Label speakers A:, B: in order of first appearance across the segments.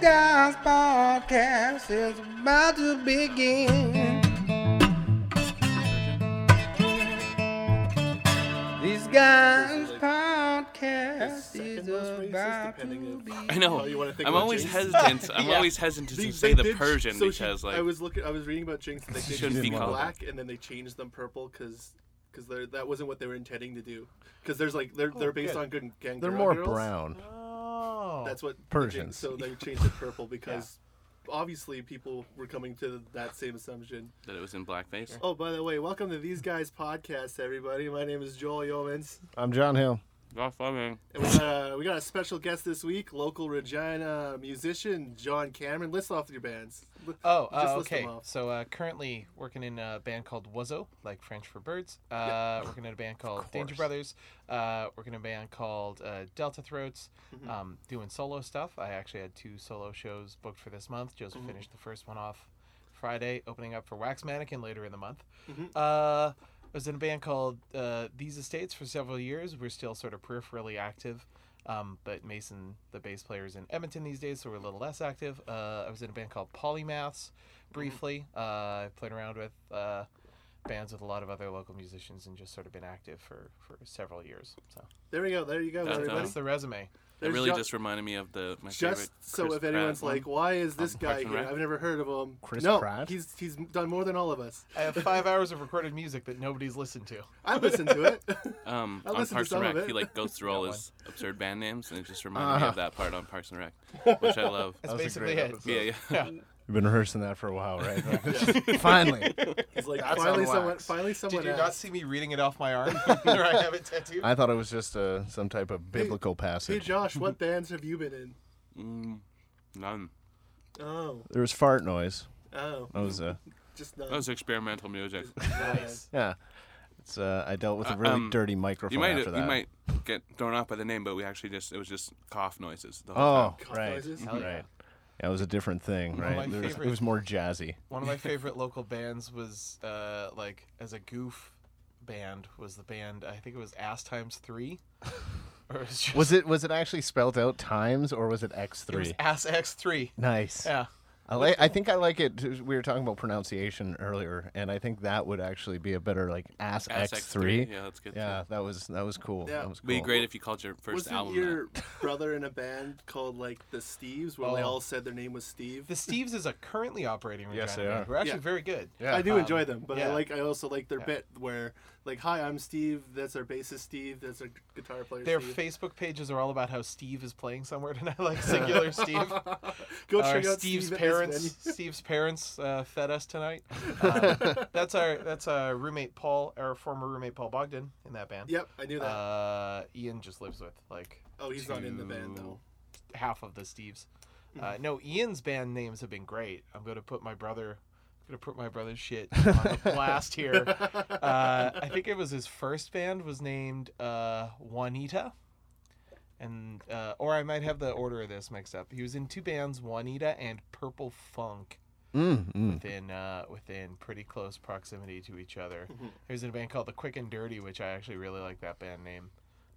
A: Guys podcast is about to begin. These guys podcast is about to begin.
B: I know.
C: Oh, you wanna think
B: I'm
C: about
B: always
C: Jinx?
B: hesitant. I'm always hesitant to say
C: they
B: the
C: did-
B: Persian
C: so she-
B: because, like,
C: I was looking, I was reading about Jinx and they did
B: shouldn't
C: them
B: be called
C: black, and then they changed them purple because because that wasn't what they were intending to do. Because there's like they're they're based on good gang.
D: They're
C: girl
D: more
C: girls.
D: brown.
C: That's what the Jinx-
D: Persians.
C: so they changed it purple because obviously people were coming to that same assumption.
B: that it was in blackface.
C: Oh, by the way, welcome to these guys podcast, everybody. My name is Joel Yeomans,
D: I'm John Hill.
B: God fucking.
C: and we got a, we got a special guest this week, local Regina musician John Cameron. List off your bands.
E: Oh,
C: You just
E: uh,
C: list them
E: okay.
C: off.
E: So uh, currently working in a band called Wuzzo, like French for birds. Uh, Working in a band called Danger
D: course.
E: Brothers. Uh, working in a band called uh, Delta Throats.
C: Mm-hmm.
E: Um, doing solo stuff. I actually had two solo shows booked for this month. Joseph
C: Mm-hmm.
E: finished the first one off Friday, opening up for Wax Mannequin later in the month.
C: Mm-hmm.
E: Uh, I was in a band called uh, These Estates for several years. We're still sort of peripherally active. Um, but Mason, the bass player, is in Edmonton these days, so we're a little less active. Uh, I was in a band called Polymaths briefly. Uh, I've played around with uh, bands with a lot of other local musicians and just sort of been active for, for several years. So
C: There we go. There you go,
B: That's
C: everybody.
E: that's the resume.
B: It
C: There's
B: really
C: Jo-
B: just reminded me of the my favorite.
C: just so
B: Chris
C: if anyone's
B: Pratt one.
C: like, why is this
B: Um,
C: guy
B: Parks and
C: here?
B: Rec?
C: I've never heard of him.
D: Chris
C: no,
D: Pratt?
C: he's he's done more than all of us.
E: I have five hours of recorded music that nobody's listened to.
C: I listened to it.
B: um,
C: I
B: on
C: listened to
B: Parks and
C: some of
B: Rec,
C: it.
B: he like goes through all his absurd band names, and it just reminded
D: Uh-huh.
B: me of that part on Parks and Rec, which I love.
E: That's
D: was a
E: basically
D: great
E: it.
D: episode.
B: yeah, yeah.
E: Yeah.
D: We've been rehearsing that for a while, right? Finally.
C: He's like,
D: That's
C: finally
D: on
C: someone,
D: wax.
C: finally someone.
E: Did you not
C: asked.
E: see me reading it off my arm? or I have it tattooed?
D: I thought it was just uh, some type of biblical
C: Hey
D: passage.
C: Josh, what bands have you been in?
B: Mm, none.
C: Oh,
D: There was fart noise.
C: oh,
D: That was uh,
C: just not.
B: That was experimental music.
C: nice.
D: yeah. It's uh, I dealt with a
B: Uh,
D: really
B: um,
D: dirty microphone
B: You might
D: after
B: you
D: that.
B: might get thrown off by the name, but we actually just it was just cough noises. The whole
D: oh,
B: time.
C: Cough
D: right,
C: noises?
E: Hell yeah.
D: right. Yeah, it was a different thing,
E: of my
D: right? There was- it
E: favorite-
D: was more jazzy.
E: One of my favorite local bands was uh, like as a goof band was the band I think it was Ass Times Three. Or it was, just,
D: Was it was it actually spelled out times or was it X
E: it was
D: three?
E: Ass X Three.
D: Nice.
E: Yeah.
D: I like. I think I like it. We were talking about pronunciation earlier, and I think that would actually be a better like ass
B: Ass
D: X three.
B: Yeah, that's good.
D: Yeah,
B: too.
D: that was that was cool.
C: Yeah.
D: That was cool.
B: Be great if you called your 1st
C: Wasn't
B: album. that.
C: your brother in a band called like the Steves, where they
E: Oh.
C: all said their name was Steve?
E: The Steves is a currently operating Regina
D: Yes, they are.
E: band. We're actually
C: Yeah.
E: very good.
D: Yeah.
C: I do
E: Um,
C: enjoy them, but I
E: yeah.
C: like. I also like their
E: Yeah.
C: bit where, like, "Hi, I'm Steve. That's our bassist Steve. That's our guitar player."
E: Their
C: Steve.
E: Facebook pages are all about how Steve is playing somewhere tonight, like singular Steve.
C: Go
E: Our
C: check out
E: Steve's
C: Steve at his venue.
E: parents, Steve's parents uh, fed us tonight. Um, that's our that's our roommate Paul, our former roommate Paul Bogdan in that band.
C: Yep, I knew that.
E: Uh, Ian just lives with like
C: oh, he's not in the band though. Mm-hmm.
E: half of the Steves. Uh, no, Ian's band names have been great. I'm gonna put my brother, I'm gonna put my brother's shit on the blast here. Uh, I think it was his first band was named uh, Juanita, and uh, or I might have the order of this mixed up. He was in two bands, Juanita and Purple Funk. Within uh, within pretty close proximity to each other,
C: Mm-hmm.
E: he was in a band called the Quick and Dirty, which I actually really like that band name.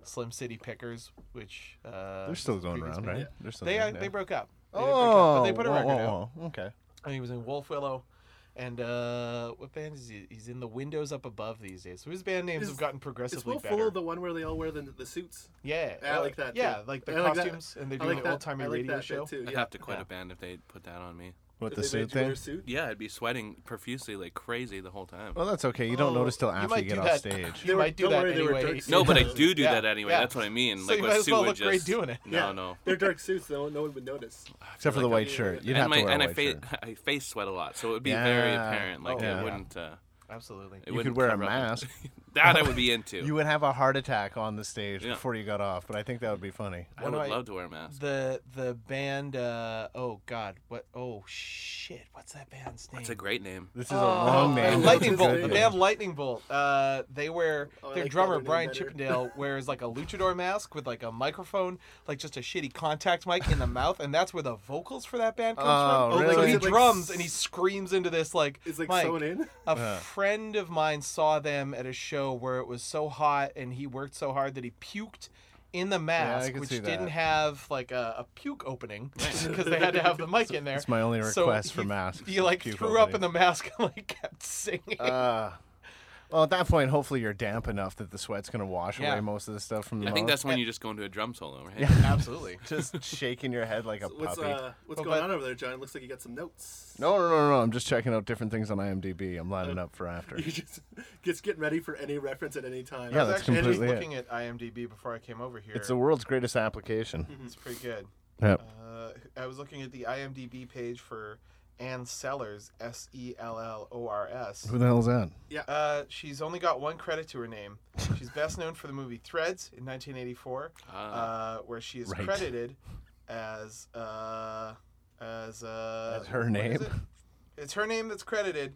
E: Slim City Pickers, which uh,
D: They're still going
E: previous
D: around,
E: band-
D: right? They're still
E: they
D: going,
E: uh,
D: yeah.
E: they broke up. They did break
D: Oh,
E: up, but they put a
D: whoa,
E: record out.
D: whoa, whoa. Okay.
E: And he was in Wolf Willow, and uh, what band is he? He's in the Windows Up Above these days. So his band names
C: Is-
E: have gotten
C: Is
E: progressively
C: Will
E: better.
C: Fuller the one where they all wear the, the suits?
E: Yeah,
C: Yeah, I
E: uh,
C: like that,
E: Yeah,
C: too.
E: like the
C: I like that.
E: costumes, and they're
C: I
E: doing
C: like
E: the
C: that.
E: old timey
C: I like
E: radio
C: that
E: show.
C: bit, too.
B: I'd
C: yeah.
B: have to quit
E: Yeah.
B: a band if they put that on me.
D: What
C: They
D: the suit
C: made you wear
D: thing?
C: a suit?
B: Yeah, I'd be sweating profusely like crazy the whole time.
D: Well, that's okay. You don't
E: Oh,
D: notice till
E: you
D: after
E: might
D: you get
E: do
D: off
E: that.
D: stage.
E: You
C: They were-
E: might do
C: don't
E: that
C: worry, they were
E: anyway.
C: jerks.
B: no, but I do do
E: Yeah,
B: that anyway.
E: yeah.
B: That's what I mean.
E: So
B: like
E: you
B: what
E: might as
B: Sue
E: well
B: would
E: look great
B: just-
E: doing it.
B: No,
C: Yeah.
B: no.
C: They're dark suits, though. No one would notice.
D: Except for the
B: like
D: white shirt. You'd
B: and
D: have
B: my
D: to wear
B: and
D: a
B: I
D: white
B: face
D: shirt.
B: I face sweat a lot, so it would be very
D: Yeah.
B: apparent. Like
E: Oh,
B: it
E: yeah.
B: wouldn't. Uh,
E: Absolutely.
B: it
D: You
B: wouldn't
D: could wear a
B: cover up.
D: mask.
B: That I would be into.
D: You would have a heart attack on the stage
B: Yeah.
D: before you got off, but I think that would be funny.
B: I
E: One
B: would
E: of my-
B: love to wear a mask.
E: The the band. Uh, oh God, what? Oh shit, what's that band's name? Uh,
B: It's a great name.
D: This is a long name.
E: Lightning
C: It's
E: Bolt.
C: good.
E: The band Lightning Bolt. Uh, they wear
C: Oh, I like
E: their
C: that
E: drummer
C: one
E: Brian
C: better.
E: Chippendale wears like a luchador mask with like a microphone, like just a shitty contact mic in the mouth, and that's where the vocals for that band comes
D: Oh,
E: from.
D: really?
E: Like
D: Is
E: he
D: it
C: like s-
E: drums and he screams into this like.
C: It's like
E: mic.
C: sewn in.
E: A
D: Uh-huh.
E: friend of mine saw them at a show where it was so hot and he worked so hard that he puked in the mask,
D: can
E: which
D: see that.
E: didn't have like a, a puke opening because they had to have the mic in there.
D: That's my only
E: So
D: request for
E: he-
D: masks.
E: He like
D: puke
E: threw up in
D: opening.
E: the mask and like kept singing.
D: Uh, well, at that point, hopefully you're damp enough that the sweat's gonna wash
E: Yeah.
D: away most of the stuff from the.
B: I think
D: mouth.
B: that's when you just go into a drum solo, right?
E: Absolutely.
D: just shaking your head like a
C: What's
D: puppy.
C: uh, what's
E: Well,
C: going
E: but-
C: on over there, John? Looks like you got some notes.
D: No, no, no, no. I'm just checking out different things on IMDb. I'm lining up for after.
C: You just just get ready for any reference at any time.
D: Yeah,
E: I was
D: that's
E: actually
D: completely it.
E: just looking at IMDb before I came over here.
D: It's the world's greatest
C: Mm-hmm.
D: application.
E: It's pretty good.
D: Yep.
E: Uh, I was looking at the IMDb page for Ann Sellers, S E L L O R S.
D: Who the hell's that?
E: Uh, she's only got one credit to her name. She's best known for the movie Threads in 1984,
B: Ah,
E: uh, where she is
D: Right.
E: credited as uh, as uh,
D: That's her
E: what is
D: name?
E: it? It's her name that's credited,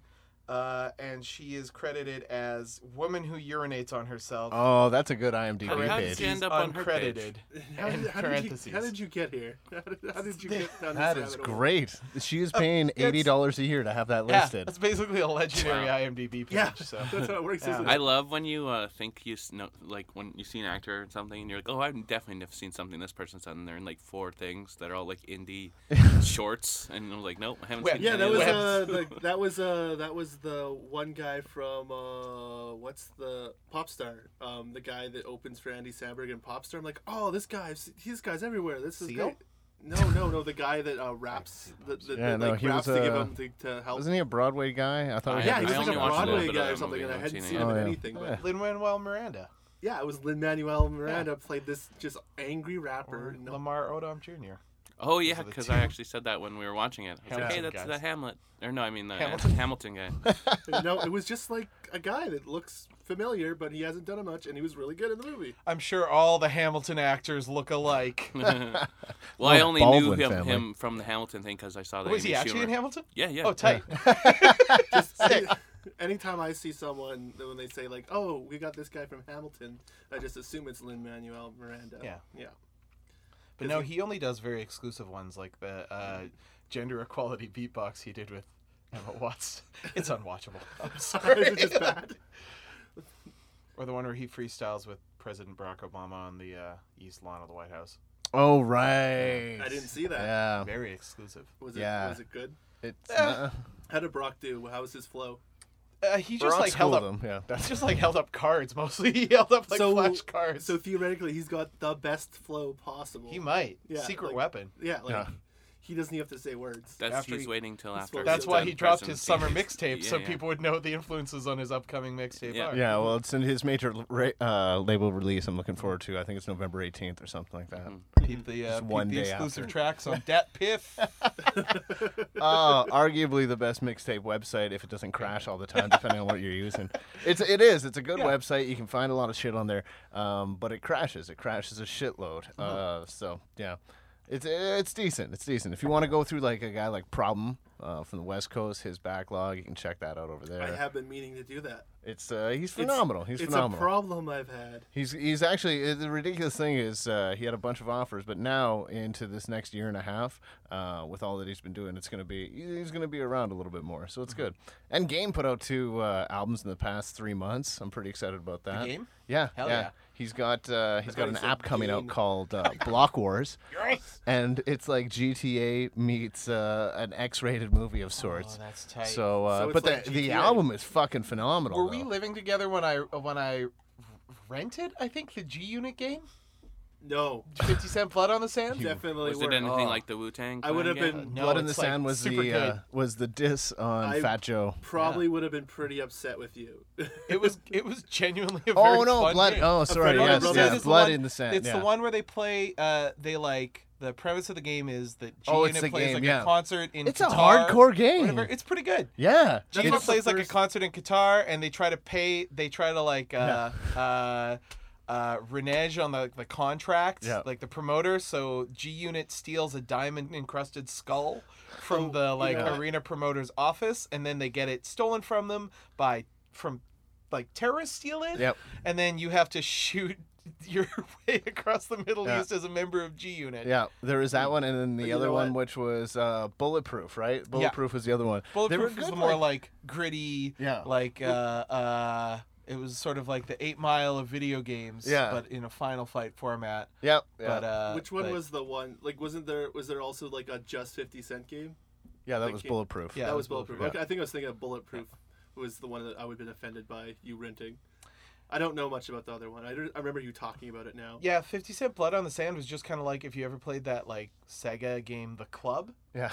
E: uh, and she is credited as woman who urinates on herself.
D: Oh, that's a good IMDb
B: How did
D: page.
B: you end up on her page?
C: How
E: in
C: did, how, did
E: parentheses.
C: you, how did you get here? How did, how did you get down
D: That
C: this
D: is
C: rabbit hole?
D: great. She's paying
E: it's-
D: eighty dollars a year to have that
E: Yeah,
D: listed.
E: that's basically a legendary
B: Wow.
E: IMDb page.
C: Yeah,
E: So
C: that's how it works,
E: Yeah.
C: isn't it?
B: I love when you uh, think you s- know, like when you see an actor or something, and you're like, "Oh, I've definitely never seen something this person's done." And they're in like four things that are all like indie shorts, and I'm like, "Nope, I haven't
E: Well,
B: seen."
C: yeah,
B: any
C: that
B: of
C: was
B: those."
C: uh, the, that was uh, that was the one guy from uh, what's the Popstar? Um, the guy that opens for Andy Samberg in Popstar. I'm like, oh, this guy, I've se- this guy's everywhere. This is
E: Seal?
C: great. No, no, no, the guy that uh, raps, that, that,
D: Yeah,
C: that,
D: no,
C: like
D: he
C: raps
D: was,
C: to give
D: uh,
C: him to, to help. Uh,
D: Wasn't he a Broadway guy? I thought.
B: Oh,
D: we
C: yeah,
D: had
C: he's
B: I
C: like a
B: only watched a little
C: Broadway
B: bit of
C: guy
B: that
C: or something, and
B: movie. I
C: I
B: haven't
C: hadn't
B: seen
C: seen
B: it yet.
C: him
D: Oh,
C: in
D: yeah.
C: anything.
D: Yeah.
C: But
E: Lin Manuel Miranda
C: yeah, it was Lin Manuel Miranda played this just angry rapper.
E: or
C: and
E: Lamar Odom Jr.
B: Oh yeah,
E: are the
B: because
E: two-
B: I actually said that when we were watching it. I was like,
E: Hamilton
B: "Hey, that's
E: guys.
B: the Hamlet," or no, I mean the
E: Hamilton.
B: Hamilton, guy. That's
C: no, it was just like a guy that looks familiar, but he hasn't done much, and he was really good in the movie.
E: I'm sure all the Hamilton actors look alike.
B: well, I only
D: Baldwin
B: knew him,
D: family.
B: him from the Hamilton thing because I saw that.
E: Was Oh, he
B: Amy
E: actually
B: Schumer.
E: in Hamilton?
B: Yeah, yeah.
E: Oh, tight. Sick.
C: Anytime I see someone that when they say like, "Oh, we got this guy from Hamilton," I just assume it's Lin Manuel Miranda.
E: Yeah.
C: yeah.
E: But no, he only does very exclusive ones like the uh, gender equality beatbox he did with Emma Watts. It's unwatchable. I'm
C: Is
E: sorry.
C: it just bad?
E: or the one where he freestyles with President Barack Obama on the uh, east lawn of the White House.
D: Oh right.
C: I didn't see that.
D: Yeah.
E: Very exclusive.
C: Was it
D: Yeah.
C: was it good?
D: It's,
E: Uh,
C: How did Brock do? How was his flow?
E: Uh, he
D: Barack
E: just like held
D: schooled
E: up.
D: him, Yeah.
E: He just like held up cards mostly. He held up like
C: So-
E: flash cards.
C: So theoretically, he's got the best flow possible.
E: he might.
C: Yeah,
E: Secret
C: like-
E: weapon.
C: Yeah, like
D: Yeah.
C: he doesn't even have to say words.
B: That's
E: After
B: he's
E: he-
B: waiting till after.
C: supposed to-
E: That's
B: he's
E: why
B: done
E: he dropped his
B: President's
E: summer
B: Day.
E: mixtape
B: Yeah,
E: so
B: yeah.
E: people would know the influences on his upcoming mixtape.
B: Yeah.
E: are.
D: Yeah, well, it's in his major l- ra- uh, label release. I'm looking forward to. I think it's November 18th or something like
C: Mm-hmm.
D: that.
E: Peep the, uh,
D: Just
E: peep
D: one
E: the
D: day
E: exclusive
D: after.
E: tracks on Dat Piff.
D: Oh, arguably the best mixtape website if it doesn't crash all the time, depending on what you're using. It's it is. It's a good website. You can find a lot of shit on there, um, but it crashes. It crashes a shitload.
C: Uh-huh.
D: Uh, so yeah, it's it's decent. It's decent. If you want to go through like a guy like Problem uh, from the West Coast, his backlog, you can check that out over there.
C: I have been meaning to do that.
D: it's uh,
C: It's-
D: he's phenomenal. he's
C: it's
D: phenomenal.
C: a problem I've had.
D: He's he's actually uh, the ridiculous thing is uh, he had a bunch of offers, but now into this next year and a half, uh, with all that he's been doing, it's gonna be he's gonna be around a little bit more, so it's
E: Mm-hmm.
D: good. And Game put out two uh, albums in the past three months. I'm pretty excited about that.
E: Game?
D: Yeah,
E: Hell yeah.
D: He's got uh, he's got
C: he
D: an
C: said
D: app coming out
C: Game.
D: called uh, Block Wars, and it's like GTA meets uh, an X-rated movie of sorts.
E: Oh, that's tight.
D: So, uh,
C: So it's
D: but
C: like
D: the, the
C: GTA.
D: album is fucking phenomenal.
E: Were we
D: though.
E: living together when I when I rented? I think the G Unit game,
C: No,
E: Fifty Cent Blood on the Sand.
C: definitely
B: Was it
C: weren't.
B: anything
E: Oh.
B: like the Wu Tang?
C: I would have
E: Uh,
C: been
E: no,
D: Blood in the
E: it's, like,
D: Sand was
E: super
D: the
E: good.
D: uh, was the diss on
C: I-
D: Fat Joe.
C: probably would have been pretty upset with you.
E: it was it was genuinely a very
D: Oh no,
E: fun
D: Blood!
E: game.
D: Oh, sorry,
C: friend of
D: yes,
C: mine
D: yeah,
C: says
E: it's the
D: Blood
E: one-
D: in the Sand.
E: It's
D: yeah.
E: the one where they play. Uh, they like the premise of the game is that G
D: Oh, it's
E: Unit
D: the
E: plays
D: game,
E: like
D: yeah.
E: a concert in.
D: It's a
E: Qatar,
D: hardcore
E: or whatever.
D: game.
E: It's pretty good.
D: Yeah,
E: G
D: it's-
E: Unit
C: It's-
E: plays like a
C: first-
E: concert in Qatar, and they try to pay. They try to like uh, uh, uh, renege on the the contract,
D: Yeah.
E: like the promoter. So G Unit steals a diamond encrusted
D: Oh,
E: skull from the like
C: know what?
E: arena promoter's office, and then they get it stolen from them by from like terrorists steal it.
D: Yep.
E: And then you have to shoot your way across the Middle
D: Yeah.
E: East as a member of G Unit.
D: yeah. There was that one, and then the
C: you
D: other
C: know
D: one,
C: what?
D: which was uh, Bulletproof, right? Bulletproof was the other one. They were
E: Bulletproof is
D: good,
E: the more
D: like-
E: like, gritty,
D: Yeah.
E: like uh, uh, It was sort of like the Eight Mile of video games,
D: Yeah.
E: but in a Final Fight format.
D: Yep. Yeah.
E: But uh,
C: Which one
E: but-
C: was the one? Like, wasn't there? Was there also like a just fifty cent game?
D: yeah, that
C: like
D: was
C: you-
D: bulletproof.
E: Yeah.
C: that
E: it
C: was
E: was
C: bulletproof.
D: Bulletproof.
C: Okay, I think I was thinking of bulletproof was the one that I would have been offended by you renting. I don't know much about the other one. I, re- I remember you talking about it now.
E: Yeah, 50 Cent Blood on the Sand was just kind of like if you ever played that like Sega game The Club.
D: Yeah.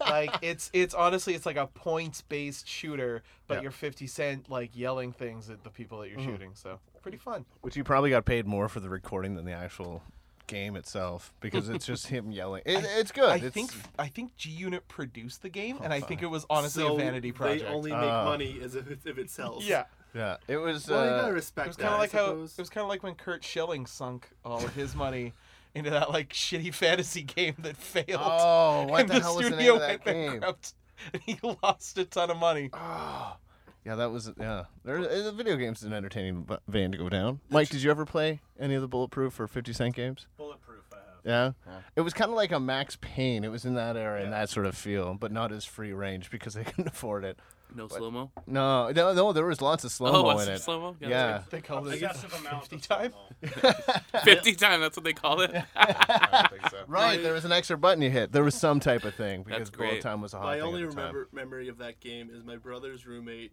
E: Like it's it's honestly it's like a points-based shooter, but
D: Yeah. Mm-hmm.
E: you're 50 Cent like yelling things at the people that you're shooting. So, pretty fun.
D: Which you probably got paid more for the recording than the actual game itself because it's just him yelling. It, it's good.
E: I
D: it's, Oh,
E: think I think G Unit produced the game and I think
D: fine.
E: it was honestly
C: So
E: a vanity project.
C: They only make
D: Ah.
C: money as if it, if it sells.
E: yeah.
D: yeah, it was.
C: Well, you
D: uh,
C: gotta
E: It
C: respect
E: was
C: that.
E: kind of like
C: I
E: how it
C: suppose.
E: was kind of like when Kurt Schilling sunk all of his money into that like shitty fantasy game that failed.
D: oh, what
E: and
D: the hell was the name
E: studio
D: of that
E: went
D: game?
E: bankrupt. He lost a ton of money.
D: Oh, yeah, that was yeah. There, uh, the video games is an entertaining bu- vein to go down. Mike, did you ever play any of the Bulletproof or Fifty Cent games?
F: Bulletproof, I have.
D: Yeah, it was kind of like a Max Payne. It was in that era and that sort of feel, but not as free range because they couldn't afford it.
B: No slow mo.
D: No, no, no. There was lots of slow
B: Oh,
D: mo
B: was
D: in
B: it
D: it.
B: slow mo?
D: yeah,
E: They called it
F: Excessive amount
E: 50
F: of
E: time.
F: slow-mo.
B: Fifty times. That's what they call it.
F: I don't think so.
D: Right, there was an extra button you hit. There was some type of thing because
B: That's
D: bullet
B: great.
D: time was a
E: Oh,
D: hot
C: My
D: thing
C: only
D: at the time.
C: remember memory of that game is my brother's roommate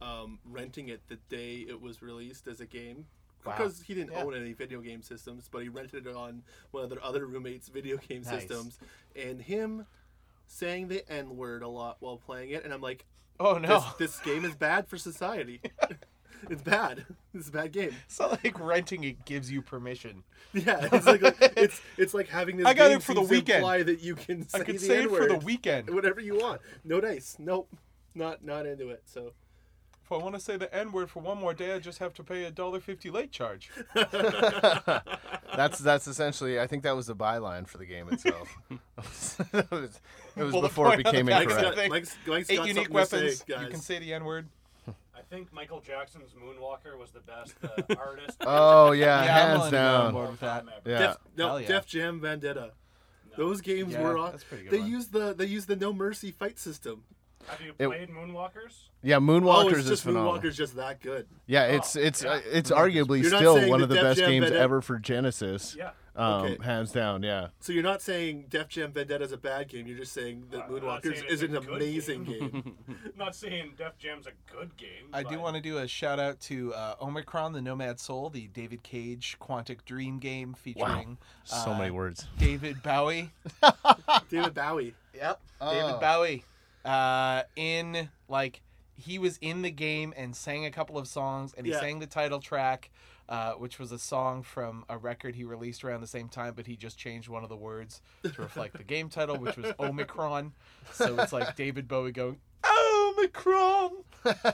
C: um, renting it the day it was released as a game. Because he didn't
E: Yeah.
C: own any video game systems, but he rented it on one of their other roommates' video game
E: Nice.
C: systems, and him saying the N word a lot while playing it, and I'm like,
E: Oh
C: this,
E: no!
C: this game is bad for society. it's bad. It's a bad game.
E: It's not like renting it gives you permission.
C: Yeah, it's like it's it's like having this.
E: I got
C: game
E: it for the
C: seems to
E: weekend.
C: Imply that you can say
E: I could
C: the
E: say it for the
C: N-word.
E: weekend.
C: whatever you want. No dice. Nope. Not not into it. So
E: If I want to say the N word for one more day, I just have to pay a dollar fifty late charge.
D: That's that's essentially. I think that was the byline for the game itself. it was, it was
E: Well, the
D: before it
E: point on the
D: became
E: back
C: Mike's
E: is Correct.
D: incorrect.
C: got,
E: Nothing.
C: Mike's, Mike's
E: Eight
C: got
E: unique
C: something
E: weapons.
C: To say, guys.
E: You can say the N word.
F: I think Michael Jackson's Moonwalker was the best uh, artist.
D: Oh yeah,
E: Yeah, I'm willing
D: hands
E: to go on
D: down.
E: board with that.
D: Yeah,
C: Def, no,
E: Hell yeah.
C: Def Jam Vendetta. Those games
E: Yeah,
C: were on.
E: that's pretty good
C: They
E: one.
C: used the they used the No Mercy fight system.
F: Have you
D: It-
F: played Moonwalkers?
D: yeah.
C: oh,
D: Moonwalkers
C: it's
D: is
C: just
D: phenomenal.
C: Moonwalker's just that good.
D: Yeah, it's it's
F: yeah.
D: uh, it's
C: You're
D: arguably
C: not
D: still
C: saying
D: one
C: the
D: of the
C: Def
D: best
C: Jam
D: games
C: Vendetta-
D: ever for Genesis.
F: Yeah.
D: Um,
C: Okay.
D: hands down. Yeah.
C: So you're not saying Def Jam Vendetta is a bad game. You're just saying that
F: I'm not saying
C: Moonwalkers
F: it's
C: is an
F: a good
C: amazing game.
F: I'm not saying Def Jam's a good game.
E: I do want to do a shout out to uh, Omicron, the Nomad Soul, the David Cage Quantic Dream game featuring
D: So
E: uh,
D: many words.
E: David Bowie.
C: David Bowie.
E: Yep.
D: Oh.
E: David Bowie. Uh, in like he was in the game and sang a couple of songs, and he
C: Yeah.
E: sang the title track, uh, which was a song from a record he released around the same time, but he just changed one of the words to reflect the game title, which was Omicron. So it's like David Bowie going Omicron.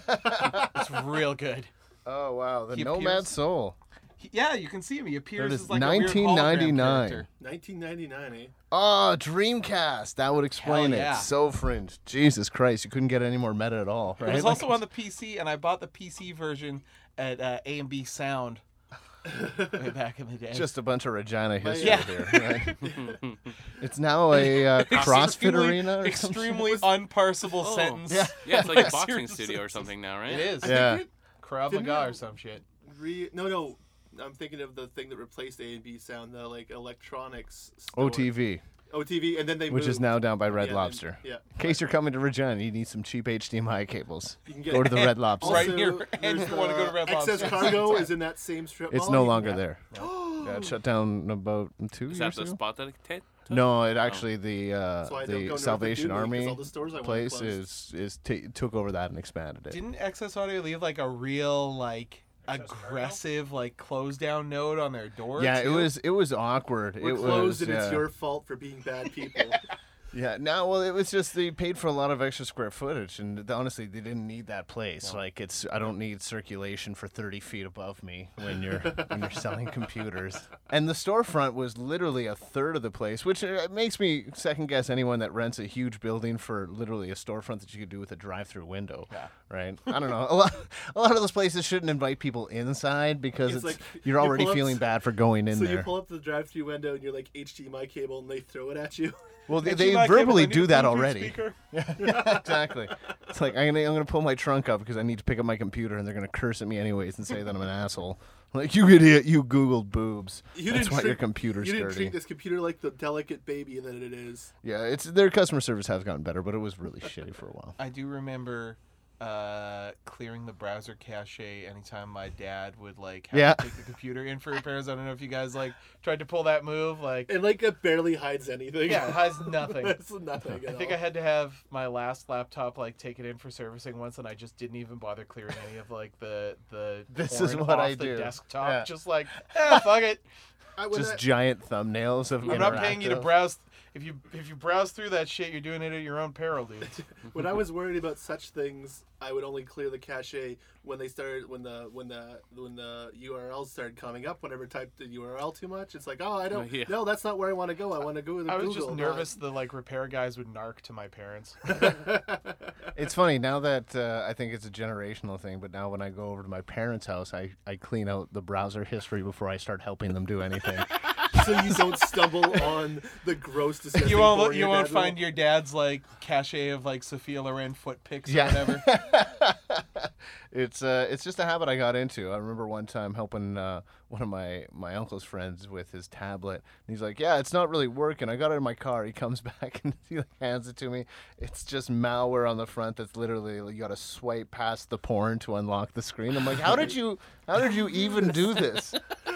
E: it's real good.
D: Oh wow, the
E: He
D: Nomad
E: appears-
D: Soul.
E: He- yeah, you can see him. He appears
D: it
E: as
D: is,
E: like 1999.
D: 1999.
E: A weird hologram character.
C: 1999, eh?
D: Oh, Dreamcast. That would explain
E: yeah.
D: it. So fringe. Jesus Christ, you couldn't get any more meta at all, right?
E: It was
D: Like-
E: also on the PC, and I bought the PC version at uh, A and B Sound way back in the day.
D: just a bunch of Regina history
E: Yeah.
D: here. Right? it's now a uh, CrossFit
E: Extremely-
D: arena. Or
E: extremely unparsable
B: Oh.
E: sentence.
D: Yeah.
B: Yeah, it's like a boxing
E: Seriously.
B: studio or something now, right?
E: It is.
D: something. Yeah.
E: Krav
C: Didn't
E: Maga
C: it-
E: or some shit.
C: Re- no, no. I'm thinking of the thing that replaced A and B sound, the like electronics. store.
D: OTV,
C: OTV, and then they
D: which
C: moved.
D: is now down by
C: Yeah,
D: Red
C: and-
D: Lobster.
C: yeah.
D: In case you're coming to Regina, you need some cheap HDMI cables.
C: You can get
D: Go to the Red Lobster.
C: Also,
E: Right here, and
C: there's
E: you wanna go to
C: the
E: Red Lobster.
C: Excess cargo is in that same strip.
D: It's
C: mall.
D: no
C: You-
D: longer there. Yeah, it shut down about two
B: Is that
D: years
B: the
D: ago.
B: spot that it t- took?
D: No, it actually the uh,
C: Oh. That's why I don't go
D: the
C: north of
D: Salvation
C: Dooley, 'cause
D: Army
C: all the stores I want
D: place
C: closed.
D: is is ta took over that and expanded it.
E: Didn't Excess Audio leave like a real like
F: Access
E: aggressive like close down note on their door?
D: Yeah, it
E: too?
D: was it was awkward.
C: We're
D: it
C: closed,
D: was,
C: and it's
D: yeah.
C: your fault for being bad people.
D: Yeah, no, well, it was just they paid for a lot of extra square footage, and th- honestly, they didn't need that place. Like, it's I don't need circulation for thirty feet above me when you're when you're selling computers. And the storefront was literally a third of the place, which uh, makes me second guess anyone that rents a huge building for literally a storefront that you could do with a drive-through window. Yeah. Right. I don't know. A lot, a lot of those places shouldn't invite people inside because
C: It's
D: it's,
C: like, you
D: you're
C: pull
D: already
C: up-
D: feeling bad for going in
C: so
D: there.
C: you pull up the drive-through window, and you're like HDMI cable, and they throw it at you.
D: well, they,
E: And
D: they
E: you, like,
D: verbally do that already. exactly. It's like I'm gonna I'm gonna pull my trunk up because I need to pick up my computer, and they're gonna curse at me anyways and say that I'm an asshole. Like you idiot, you googled boobs.
C: You
D: That's
C: didn't
D: why
C: treat,
D: your computer's
C: You didn't
D: dirty.
C: treat this computer like the delicate baby that it is.
D: Yeah, it's their customer service has gotten better, but it was really shitty for a while.
E: I do remember uh, clearing the browser cache anytime my dad would like have
D: Yeah.
E: to take the computer in for repairs. I don't know if you guys like tried to pull that move. Like,
C: And like it barely hides anything.
E: yeah, it has nothing.
C: That's nothing at
E: I think
C: all.
E: I had to have my last laptop like taken in for servicing once, and I just didn't even bother clearing any of like the the
D: This is
E: porn
D: what
E: off
D: I
E: the
D: do.
E: desktop.
D: Yeah.
E: Just like ah, fuck it.
C: I, when
D: Just
C: I-
D: giant thumbnails of.
E: I'm not paying you to
D: interactive-
E: browse. If you if you browse through that shit, you're doing it at your own peril, dude.
C: when I was worried about such things, I would only clear the cache when they started when the when the when the URLs started coming up. Whenever I typed the URL too much, it's like, oh, I don't.
B: Yeah.
C: No, that's not where I want to go. I want to go to
E: I was
C: Google.
E: just
C: not-
E: nervous the like repair guys would narc to my parents.
D: It's funny now that uh, I think it's a generational thing, but now when I go over to my parents' house, I, I clean out the browser history before I start helping them do anything.
C: so you don't stumble on the gross. Disgusting
E: You won't
C: porn
E: you
C: your
E: won't
C: dad will-
E: find your dad's like cachet of like Sophia Loren foot pics
D: Yeah.
E: or whatever.
D: it's uh, it's just a habit I got into. I remember one time helping uh, one of my, my uncle's friends with his tablet, and he's like, "Yeah, it's not really working. I got it in my car." He comes back and he like, hands it to me. It's just malware on the front. That's literally like, you got to swipe past the porn to unlock the screen. I'm like, "How did you? How did you even do this?"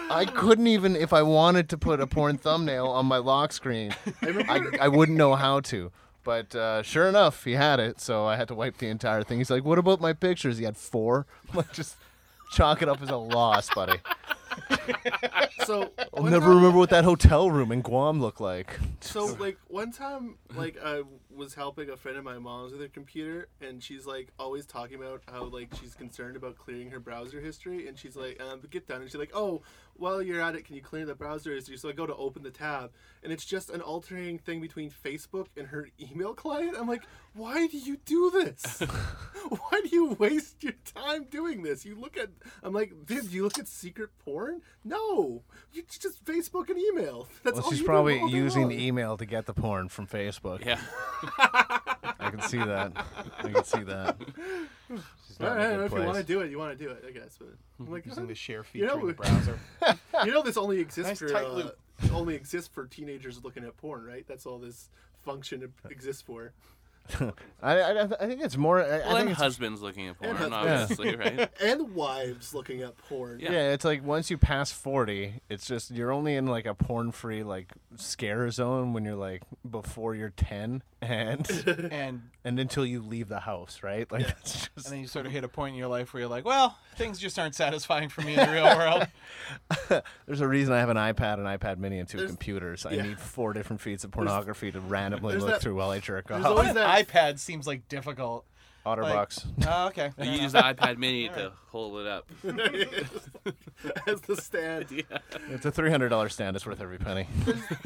D: I couldn't even if I wanted to put a porn thumbnail on my lock screen. I, I wouldn't know how to. But uh, sure enough, he had it, so I had to wipe the entire thing. He's like, "What about my pictures?" He had four. I'm like, just chalk it up as a loss, buddy.
C: So
D: I'll
C: one
D: never
C: time-
D: remember what that hotel room in Guam looked like.
C: So like one time, like I was helping a friend of my mom's with her computer, and she's like always talking about how like she's concerned about clearing her browser history, and she's like, um, "Get done," and she's like, "Oh, while you're at it, can you clear the browser history?" So I go to open the tab, and it's just an alternating thing between Facebook and her email client. I'm like, "Why do you do this? Why do you waste your time doing this? You look at," I'm like, "Did you look at secret porn? No, you it's just Facebook and email. That's
D: Well,
C: all
D: she's
C: you do
D: probably
C: all day
D: using
C: long."
D: email to get the porn from Facebook.
B: Yeah.
D: I can see that. I can see that. She's
C: I
D: not in
C: don't know
D: a
C: if
D: good
C: you want to
D: place.
C: do it, you want to do it, I guess. But I'm like,
E: Hmm. Using the
C: "Huh?"
E: share
C: You
E: feature
C: know,
E: in the
C: we-
E: browser.
C: you know, this only exists
E: Nice
C: for
E: tight
C: uh,
E: loop.
C: only exists for teenagers looking at porn, right? That's all this function exists for.
D: I, I, I think it's more. I, I
B: Well,
D: think
B: and
D: it's
B: husbands looking at porn,
C: husbands.
D: Yeah.
B: obviously, right?
C: And wives looking at porn.
B: Yeah.
D: Yeah. it's like once you pass 40, it's just you're only in like a porn free like scare zone when you're like before you're 10 and
E: And
D: and until you leave the house, right? Like that's
E: and
D: just
E: then you sort of hit a point in your life where you're like, well, things just aren't satisfying for me in the real world.
D: there's a reason I have an iPad, an iPad mini and two
C: There's-
D: computers. I
C: yeah.
D: need four different feeds of pornography to randomly
C: there's
D: look
C: that-
D: through while I jerk
C: there's
D: off.
C: always-
E: An
C: that-
E: iPad seems like difficult.
D: Otterbox.
E: Oh, okay. fair
B: You
E: enough.
B: use the iPad mini to hold it up.
C: As the stand.
D: It's a $300 stand, it's worth every penny.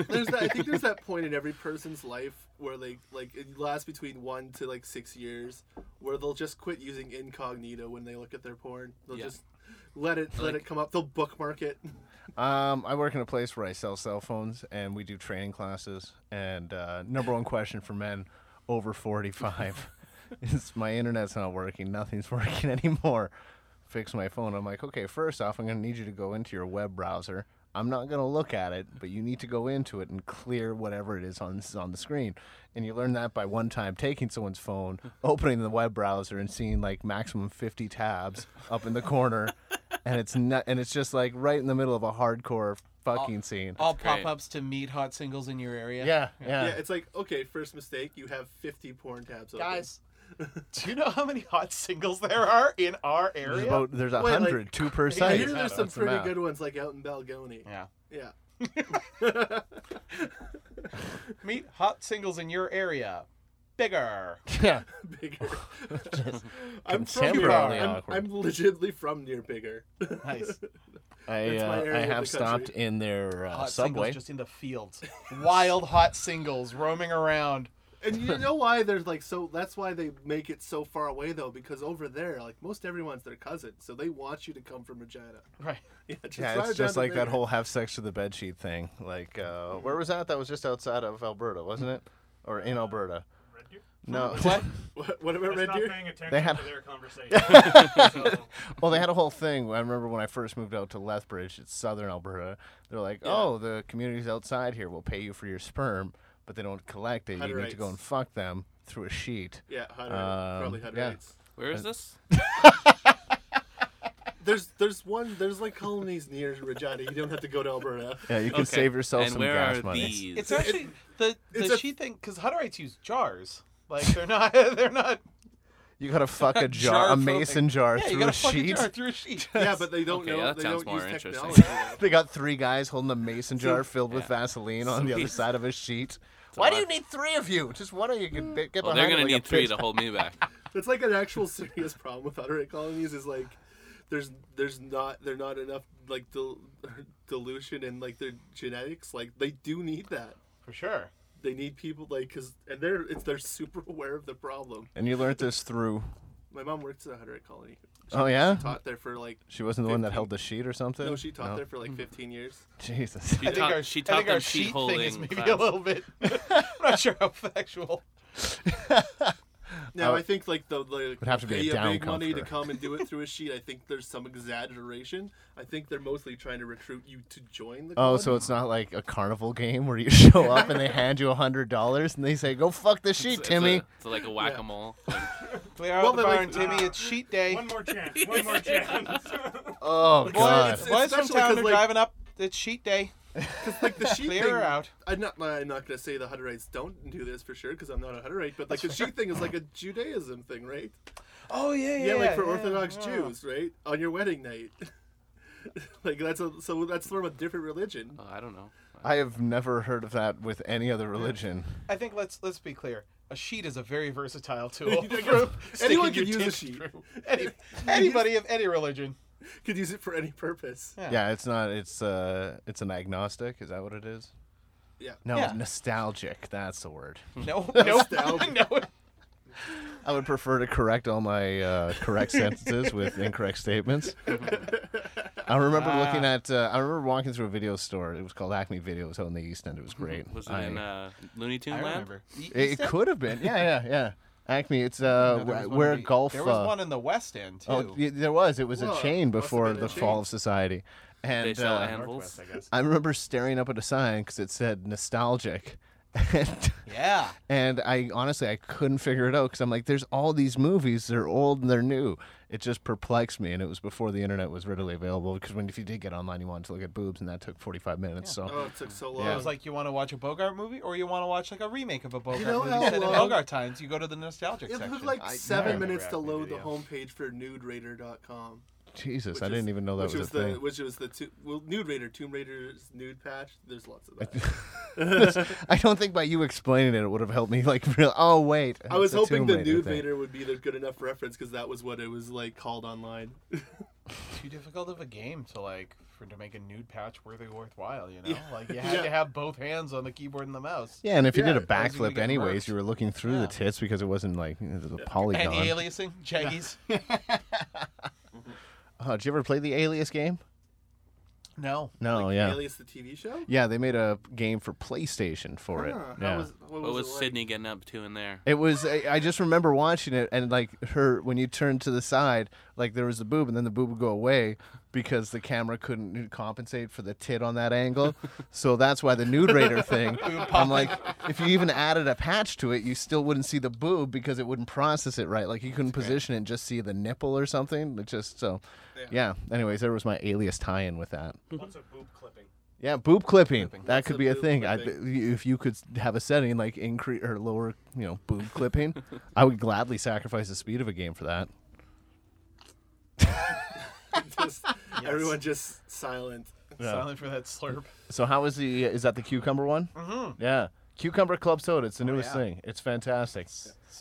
C: there's that, I think there's that point in every person's life where they like it lasts between one to like six years, where they'll just quit using incognito when they look at their porn. They'll
B: Yeah.
C: just let it let
B: Like-
C: it come up. They'll bookmark it.
D: Um, I work in a place where I sell cell phones, and we do training classes. And uh, number one question for men over forty-five is, "My internet's not working. Nothing's working anymore. Fix my phone." I'm like, "Okay, first off, I'm gonna need you to go into your web browser. I'm not gonna look at it, but you need to go into it and clear whatever it is on on the screen." And you learn that by one time taking someone's phone, opening the web browser, and seeing like maximum fifty tabs up in the corner. And it's not, and it's just like right in the middle of a hardcore fucking scene.
E: All
B: great.
E: pop ups to meet hot singles in your area.
D: yeah, yeah.
C: Yeah, it's like okay, first mistake. You have 50 porn tabs. Open.
E: Guys, do you know how many hot singles there are in our
D: There's
E: area?
D: about there's a
C: Wait, like-
D: hundred two per
C: I
D: site.
C: hear there's some
D: That's the
C: pretty
D: map.
C: good ones like out in Balgoni.
E: Yeah.
C: Yeah.
E: Meet hot singles in your area. Bigger.
D: Yeah,
C: Bigger. I'm from
D: Contemporarily
C: Bigger. I'm,
D: awkward.
C: I'm legitimately from near Bigger.
E: Nice.
D: I
C: That's my
D: uh,
C: area
D: I
C: of the
D: have stopped
C: country.
D: in their uh,
E: Hot
D: subway.
E: singles just in the fields. Wild hot singles roaming around.
C: and you know why there's like so that's why they make it so far away though because over there like most everyone's their cousin so they want you to come from Regina.
E: Right.
C: Yeah, just
D: yeah,
C: drive
D: it's
C: down
D: just
C: to
D: like that
C: Bigger.
D: whole have sex with the bedsheet thing. Like, uh, where was that? That was just outside of Alberta, wasn't it? or in Alberta.
F: Red Deer?
D: No.
E: What?
C: What, what about
F: I
C: Red
F: stopped
C: Deer?
F: paying attention
D: They had-
F: to their conversation. so,
D: Well, they had a whole thing. I remember when I first moved out to Lethbridge, it's southern Alberta. They're like, "Oh, the communities outside here will pay you for your sperm, but they don't collect it. You need to go
C: Hutterites.
D: and fuck them through a sheet."
C: Yeah, Hutter,
D: Um,
C: probably
D: yeah.
C: Hutter
B: Where
D: Uh,
B: is this?
C: There's there's one there's like colonies near Regina. You don't have to go to Alberta.
D: Yeah, you can
B: Okay.
D: save yourself
B: and
D: some
B: where
D: gas
B: are
D: money.
B: These?
E: It's actually the
C: it's
E: the
C: a-
E: she thing because Hutterites use jars. Like they're not they're not.
D: You gotta fuck a jar,
E: jar
D: a
E: full-
D: mason jar
E: Yeah, you
D: through
E: gotta
D: a
E: fuck
D: sheet.
E: a jar through a sheet.
C: Yeah, but they don't
B: Okay,
C: know.
B: that
C: they
B: sounds
C: don't
B: more
C: use
B: interesting.
C: technology.
D: They got three guys holding a mason jar filled with
B: yeah.
D: Vaseline on
B: So
D: the other
B: he's-
D: side of a sheet.
B: a
D: Why do
B: lot.
D: you need three of you? Just one of you can be- get
B: Mm. well,
D: behind.
B: Oh, they're
D: it
B: gonna
D: like a
B: need three
D: pigeon.
B: to hold me back.
C: It's like an actual serious problem with Hutterite colonies. Is like there's there's not there not enough like del- dilution in like their genetics. Like they do need that.
E: For sure.
C: They need people like because and they're it's they're super aware of the problem.
D: And you learned this through.
C: My mom works at a Hutterite colony.
D: Oh yeah,
C: Taught there for like
D: she wasn't the one that
C: 15.
D: held the sheet or something.
C: no, she taught there for
B: Mm-hmm.
C: like 15 years.
D: Jesus.
B: She taught, she taught them sheet holding.
E: thing is maybe a
B: class.
E: little bit. I'm not sure how factual.
C: Now
D: Oh.
C: I think like the like
D: Would have to be a
C: pay
D: down
C: big money to
D: comforter.
C: come and do it through a sheet. I think there's some exaggeration. I think they're mostly trying to recruit you to join the.
D: Oh,
C: club.
D: so it's not like a carnival game where you show up and they hand you a hundred dollars and they say, "Go fuck the sheet,
B: It's a-
D: Timmy."
B: It's, like a whack-a-mole.
E: We are
C: Well, but,
E: at the bar
C: like,
E: and Timmy.
F: uh,
E: It's sheet day.
F: one more chance. One more chance.
D: Oh
E: Boy,
D: god.
E: it's,
C: It's
E: boys from
C: especially
E: town
C: 'cause,
E: are
C: like-
E: driving up. It's sheet day.
C: like the sheet
E: Clear
C: thing.
E: her out.
C: I'm not. I'm not gonna say the Hutterites don't do this for sure because I'm not a Hutterite. But like the sheet thing is like a Judaism thing, right?
E: Oh yeah, yeah.
C: Yeah, like for Orthodox
E: yeah.
C: Jews, right? On your wedding night. like that's a so that's sort of a different religion.
B: Oh, I don't know.
D: I have never heard of that with any other religion.
E: I think let's let's be clear. A sheet is a very versatile tool.
C: Like,
E: for sticking
C: anyone could
E: your
C: use a
E: dick
C: sheet.
E: through. Any, anybody of any religion.
C: Could use it for any purpose.
E: Yeah.
D: Yeah, it's not. It's uh, it's an agnostic. Is that what it is?
C: Yeah.
D: No,
E: Yeah.
D: nostalgic. That's the word.
E: No, no,
C: Nostalgia.
E: no.
D: I would prefer to correct all my uh, correct sentences with incorrect statements. I remember looking at. Uh, I remember walking through a video store. It was called Acme Video. It was out in the East End. It was great.
B: Was it
D: I-
B: in uh, Looney Tune
E: I
B: Land?
E: remember.
D: It, it could have been. Yeah, yeah, yeah. Acme. It's uh,
E: No, there
D: wh-
E: was one
D: where
E: in the-
D: golf.
E: There was
D: uh,
E: one in the West End too.
D: Oh, y- there was. It was
C: Well,
D: a chain
C: must have
D: before
C: been a
D: the fall
C: chain.
D: of society,
B: They
D: and
B: sell
D: uh,
B: anvils.
E: I guess.
D: I remember staring up at a sign because it said nostalgic, and
E: Yeah.
D: and I honestly I couldn't figure it out because I'm like, there's all these movies. They're old and they're new. It just perplexed me, and it was before the internet was readily available. Because when if you did get online, you wanted to look at boobs, and that took 45 minutes. So
C: Oh, it took so long.
E: It was like you want to watch a Bogart movie or you want to watch like a remake of a Bogart
C: know
E: movie
C: how
E: set in
C: long-
E: Bogart times. You go to the nostalgic
C: it
E: section.
C: took like
D: I- yeah, I
C: seven
D: remember
C: minutes to
E: Acme
C: load the
E: Video.
C: homepage for nuderator.com.
D: Jesus,
C: which
D: I
C: is-
D: didn't even know that was
C: which
D: a
C: was, the
D: thing.
C: which was the two, well, nude raider, Tomb Raider's nude patch. There's lots of that.
D: I don't think by you explaining it, it would have helped me. Like, real, oh wait,
C: I was
D: it's a
C: hoping
D: Tomb
C: the
D: Raider
C: nude
D: thing.
C: raider would be the good enough reference because that was what it was like called online.
D: Oh,
E: too difficult of a game to like for to make a nude patch worthy worthwhile. You know,
C: Yeah.
E: like you had
C: Yeah.
E: to have both hands on the keyboard and the mouse.
D: Yeah, and if you
C: Yeah,
D: did a
E: otherwise you would
D: backflip,
E: get
D: anyways,
E: murked.
D: you were looking through
E: Yeah.
D: the tits because it wasn't like you know, the
E: And
D: polygon.
E: aliasing, jaggies.
D: oh, did you ever play the Alias game?
E: no.
D: No, yeah,
C: Alias the TV show.
D: yeah. They made a game for PlayStation for it.
C: Huh, how
D: yeah.
C: Ah, was- what
B: What was
C: it like?
B: Sydney getting up to in there?
D: It was. I I just remember watching it, and like her, when you turned to the side, like there was the boob, and then the boob would go away because the camera couldn't compensate for the tit on that angle. so that's why the nude raider thing. I'm like, if you even added a patch to it, you still wouldn't see the boob because it wouldn't process it right. Like you couldn't position it and just see the nipple or something. It just so. Yeah. Anyways, there was my alias tie-in with that.
F: What's a boob clipping?
D: Yeah, boob clipping. That
C: That's
D: could
C: a
D: be a
C: boob
D: thing. I,
C: clipping.
D: th- if you could have a setting like increase or lower, you know, boob clipping, I would gladly sacrifice the speed of a game for that.
C: Just- Everyone just silent.
E: Silent for that slurp.
D: So how is the is that the cucumber one? Mm-hmm. Yeah, cucumber club soda. It's the newest
E: yeah.
D: thing. It's fantastic.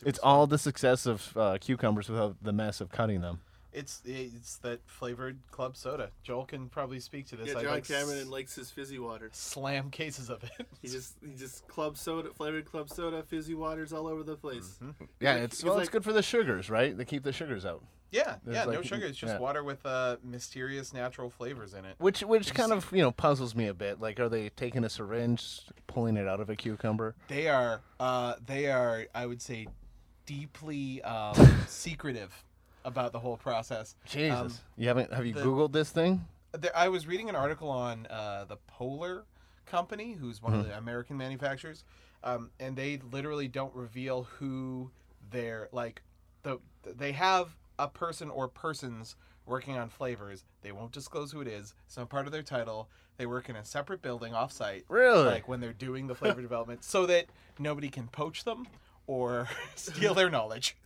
D: It's all the success of uh, cucumbers without the mess of cutting them.
E: It's it's that flavored club soda. Joel can probably speak to this.
C: Yeah,
E: I,
C: John
E: like,
C: Cameron
E: s-
C: likes his fizzy water.
E: slam cases of it.
C: He just he just club soda, flavored club soda, fizzy waters all over the place.
D: Yeah,
C: Like,
D: it's
C: it's
D: well, it's
C: like-
D: good for the sugars, right? They keep the sugars out,
E: yeah,
D: There's
E: yeah, no
D: like-
E: sugar. It's just
D: yeah.
E: water with uh, mysterious natural flavors in it.
D: which which kind of you know puzzles me a bit. Like, are they taking a syringe, pulling it out of a cucumber?
E: They are uh, they are I would say deeply um, secretive about the whole process.
D: Jesus, Um, you haven't have you
E: the-
D: googled this thing?
E: there, I was reading an article on uh, the Polar Company, who's one of the American manufacturers, um, and they literally don't reveal who they're like. The they have a person or persons working on flavors. They won't disclose who it is. It's not part of their title. They work in a separate building offsite.
D: Really?
E: Like when they're doing the flavor development, so that nobody can poach them or steal their knowledge,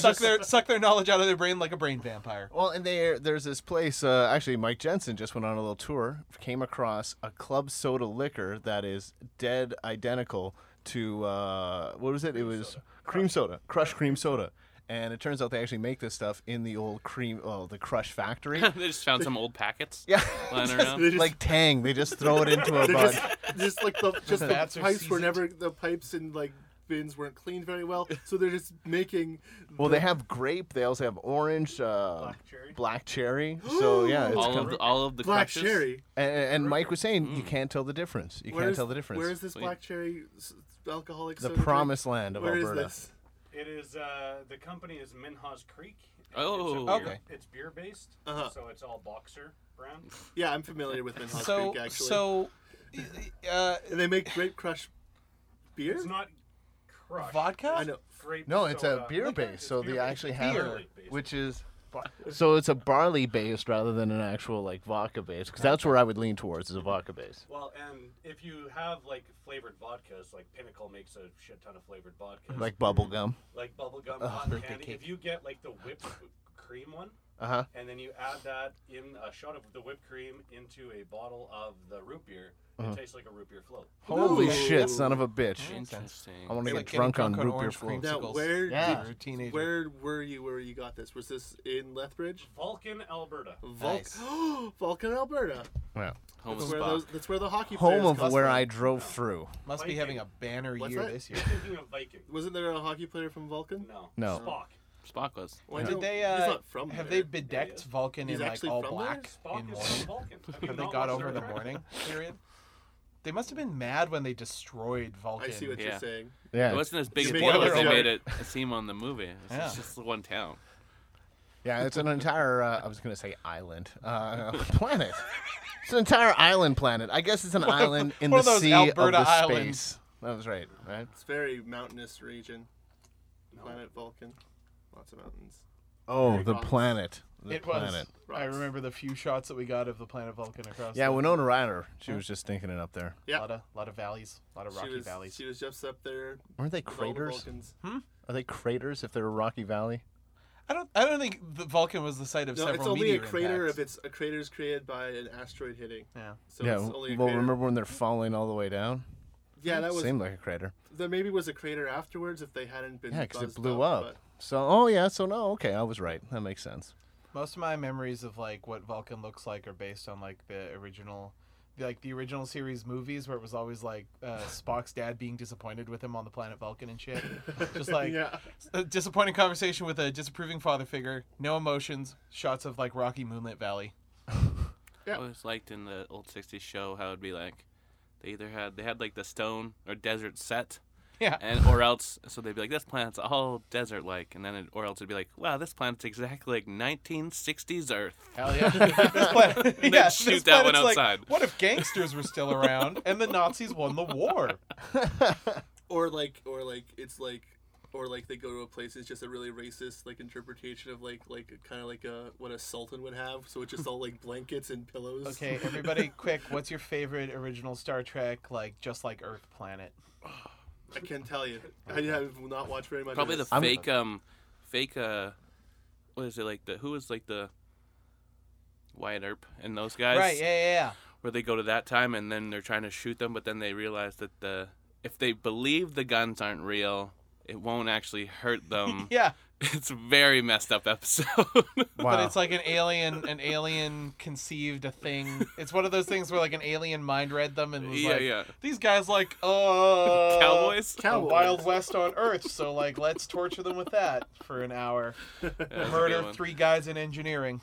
E: suck their suck their knowledge out of their brain like a brain vampire.
D: Well, and there there's this place. Uh, actually, Mike Jensen just went on a little tour. Came across a club soda liquor that is dead identical to uh, what was it? It was cream soda, crushed cream soda. And it turns out they actually make this stuff in the old cream, oh, the crush factory.
B: they just found some old packets.
D: Yeah.
B: lying around.
C: They just-
D: like Tang, they just throw it into a
C: They're
D: bud.
C: just, just like the just the
E: Bats are
C: pipes were
E: seasoned.
C: never the pipes and like bins weren't cleaned very well, so they're just making.
D: Well, they have grape. They also have orange, uh, black
F: cherry.
D: cherry. So yeah, it's
B: All
D: kind
B: of
D: of,
B: the, Mm. all of the
C: Black
B: crushes.
C: cherry.
D: and, and Mike was saying you can't tell the difference. You can't
C: Where's-
D: tell the difference.
C: Where is this
B: Sweet.
C: black cherry s- alcoholic?
D: the
C: soda drink?
D: promised land of
C: Where is
D: Alberta?
C: this?
F: It is uh, the company is Minhas Creek. It's a
B: Oh.
F: beer-
E: Okay.
F: It's beer based,
C: Uh-huh.
F: so it's all boxer brand.
C: Yeah, I'm familiar with Minhas
E: so
C: Creek actually.
E: so uh,
C: and they make grape crush beer.
F: It's not crushed.
E: vodka
C: I know.
F: Grape
D: No, it's
F: soda.
D: uh, a beer
F: Liquor.
D: base, so
F: It's
D: they
F: beer-based.
D: actually have,
E: Beer.
D: which is, so it's a barley based rather than an actual like vodka base, because that's where I would lean towards is a vodka base.
F: Well, and if you have like flavored vodkas, like Pinnacle makes a shit ton of flavored vodkas,
D: Like uh, bubble gum.
F: like bubblegum cotton
E: birthday
F: candy.
E: cake.
F: If you get like the whipped cream one,
D: Uh huh.
F: and then you add that in a shot of the whipped cream into a bottle of the root beer,
D: Uh-huh.
F: it tastes like a root beer float.
D: Holy
C: Ooh.
D: shit, son of a bitch!
B: Interesting.
D: I want to get
E: It's like getting
D: drunk on
E: drunk on
D: root beer
E: orange
D: float.
E: cream.
C: Now
E: Popsicles.
C: where
D: Yeah.
E: You're a teenager.
C: did, where were you where you got this? Was this in Lethbridge?
F: Vulcan, Alberta.
C: Vulc- Vulcan, Alberta.
D: Yeah.
B: Home
C: That's
B: of
C: where,
B: Bach.
C: those, that's where the hockey
D: Home
C: players
D: of where
C: cosplay.
D: I drove through.
E: must be
F: Viking.
E: having a banner
C: What's
E: year
C: that?
E: this year.
F: Thinking of Viking.
C: Wasn't there a hockey player from Vulcan?
F: No.
D: No.
F: Spock.
B: Spock was.
C: Why
E: Did
C: don't-
E: they uh,
C: he's not from
E: have
C: there.
E: they bedecked
F: is.
E: Vulcan
C: He's
E: in like
C: actually
E: all
C: from
E: black
F: Spock
E: in
F: is
E: mourning?
F: from Vulcan. Have you
E: Have they
F: not
E: got
F: watched
E: over the
F: Star Trek?
E: mourning period? They must have been mad when they destroyed Vulcan.
C: I see what
B: Yeah.
C: you're saying.
D: Yeah.
B: It wasn't as big a
C: Spoiler
B: deal as they
C: alert.
B: made it seem on the movie. It's
E: Yeah.
B: just one town.
D: Yeah, it's an entire. Uh, I was gonna say island, uh, planet. It's an entire island planet. I guess it's an island in
E: one
D: the
E: of those
D: sea of
E: Alberta
D: the
E: islands.
D: space. That was right, right?
C: It's very mountainous region. Planet Vulcan. Lots of mountains.
D: Oh, the
C: rocks.
D: planet. The
E: It was.
D: planet.
E: I remember the few shots that we got of the planet Vulcan across.
D: Yeah,
E: the,
D: Winona Ryder. She was just thinking it up there.
E: a
C: Yeah.
E: lot of lot of valleys, a lot of rocky
C: she was,
E: valleys.
C: She was just up there.
D: Weren't they
C: with all the
D: craters?
C: Vulcans.
D: Are they craters if they're a rocky valley?
E: I don't I don't think the Vulcan was the site of
C: No,
E: several
C: it's only a
E: meteor
C: crater
E: impacts.
C: if it's a crater's created by an asteroid hitting.
E: yeah.
C: So
D: yeah.
C: it's only a
D: well,
C: crater.
D: remember when they're falling all the way down?
C: Yeah, that was.
D: Seemed like a crater.
C: There maybe was a crater afterwards if they hadn't been.
D: Yeah, because it
C: buzzed
D: blew
C: up.
D: up. So, oh yeah. So no, okay, I was right. That makes sense.
E: Most of my memories of like what Vulcan looks like are based on like the original, the, like the original series movies where it was always like uh, Spock's dad being disappointed with him on the planet Vulcan and shit.
C: but-
E: Just like
C: yeah.
E: a disappointing conversation with a disapproving father figure, no emotions, shots of like rocky moonlit valley.
C: Yeah.
B: I always liked in the old '60s show how it'd be like, they either had they had like the stone or desert set,
E: Yeah.
B: and or else so they'd be like, this planet's all desert-like, and then it, or else it'd be like, wow, this planet's exactly like 1960s Earth.
E: Hell yeah. this planet,
B: then
E: yeah,
B: shoot
E: this
B: that one
E: planet's like,
B: outside.
E: what if gangsters were still around and the Nazis won the war?
C: Or like, or like, it's like, or like they go to a place. It's just a really racist like interpretation of like, like kind of like a what a sultan would have. So it's just all like blankets and pillows.
E: Okay, everybody, quick! What's your favorite original Star Trek? Like just like Earth planet.
C: I can tell you. I have not watched very much.
B: Probably
C: of
B: the
C: this.
D: I'm-
B: fake um, fake uh, what is it like the who was like the Wyatt Earp and those guys
E: Right? Yeah, yeah, yeah.
B: where they go to that time and then they're trying to shoot them, but then they realize that the if they believe the guns aren't real, it won't actually hurt them.
E: Yeah,
B: It's a very messed up episode.
D: Wow.
E: But it's like an alien, an alien conceived a thing. It's one of those things where like an alien mind read them and was
B: yeah,
E: like,
B: yeah.
E: these guys like uh
B: Cowboys.
E: the
C: Cowboys.
E: Wild West on Earth. So like, let's torture them with that for an hour.
B: Yeah, that's a good
E: Murder
B: one.
E: three guys in engineering.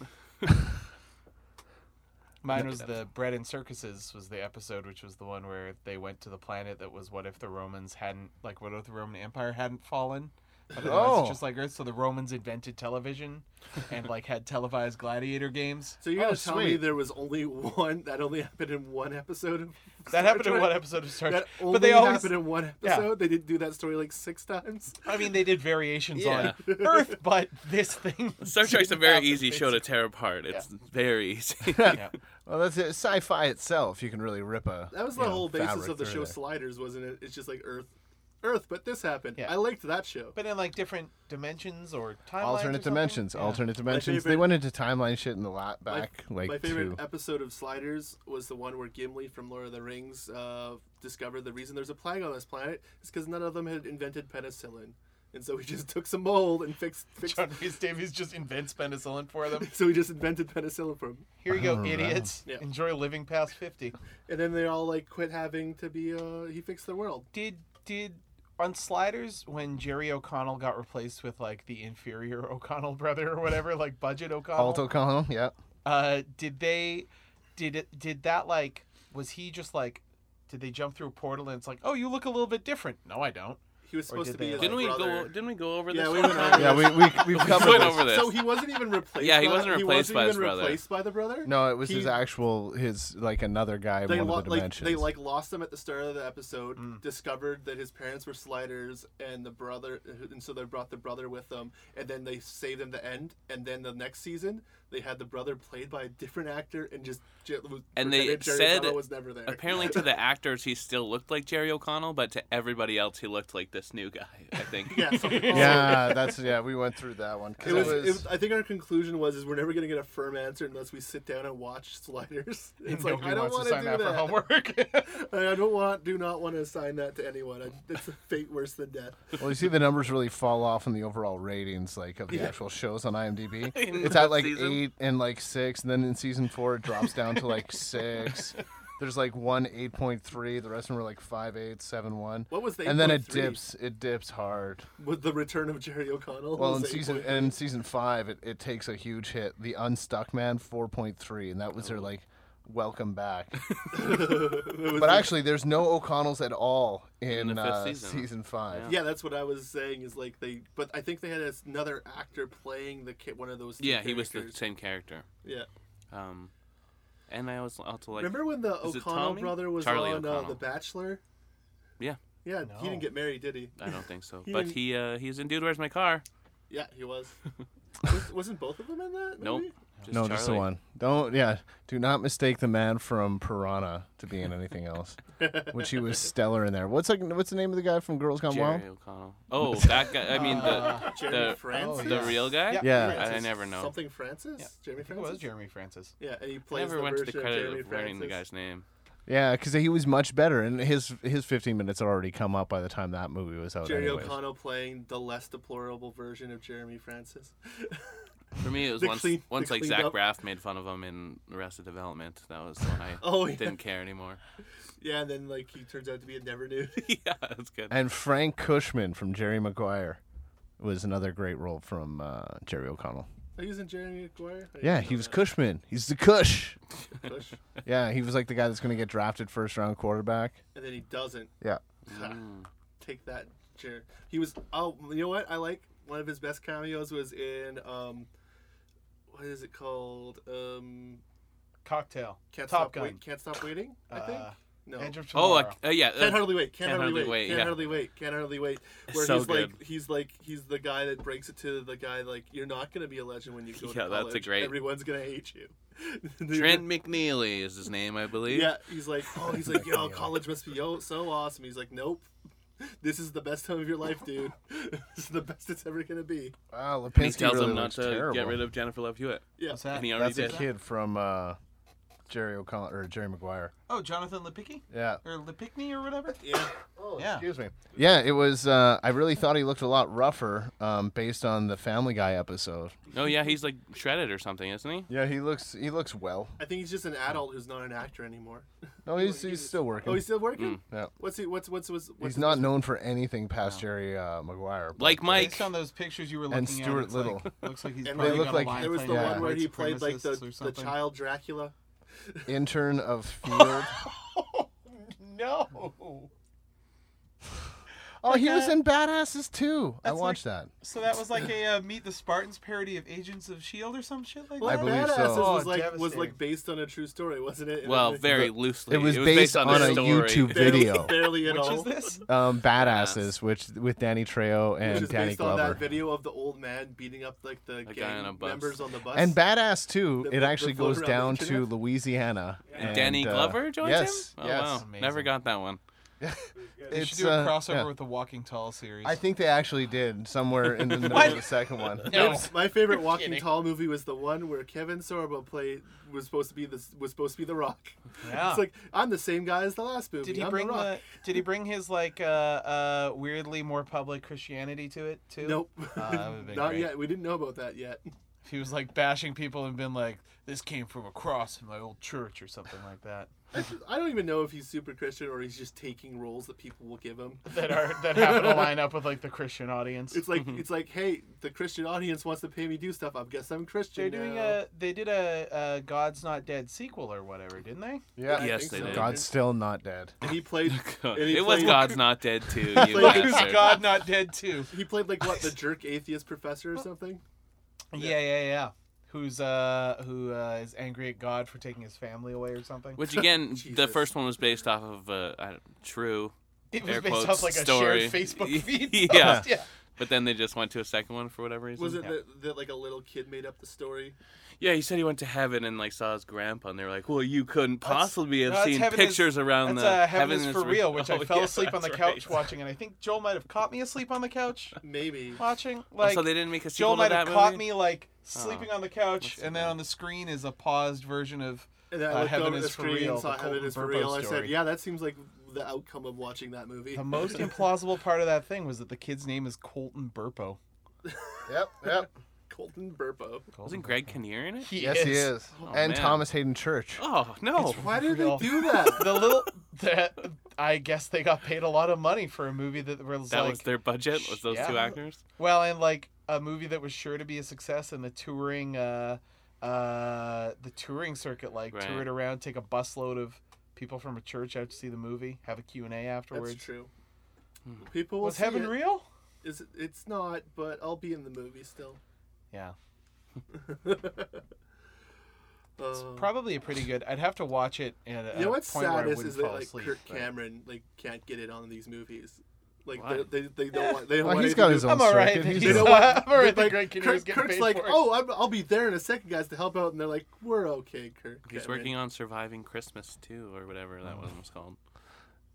E: Mine was the bread and circuses was the episode, which was the one where they went to the planet that was what if the Romans hadn't like what if the Roman Empire hadn't fallen. But otherwise
D: Oh.
E: it's just like Earth. So the Romans invented television and like had televised gladiator games.
C: So you're
D: Oh,
C: gonna tell me
D: sweet.
C: there was only one that only happened in one episode of Star
E: That happened in
C: Trek?
E: one episode of Star Trek.
C: That only
E: But they always
C: happened in one
E: Yeah.
C: episode. They didn't do that story like six times.
E: I mean they did variations
B: Yeah.
E: on Earth, but this thing
B: Star Trek's a
E: didn't
B: very
E: happen.
B: easy show to
E: It's-
B: tear apart. It's very easy.
E: yeah.
D: well, that's it. Sci-fi itself. You can really rip a.
C: That was
D: you
C: the
D: know,
C: whole basis
D: fabric
C: of the show
D: through there.
C: Sliders, wasn't it? It's just like Earth, Earth, but this happened.
E: Yeah.
C: I liked that show.
E: But in like different dimensions or timelines. or
D: Alternate
E: something?
D: dimensions.
E: Yeah.
D: Alternate dimensions. they
C: favorite-
D: went into timeline shit in the lot
C: My-
D: back,
C: my,
D: like
C: favorite
D: two.
C: episode of Sliders was the one where Gimli from Lord of the Rings uh, discovered the reason there's a plague on this planet is because none of them had invented penicillin, and so he just took some mold and fixed. fixed
E: John Reese Davies just invents penicillin for them.
C: so he just invented penicillin for him,
E: Here you go, idiots.
C: Yeah.
E: Enjoy living past fifty.
C: and then they all like quit having to be. Uh, he fixed the world.
E: Did did on Sliders when Jerry O'Connell got replaced with like the inferior O'Connell brother or whatever, like budget O'Connell?
D: Alt O'Connell. Yeah.
E: Uh, did they? Did it? Did that like? Was he just like? Did they jump through a portal and it's like, oh, you look a little bit different? No, I don't.
C: He was supposed
E: did
C: to be.
E: they,
C: his
B: didn't we
C: brother.
B: go? Didn't we go over this?
C: Yeah, we
B: one
C: went
B: time?
C: over
D: Yeah. We we we've
B: We
D: covered
B: went
D: this.
B: over this.
C: So he wasn't even replaced.
B: Yeah, he
C: by-
B: wasn't replaced
C: wasn't
B: by
C: even
B: his brother.
C: Replaced by the brother.
D: No, it was
C: He-
D: his actual his like another guy
C: They
D: in
C: lo-
D: one of the
C: like
D: dimensions.
C: they like lost him at the start of the episode. Discovered that his parents were sliders, and the brother, and so they brought the brother with them. And then they saved him the end. And then the next season, they had the brother played by a different actor, and just j- was,
B: And they
C: pretended Jerry
B: said-
C: O'Connell was never there.
B: Apparently, to the actors, he still looked like Jerry O'Connell, but to everybody else, he looked like this new guy. I think.
C: yeah, something-
D: yeah, that's yeah. We went through that one. 'cause
C: It was, it was- I think our conclusion was is we're never gonna get a firm answer unless we sit down and watch Sliders. It's like
E: Nobody
C: I don't
E: wants
C: want
E: to
C: to do
E: sign that for
C: that.
E: homework.
C: I I don't want, do not want to assign that to anyone. I, it's a fate worse than death.
D: Well, you see the numbers really fall off in the overall ratings, like of the actual shows on IMDb.
B: In
D: It's at
B: this
D: like
B: season.
D: eight and like six, and then in season four it drops down to like six. There's like one eight point three. The rest of them were like five eight, seven one.
C: What was the
D: And then it
C: 8.3?
D: dips. It dips hard.
C: With the return of Jerry O'Connell.
D: Well,
C: was
D: in
C: eight
D: season
C: point-
D: and in season five, it, it takes a huge hit. The Unstuck Man four point three, and that was
C: Oh.
D: their like welcome back.
C: it was
D: But
C: like-
D: actually, there's no O'Connells at all in,
B: the fifth
D: uh,
B: season.
D: five.
C: yeah, that's what I was saying. Is like they, but I think they had this- another actor playing the kid, one of those. two
B: Yeah, he was the
C: characters.
B: same character.
C: Yeah.
B: Um, and I was also like,
C: Remember when the
B: is it
C: O'Connell
B: Tommy?
C: brother was
B: Charlie
C: on uh,
B: O'Connell.
C: The Bachelor?
B: Yeah.
C: Yeah, he
E: No.
C: didn't get married, did he?
B: I don't think so.
C: He
B: but
C: didn't-
B: he uh, he was in Dude, Where's My Car?
C: Yeah, he was. was wasn't both of them in that? Movie?
B: Nope. Just
D: no, just the
B: Charlie.
D: one. Don't yeah. Do not mistake the man from Piranha to be in anything else, which he was stellar in there. What's like what's the name of the guy from Girls Gone Wild?
B: Jerry O'Connell. Oh, that guy. I mean, the
C: Jeremy
B: The-
C: Uh, Francis.
B: the real guy.
E: Oh, Yeah.
D: Yeah.
C: Francis
B: I never know.
C: Something Francis? Jeremy
E: I think it was
C: Francis?
E: Jeremy Francis.
C: Yeah, and he
B: I
C: plays
B: never
C: the
B: went to the
C: version of
B: credit
C: Jeremy
B: of learning the
C: Francis.
B: guy's name.
D: Yeah, because he was much better, and his his 15 minutes had already come up by the time that movie was out.
C: Jerry
D: anyways.
C: O'Connell playing the less deplorable version of Jeremy Francis.
B: For me, it was
C: The
B: once
C: clean-
B: once
C: the
B: like
C: cleaned
B: Zach
C: up.
B: Braff made fun of him in Arrested Development. That was when I
C: Oh, yeah.
B: didn't care anymore.
C: yeah, and then like he turns out to be a never nude.
B: yeah, that's good.
D: And Frank Cushman from Jerry Maguire was another great role from uh, Jerry O'Connell.
C: Are you using Jeremy McGuire?
D: Yeah, he was Cushman. He's the Cush.
C: Bush.
D: Yeah, he was like the guy that's going to get drafted first round quarterback.
C: And then he doesn't.
D: Yeah.
B: Mm.
C: Take that, Jer. He was. Oh, you know what? I like one of his best cameos was in um, what is it called? Um,
E: Cocktail.
C: can't
E: Top
C: stop
E: Gun.
C: wait. Can't stop waiting. I think.
E: Uh,
C: no.
E: Edge of
B: Oh,
E: Tomorrow.
B: uh, uh, yeah.
C: Can't
B: uh,
C: hardly wait. Can't, hardly, wait. Can't
B: yeah.
C: hardly wait. Can't hardly wait. Where
B: So
C: he's like,
B: good.
C: he's like, he's the guy that breaks it to the guy like, you're not gonna be a legend when you go to
B: Yeah, that's a
C: college.
B: great-
C: Everyone's gonna hate you.
B: Trent McNeely is his name, I believe.
C: Yeah, he's like, oh, he's like, yo, college must be yo, so awesome. He's like, nope, this is the best time of your life, dude. this is the best it's ever gonna be.
D: Wow, Lipinski
B: And he tells
D: really
B: him not
D: looks
B: to
D: terrible.
B: get rid of Jennifer Love Hewitt.
C: Yeah,
E: What's that?
B: And he already
D: That's
B: did.
D: a kid from uh, Jerry O'Connell or Jerry Maguire.
E: Oh, Jonathan Lipicki
D: Yeah.
E: or Lipicny or whatever.
C: yeah.
E: Yeah.
D: Oh, Excuse me. Yeah, it was. Uh, I really thought he looked a lot rougher um, based on the Family Guy episode.
B: Oh yeah, he's like shredded or something, isn't he?
D: Yeah, he looks. He looks well.
C: I think he's just an adult who's not an actor anymore.
D: No, he's he's still working.
C: Oh, he's still
B: Mm.
C: working.
D: Yeah.
C: What's he? What's what's what's? what's
D: He's not known for anything past Jerry uh, Maguire. but-
B: Like Mike.
E: Based on those pictures you were looking
D: And
E: at,
D: Stuart
E: it's like-
D: Little.
E: looks like he's
C: And
E: probably
D: they look
E: got a
D: like-
E: line
C: There was the
E: playing
C: one where
E: white
C: he played like
E: supremacists or
C: the, the
E: something.
C: child Dracula.
D: intern of Field.
E: No.
D: oh, he was in Badasses too. I
E: That's
D: watched that.
E: So that was like a uh, Meet the Spartans parody of Agents of Shield E or some shit like
D: I
C: Well,
E: that.
D: believe so.
C: Badasses
E: Oh,
C: Was like was
E: devastating.
C: like based on a true story, wasn't it? And
B: Well,
C: then-
B: very loosely.
D: It was based
B: on,
D: on
B: the
D: a
B: story.
D: YouTube
C: barely,
D: video.
C: barely at
E: Which
C: all.
E: is this?
D: Um, Badasses, which with Danny Trejo
C: Which
D: and
C: is
D: Danny
C: based on
D: Glover.
C: that video of the old man beating up like the
B: guy
C: gang
B: on a bus.
C: members on the bus.
D: And Badass too.
C: The-
D: it
C: the
D: actually
C: float
D: goes
C: around the
D: down to
C: internet?
D: Louisiana.
B: And Danny
D: uh,
B: Glover joins
D: yes,
B: him. Oh
D: yes.
B: wow,
E: Amazing.
B: never got that one.
E: They should do a
D: uh,
E: crossover
D: yeah.
E: with the Walking Tall series.
D: I think they actually did somewhere in the middle of the second one.
E: no.
C: My favorite Walking Tall movie was the one where Kevin Sorbo played was supposed to be the was supposed to be the Rock.
E: Yeah.
C: It's like I'm the same guy as the last movie.
E: Did he
C: I'm
E: bring
C: the Rock.
E: the, Did he bring his like uh, uh, weirdly more public Christianity to it too?
C: Nope.
E: Ah, that would've been
C: Not
E: great.
C: yet. We didn't know about that yet.
E: If he was like bashing people and been like, "This came from a cross in my old church" or something like that,
C: I don't even know if he's super Christian or he's just taking roles that people will give him.
E: that are that happen to line up with like the Christian audience.
C: It's
B: Mm-hmm.
C: like it's like, hey, the Christian audience wants to pay me do stuff. I guess I'm Christian.
E: They're doing
C: now.
E: a. They did a, a God's Not Dead sequel or whatever, didn't they?
D: Yeah.
B: Yes,
C: think
B: they
C: so.
B: did. Oh,
D: God's still not dead.
C: And he played. and he
B: it was
C: played-
B: God's Not Dead too. You
C: Like,
E: Who's
B: bastard.
E: God Not Dead too?
C: He played like what the jerk atheist professor or something.
E: Yeah, yeah, yeah. Who's uh who uh, is angry at God for taking his family away or something?
B: Which again, the
C: Jesus.
B: first one was based off of uh, I don't- true,
E: It
B: air
E: was based
B: quotes,
E: off like a
B: story.
E: shared Facebook feed.
B: Yeah.
E: post, yeah.
B: but then they just went to a second one for whatever reason.
C: Was it that, that like a little kid made up the story?
B: Yeah, he said he went to heaven and like saw his grandpa, and they were like, "Well, you couldn't possibly
E: No,
B: have
E: it's
B: seen
E: Heaven is-
B: pictures around
E: that's,
B: the
E: uh, heaven, is for
B: Re-
E: real, which
B: Oh,
E: I fell
B: yeah,
E: asleep on the
B: that's right.
E: couch watching, and I think Joel might have caught me asleep on the couch
C: Maybe.
E: watching. Like
B: so they didn't make a sequel
E: Joel
B: to
E: might
B: that
E: have caught
B: movie?
E: me like sleeping on the couch, and then on the screen is a paused version of
C: And then I
E: Uh,
C: looked
E: Heaven
C: over
E: is
C: the
E: for
C: screen
E: real,
C: and saw
E: the
C: Heaven
E: Colton
C: is for
E: Burpo
C: real. I said,
E: story.
C: yeah, that seems like the outcome of watching that movie.
E: the most implausible part of that thing was that the kid's name is Colton Burpo.
D: Yep, yep.
C: Colton Burpo.
B: Wasn't Greg Kinnear in it?
D: yes, he is. and
B: Oh, man.
D: Thomas Hayden Church.
B: Oh no!
C: Why did
E: real.
C: they do that?
E: the little that I guess they got paid a lot of money for a movie that was
B: That
E: like
B: was their budget. Was those two
E: yeah.
B: actors?
E: well, and like a movie that was sure to be a success, and the touring, uh, uh, the touring circuit like
B: Right.
E: toured around, take a busload of people from a church out to see the movie, have a Q and A
C: That's
E: afterwards.
C: true.
B: Hmm.
C: People will
E: Was
C: see
E: heaven
C: it.
E: real?
C: Is it- it's not, but I'll be in the movie still.
E: Yeah,
C: Uh,
E: probably a pretty good. I'd have to watch it at a
C: you know what's
E: point where I
C: sad is,
E: wouldn't
C: is that
E: fall
C: like
E: asleep.
C: Kirk
E: but-
C: Cameron like can't get it on these movies. Like
B: Why?
C: they they, they don't want they don't
D: Well,
C: want
D: he's
C: anything
D: got
C: to-
D: his own
E: I'm all right.
D: circuit.
E: that
D: He's
E: he's-
D: doing-
E: I'm all right.
C: Like,
E: that Greg Kinnear's
C: Kirk,
E: getting
C: Kirk's
E: paid
C: like,
E: for it.
C: oh, I'm, I'll be there in a second, guys, to help out, and they're like, we're okay, Kirk.
B: He's
C: Cameron."
B: working on surviving Christmas too, or whatever that one was called.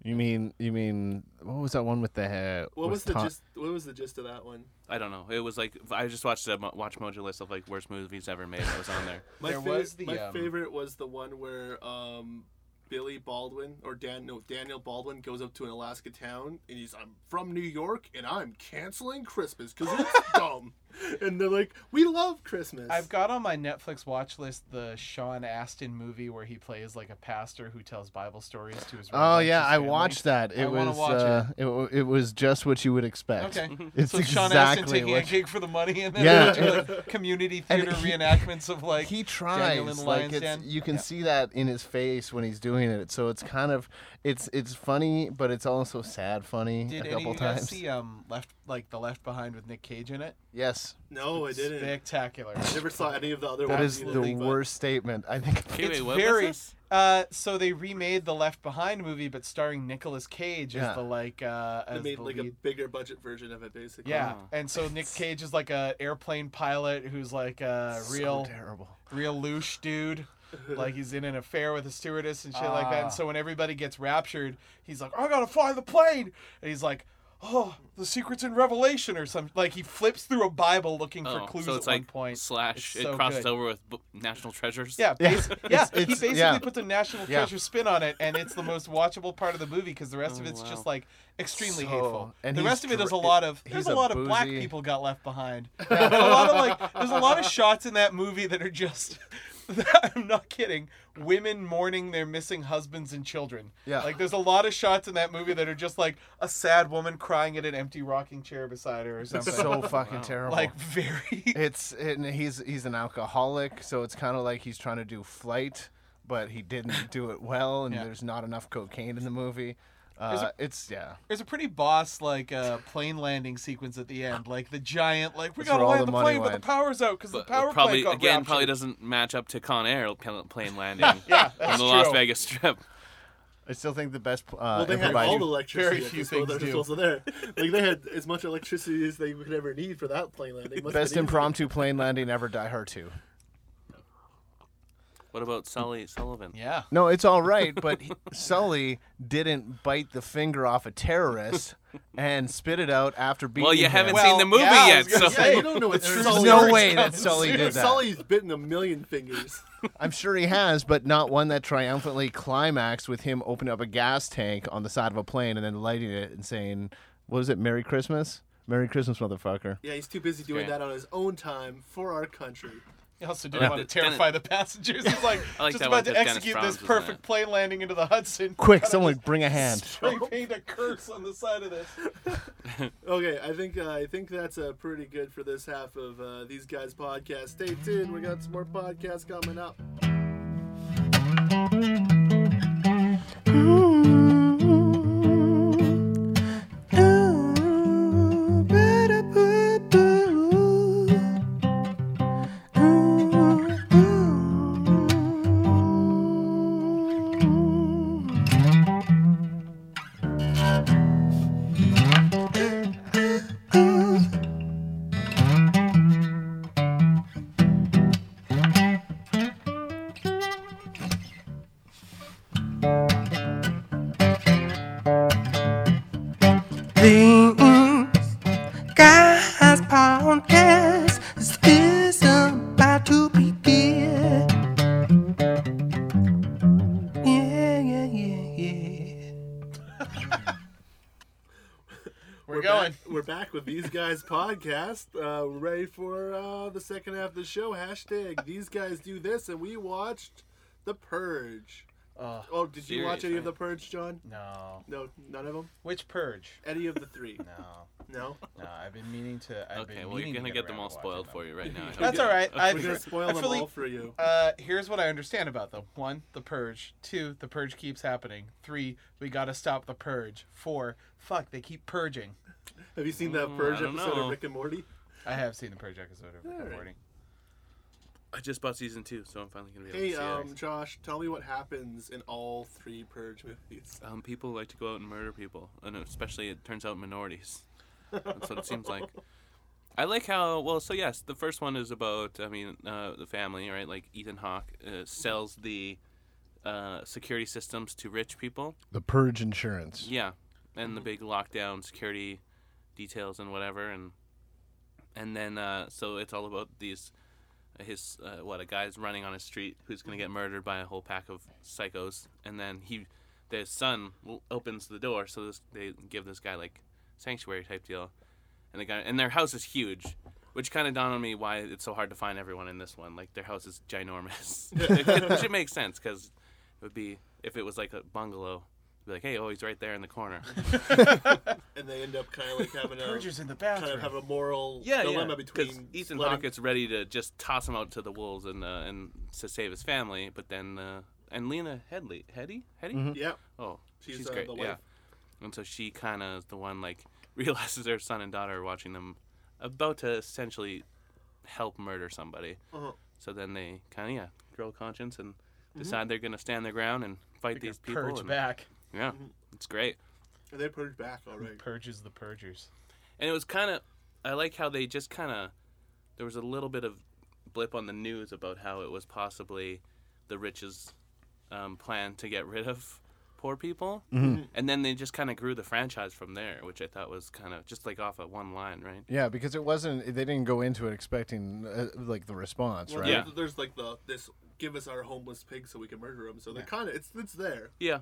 D: You mean you mean what was that one with the hair?
C: What
D: with
C: was the
D: Tom-
C: gist? What was the gist of that one?
B: I don't know. It was like I just watched a mo- watch Mojo list of like worst movies ever made. It was on there.
C: My
E: There
C: fa-
E: was the,
C: my
E: um,
C: favorite was the one where um, Billy Baldwin or Dan no Daniel Baldwin goes up to an Alaska town and he's I'm from New York and I'm canceling Christmas because it's dumb. And they're like, we love Christmas.
E: I've got on my Netflix watch list the Sean Astin movie where he plays like a pastor who tells Bible stories to his.
D: Oh
E: roommates,
D: yeah,
E: his
D: I
E: family.
D: watched that. It
E: I wanna
D: was
E: watch
D: uh, it. w- it was just what you would expect.
E: Okay,
D: It's
E: so Sean Astin
D: exactly
E: taking a
D: what
E: gig for the money and then
D: Yeah.
E: doing, like, community
D: And
E: theater
D: he-
E: reenactments of like
D: he tries
E: Daniel in the
D: like
E: Lion's
D: it's,
E: Den.
D: you can see that in his face when he's doing it so it's kind of it's it's funny but it's also sad funny
E: Did
D: a
E: any
D: couple
E: of you guys
D: times
E: see um left like the Left Behind with Nick Cage in it?
D: yes
C: no, Oh, I didn't.
E: Spectacular.
C: I never saw any of the other
D: that
C: ones.
D: is
C: either,
D: the
C: but-
D: worst statement i think
B: Okay, wait, what
E: very
B: was this?
E: uh so they remade the Left Behind movie but starring Nicolas Cage
D: Yeah.
E: as the like uh
C: They
E: as
C: made
E: the
C: like a
E: lead
C: bigger budget version of it, basically.
E: Yeah,
B: Oh.
E: and so Nick Cage is like a airplane pilot who's like a
D: So
E: real,
D: terrible
E: real louche dude. Like he's in an affair with a stewardess and shit like that.
D: Ah.
E: And so when everybody gets raptured, he's like, "I gotta fly the plane," and he's like, oh, the secret's in Revelation or something. Like he flips through a Bible looking for
B: Oh,
E: clues
B: so it's
E: at
B: like
E: one point.
B: slash.
E: It's so
B: it crossed
E: good.
B: over with bu- National Treasures.
E: Yeah,
D: Yeah,
E: basi- yeah.
D: it's-
E: he
D: it's-
E: basically
D: yeah.
E: puts a national
D: Yeah.
E: treasure spin on it, and it's the most watchable part of the movie because the rest of
B: Oh,
E: it's
B: wow.
E: just like extremely
D: So-
E: hateful.
D: and
E: the
D: he's
E: rest of it, there's a
D: dra-
E: lot of
D: he's
E: there's a
D: a
E: lot of black
D: boozy-
E: people got left behind. a lot of like there's a lot of shots in that movie that are just. I'm not kidding. Women mourning their missing husbands and children.
D: Yeah.
E: Like there's a lot of shots in that movie that are just like a sad woman crying at an empty rocking chair beside her or something.
D: so fucking terrible.
E: like very
D: It's and he's he's an alcoholic, so it's kind of like he's trying to do flight, but he didn't do it well, and
E: Yeah.
D: there's not enough cocaine in the movie. Uh, it's yeah,
E: There's a pretty boss like uh, plane landing sequence at the end, like the giant like we
D: That's where
E: gotta
D: all
E: land
D: the
E: the,
D: money
E: plane, but the
D: went.
E: power's out because the
B: But
E: power
B: probably
E: plant got
B: again
E: raptured.
B: probably doesn't match up to Con Air pl- plane landing
E: Yeah,
B: on the
E: that's
B: Las
E: true.
B: Vegas Strip.
D: I still think the best. Uh,
C: Well, they had
D: improvised-
C: all the electricity
E: very
C: at
E: few
C: disposal-
E: things
C: their
E: do.
C: disposal there. Like they had as much electricity as they could ever need for that plane landing. Must have
D: best
C: been easy.
D: impromptu plane landing ever. Die Hard two.
B: What about Sully Sullivan?
E: Yeah.
D: No, it's all right, but he- Sully didn't bite the finger off a terrorist and spit it out after beating.
B: Well, you
D: him.
B: haven't
E: Well,
B: seen the movie
E: yeah, I
B: yet,
E: was gonna
B: so
C: Yeah, you don't know what
E: There's
C: Sully-
E: no
C: Sully's
E: way
D: that
C: done.
D: Sully did that.
C: Sully's bitten a million fingers.
D: I'm sure he has, but not one that triumphantly climaxed with him opening up a gas tank on the side of a plane and then lighting it and saying, "What is it? Merry Christmas, Merry Christmas, motherfucker."
C: Yeah, he's too busy doing
B: Okay.
C: that on his own time for our country.
E: He also didn't
B: Yeah.
E: want to
B: Dennis-
E: terrify the passengers. He's like,
B: I like
E: just
B: that
E: about
B: one,
E: to
B: just Dennis
E: execute
B: Franz
E: this
B: was in
E: perfect
B: it.
E: plane landing into the Hudson.
D: Quick,
E: Gotta
D: someone
E: just
D: bring a hand.
E: Spray paint a curse on the side of this.
C: Okay, I think uh, I think that's uh, pretty good for this half of uh, these guys' podcast. Stay tuned. We got some more podcasts coming up.
A: Things Guys Podcast is- is about to begin. Yeah, yeah, yeah, yeah.
E: We're, going.
C: Back, we're back with these guys podcast. Uh, we're ready for uh, the second half of the show. Hashtag these guys do this, and we watched The Purge.
E: Oh,
C: Oh, did you watch
B: Serious,
C: any of
B: right?
C: The Purge, John?
E: no.
C: No, none of them.
E: Which purge?
C: Any of the three?
E: No.
C: No.
E: No, I've been meaning to. I've
B: Okay,
E: been
B: well you're
E: meaning
B: gonna
E: to
B: get them
E: around
B: all
E: to watching
B: spoiled
E: them.
B: for you right now.
E: That's all right. I,
C: We're gonna spoil
E: I
C: them
E: feel like
C: all for you.
E: Uh, here's what I understand about them. One, the purge. Two, the purge keeps happening. Three, we gotta stop the purge. Four, fuck, they keep purging.
C: Have you seen
E: Mm,
C: that Purge
B: I don't
C: episode of
B: know.
C: Rick and Morty?
E: I have seen the purge episode of Rick and
C: Alright.
E: Morty.
B: I just bought season two, so I'm finally gonna be able
C: Hey,
B: to see
C: um,
B: it.
C: Josh, tell me what happens in all three Purge movies.
B: Um, people like to go out and murder people, and especially it turns out minorities. That's what it seems like. I like how well. So yes, the first one is about. I mean, uh, the family, right? Like Ethan Hawke uh, sells the uh, security systems to rich people.
D: The purge insurance.
B: Yeah, and the big lockdown security details and whatever, and and then uh, so it's all about these his uh, what a guy's running on a street who's gonna get murdered by a whole pack of psychos, and then he their son l- opens the door, so this, they give this guy like sanctuary type deal, and the guy and their house is huge. Which kind of dawned on me why it's so hard to find everyone in this one. Like their house is ginormous, which it makes sense because it would be if it was like a bungalow. it'd Be like, hey, oh, he's right there in the corner.
C: And they end up kind of like having a
E: Purger's in the
C: kind of have
E: bathroom.
C: a moral
B: yeah,
C: dilemma
B: yeah. Because
C: between
B: Ethan
C: letting-
B: Hawke gets ready to just toss him out to the wolves and uh, and to save his family, but then uh, and Lena Headley, Heady, Heady,
C: Yeah,
B: oh,
C: She's,
B: she's,
C: uh,
B: great,
C: the
B: yeah.
C: wife.
B: And so she kind of is the one like realizes her son and daughter are watching them about to essentially help murder somebody.
C: Uh-huh. Mm-hmm.
B: So then they kind of yeah grow conscience and decide they're gonna stand their ground and fight
E: They
B: these
E: get
B: people.
E: purge
B: and-
E: back.
B: Yeah,
C: Mm-hmm.
B: it's great.
C: and they purge back all right.
E: Purges the purgers.
B: and it was kind of i like how they just kind of there was a little bit of blip on the news about how it was possibly the rich's um, plan to get rid of poor people,
D: Mm-hmm.
B: and then they just kind of grew the franchise from there, which I thought was kind of just like off at one line, right?
D: Yeah, because it wasn't. They didn't go into it expecting uh, like the response,
C: Well,
D: right?
B: Yeah.
C: there's, there's like the this give us our homeless pig so we can murder him. So they're kind of it's it's there.
B: Yeah,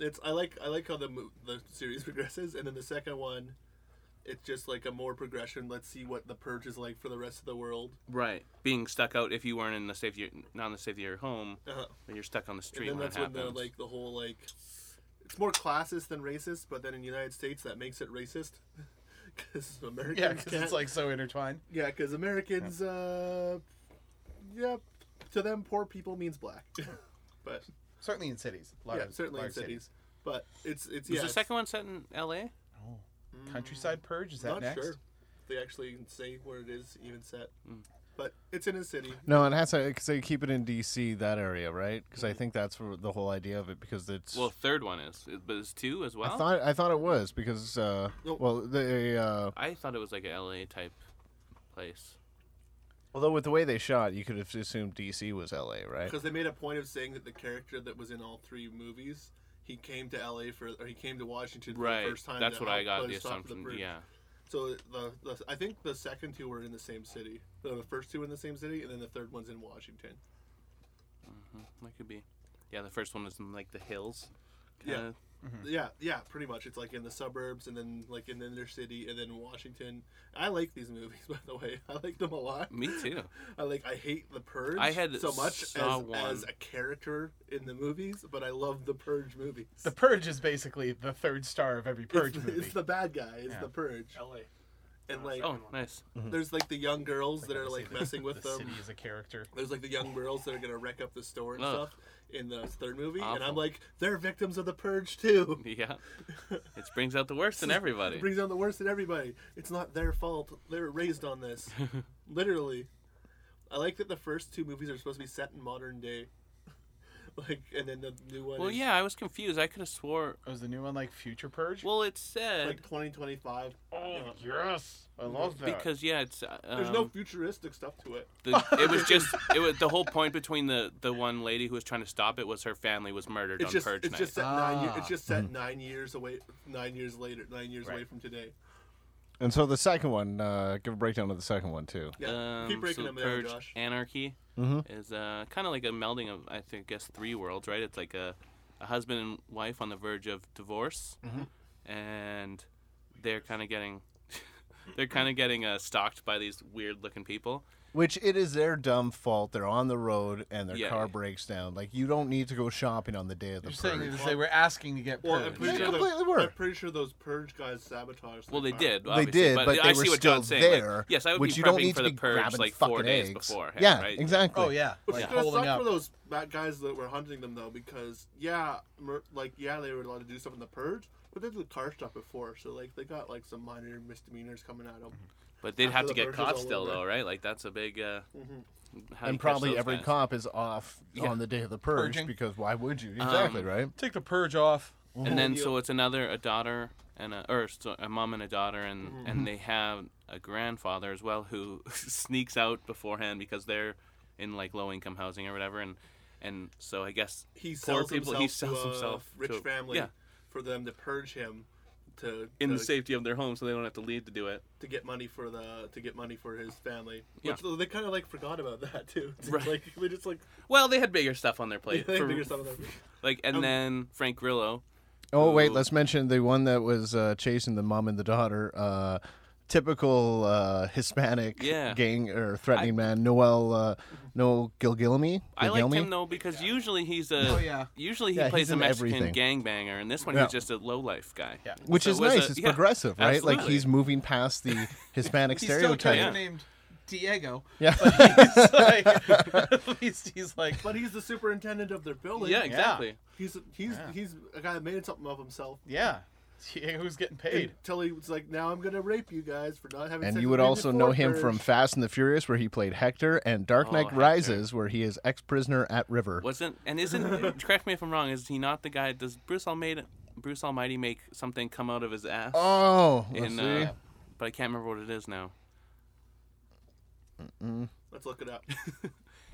C: It's I like I like how the mo- the series progresses, and then the second one, it's just like a more progression. Let's see what the purge is like for the rest of the world.
B: right. Being stuck out if you weren't in the safety, not in the safety of your home,
C: Uh-huh.
B: then you're stuck on the
C: And
B: street
C: then
B: when
C: that's
B: it
C: when
B: happens.
C: the like the whole like, it's more classist than racist. But then in the United States, that makes it racist. Because Americans
E: Yeah, because
C: can't-
E: it's like so intertwined.
C: yeah, 'cause Americans, uh, yeah, to them, poor people means black. but
E: Certainly in cities. Large,
C: yeah, certainly in
E: large
C: cities. But it's it's
B: was
C: yeah.
B: the
C: it's-
B: second one set in L.A.?
E: Countryside Purge, is that
C: not
E: next?
C: sure if they actually say where it is even set
B: Hmm.
C: but it's in a city
D: No, it has to because they keep it in D.C. that area, right? Because I think that's where the whole idea of it. Because it's
B: Mm-hmm. Well, third one is, is- but it's two as well.
D: I thought I thought it was because uh,
C: No.
D: well they uh,
B: I thought it was like a L.A. type place.
D: although with the way they shot, you could have assumed D.C. was L.A. Right?
C: because they made a point of saying that the character that was in all three movies he came to la for or he came to washington for
B: Right.
C: the first time
B: That's
C: to
B: what I
C: help
B: got
C: put
B: the
C: a stop to
B: assumption.
C: purge.
B: yeah.
C: so the, the i think the second two were in the same city no, the first two were in the same city and then the third one's in washington
B: That could be. Yeah, the first one was in like the hills.
C: Yeah.
B: kinda.
C: yeah yeah pretty much it's like in the suburbs and then like in the inner city and then washington i like these movies by the way i like them a lot
B: Me too.
C: I like I hate the purge
B: I had
C: so much
B: saw
C: as,
B: one.
C: as a character in the movies, but I love the purge movies.
E: The Purge is basically the third star of every Purge
C: it's,
E: movie.
C: it's the bad guy, it's
E: Yeah. Mm-hmm.
C: the purge.
F: LA.
C: And like
B: Oh, nice.
C: there's like the young girls that are
E: Obviously,
C: like
E: the-
C: messing with
E: the
C: them.
E: city is a character.
C: There's like the young girls that are gonna wreck up the store and
B: Ugh.
C: stuff in the third movie. And
B: Awful.
C: I'm like, they're victims of the purge too.
B: Yeah. It brings out the worst in everybody.
C: It brings on the worst in everybody. It's not their fault. They were raised on this. Literally. I like that the first two movies are supposed to be set in modern day. Like and then the new one
B: Well,
C: is
B: yeah, I was confused. I could have swore.
E: Oh, is the new one like Future Purge?
B: Well, it said
C: like 2025.
E: oh, yes. I love that.
B: because yeah, it's uh, um,
C: There's no futuristic stuff to it.
B: the, it was just it was the whole point between the the one lady who was trying to stop it was her family was murdered
C: It's
B: on
C: just
B: purge
C: it's
B: night.
C: just set nine. ye-
E: Ah.
C: It's just set nine years away. Nine years later. Nine years away
B: Right.
C: from today.
D: And so the second one, uh, give a breakdown of the second one too.
C: Yeah.
B: um,
C: Keep breaking
B: so
C: them down,
B: purge
C: Josh.
B: anarchy
D: Mhm.
B: is uh, kind of like a melding of I think guess three worlds, right? It's like a, a husband and wife on the verge of divorce,
D: Mm-hmm.
B: and they're kind of getting they're kind of getting uh, stalked by these weird looking people.
D: Which it is their dumb fault. They're on the road and their
B: Yeah.
D: car breaks down. Like you don't need to go shopping on the day of the
E: You're saying
D: purge.
E: that they were asking to get
C: Well,
E: Purge.
C: I'm pretty,
D: They
C: sure
D: completely
C: those,
D: were.
C: I'm pretty sure those purge guys sabotaged.
B: Well,
C: their
B: they
C: car.
B: did.
D: They
B: obviously,
D: did, but,
B: I
D: they
B: see
D: were
B: what
D: still
B: John's saying. like,
D: there.
B: yes, I would
D: which
B: be
D: you don't
B: prepping
D: need
B: for
D: to
B: the
D: be
B: purge
D: grabbing
B: like
D: fucking
B: four days
D: eggs.
B: before.
D: Yeah,
B: right?
D: exactly.
E: Oh, yeah.
C: Which
E: Like
C: does
E: holding
C: suck for
E: up.
C: those bad guys that were hunting them though, because yeah, mer- like yeah, they were allowed to do stuff in the purge, but they did the car stuff before, so like they got like some minor misdemeanors coming at
B: Mm-hmm.
C: them.
B: But they'd
C: After
B: have to
C: the
B: get
C: purge is
B: caught
C: all
B: still,
C: over.
B: though, right? Like that's a big. Uh, how do you
D: Mm-hmm.
B: catch
D: And probably
B: those
D: every
B: guys?
D: cop is off on the day of the purge
E: Purging.
D: because why would you? Exactly
B: Um,
D: right.
E: Take the Purge off.
B: and then
C: deal.
B: so it's another a daughter and a or so a mom and a daughter and
D: Mm-hmm.
B: and they have a grandfather as well who sneaks out beforehand because they're in like low income housing or whatever and and so I guess
C: He
B: poor
C: sells
B: people
C: himself
B: he
C: to
B: sells
C: a
B: himself
C: rich
B: to-
C: family
B: yeah
C: for them to purge him to
B: in the
C: to-
B: safety of their home so they don't have to leave to do it
C: to get money for the to get money for his family.
B: Yeah.
C: Which they kind of like forgot about that too. It's
B: Right.
C: Like they just like
B: well they had bigger stuff on their plate
C: they
B: for-
C: figure something out.
B: like and
D: Um,
B: then Frank Grillo
D: Oh wait,
B: Ooh.
D: let's mention the one that was uh, chasing the mom and the daughter. Uh, typical uh, Hispanic
B: Yeah.
D: gang or threatening man, Noel uh, Noel Gilgilmy.
B: I liked
D: Gilgilmy?
B: him though because usually he's a
E: Oh, yeah.
B: usually he
D: Yeah,
B: plays
D: he's
B: a
D: in
B: Mexican
D: everything.
B: gangbanger and this one
D: Yeah.
B: he's just a low life guy
E: Yeah.
D: Which
B: So
D: is
B: it was
D: nice.
B: a-
D: it's
B: yeah,
D: progressive, right? Like
B: absolutely.
D: he's moving past the Hispanic
E: He's still a
D: stereotype.
E: character named Diego.
D: Yeah.
E: But he's like, at least he's like,
C: But he's the superintendent of their building.
B: yeah exactly
C: He's he's
E: Yeah.
C: he's a guy that made something of himself.
E: yeah, Diego's getting paid.
C: Until he was like, now I'm gonna rape you guys for not having.
D: And
C: sex
D: you
C: with
D: would
C: me
D: also
C: before
D: know him
C: purge."
D: from Fast and the Furious, where he played Hector, and Dark
B: Oh,
D: Knight
B: Hector.
D: Rises, where he is ex-prisoner at River.
B: Wasn't and isn't? correct me if I'm wrong. Is he not the guy? Does Bruce Almighty Bruce Almighty make something come out of his ass?
D: Oh, let's
B: in,
D: see.
B: uh, but I can't remember what it is now.
C: Let's look it up.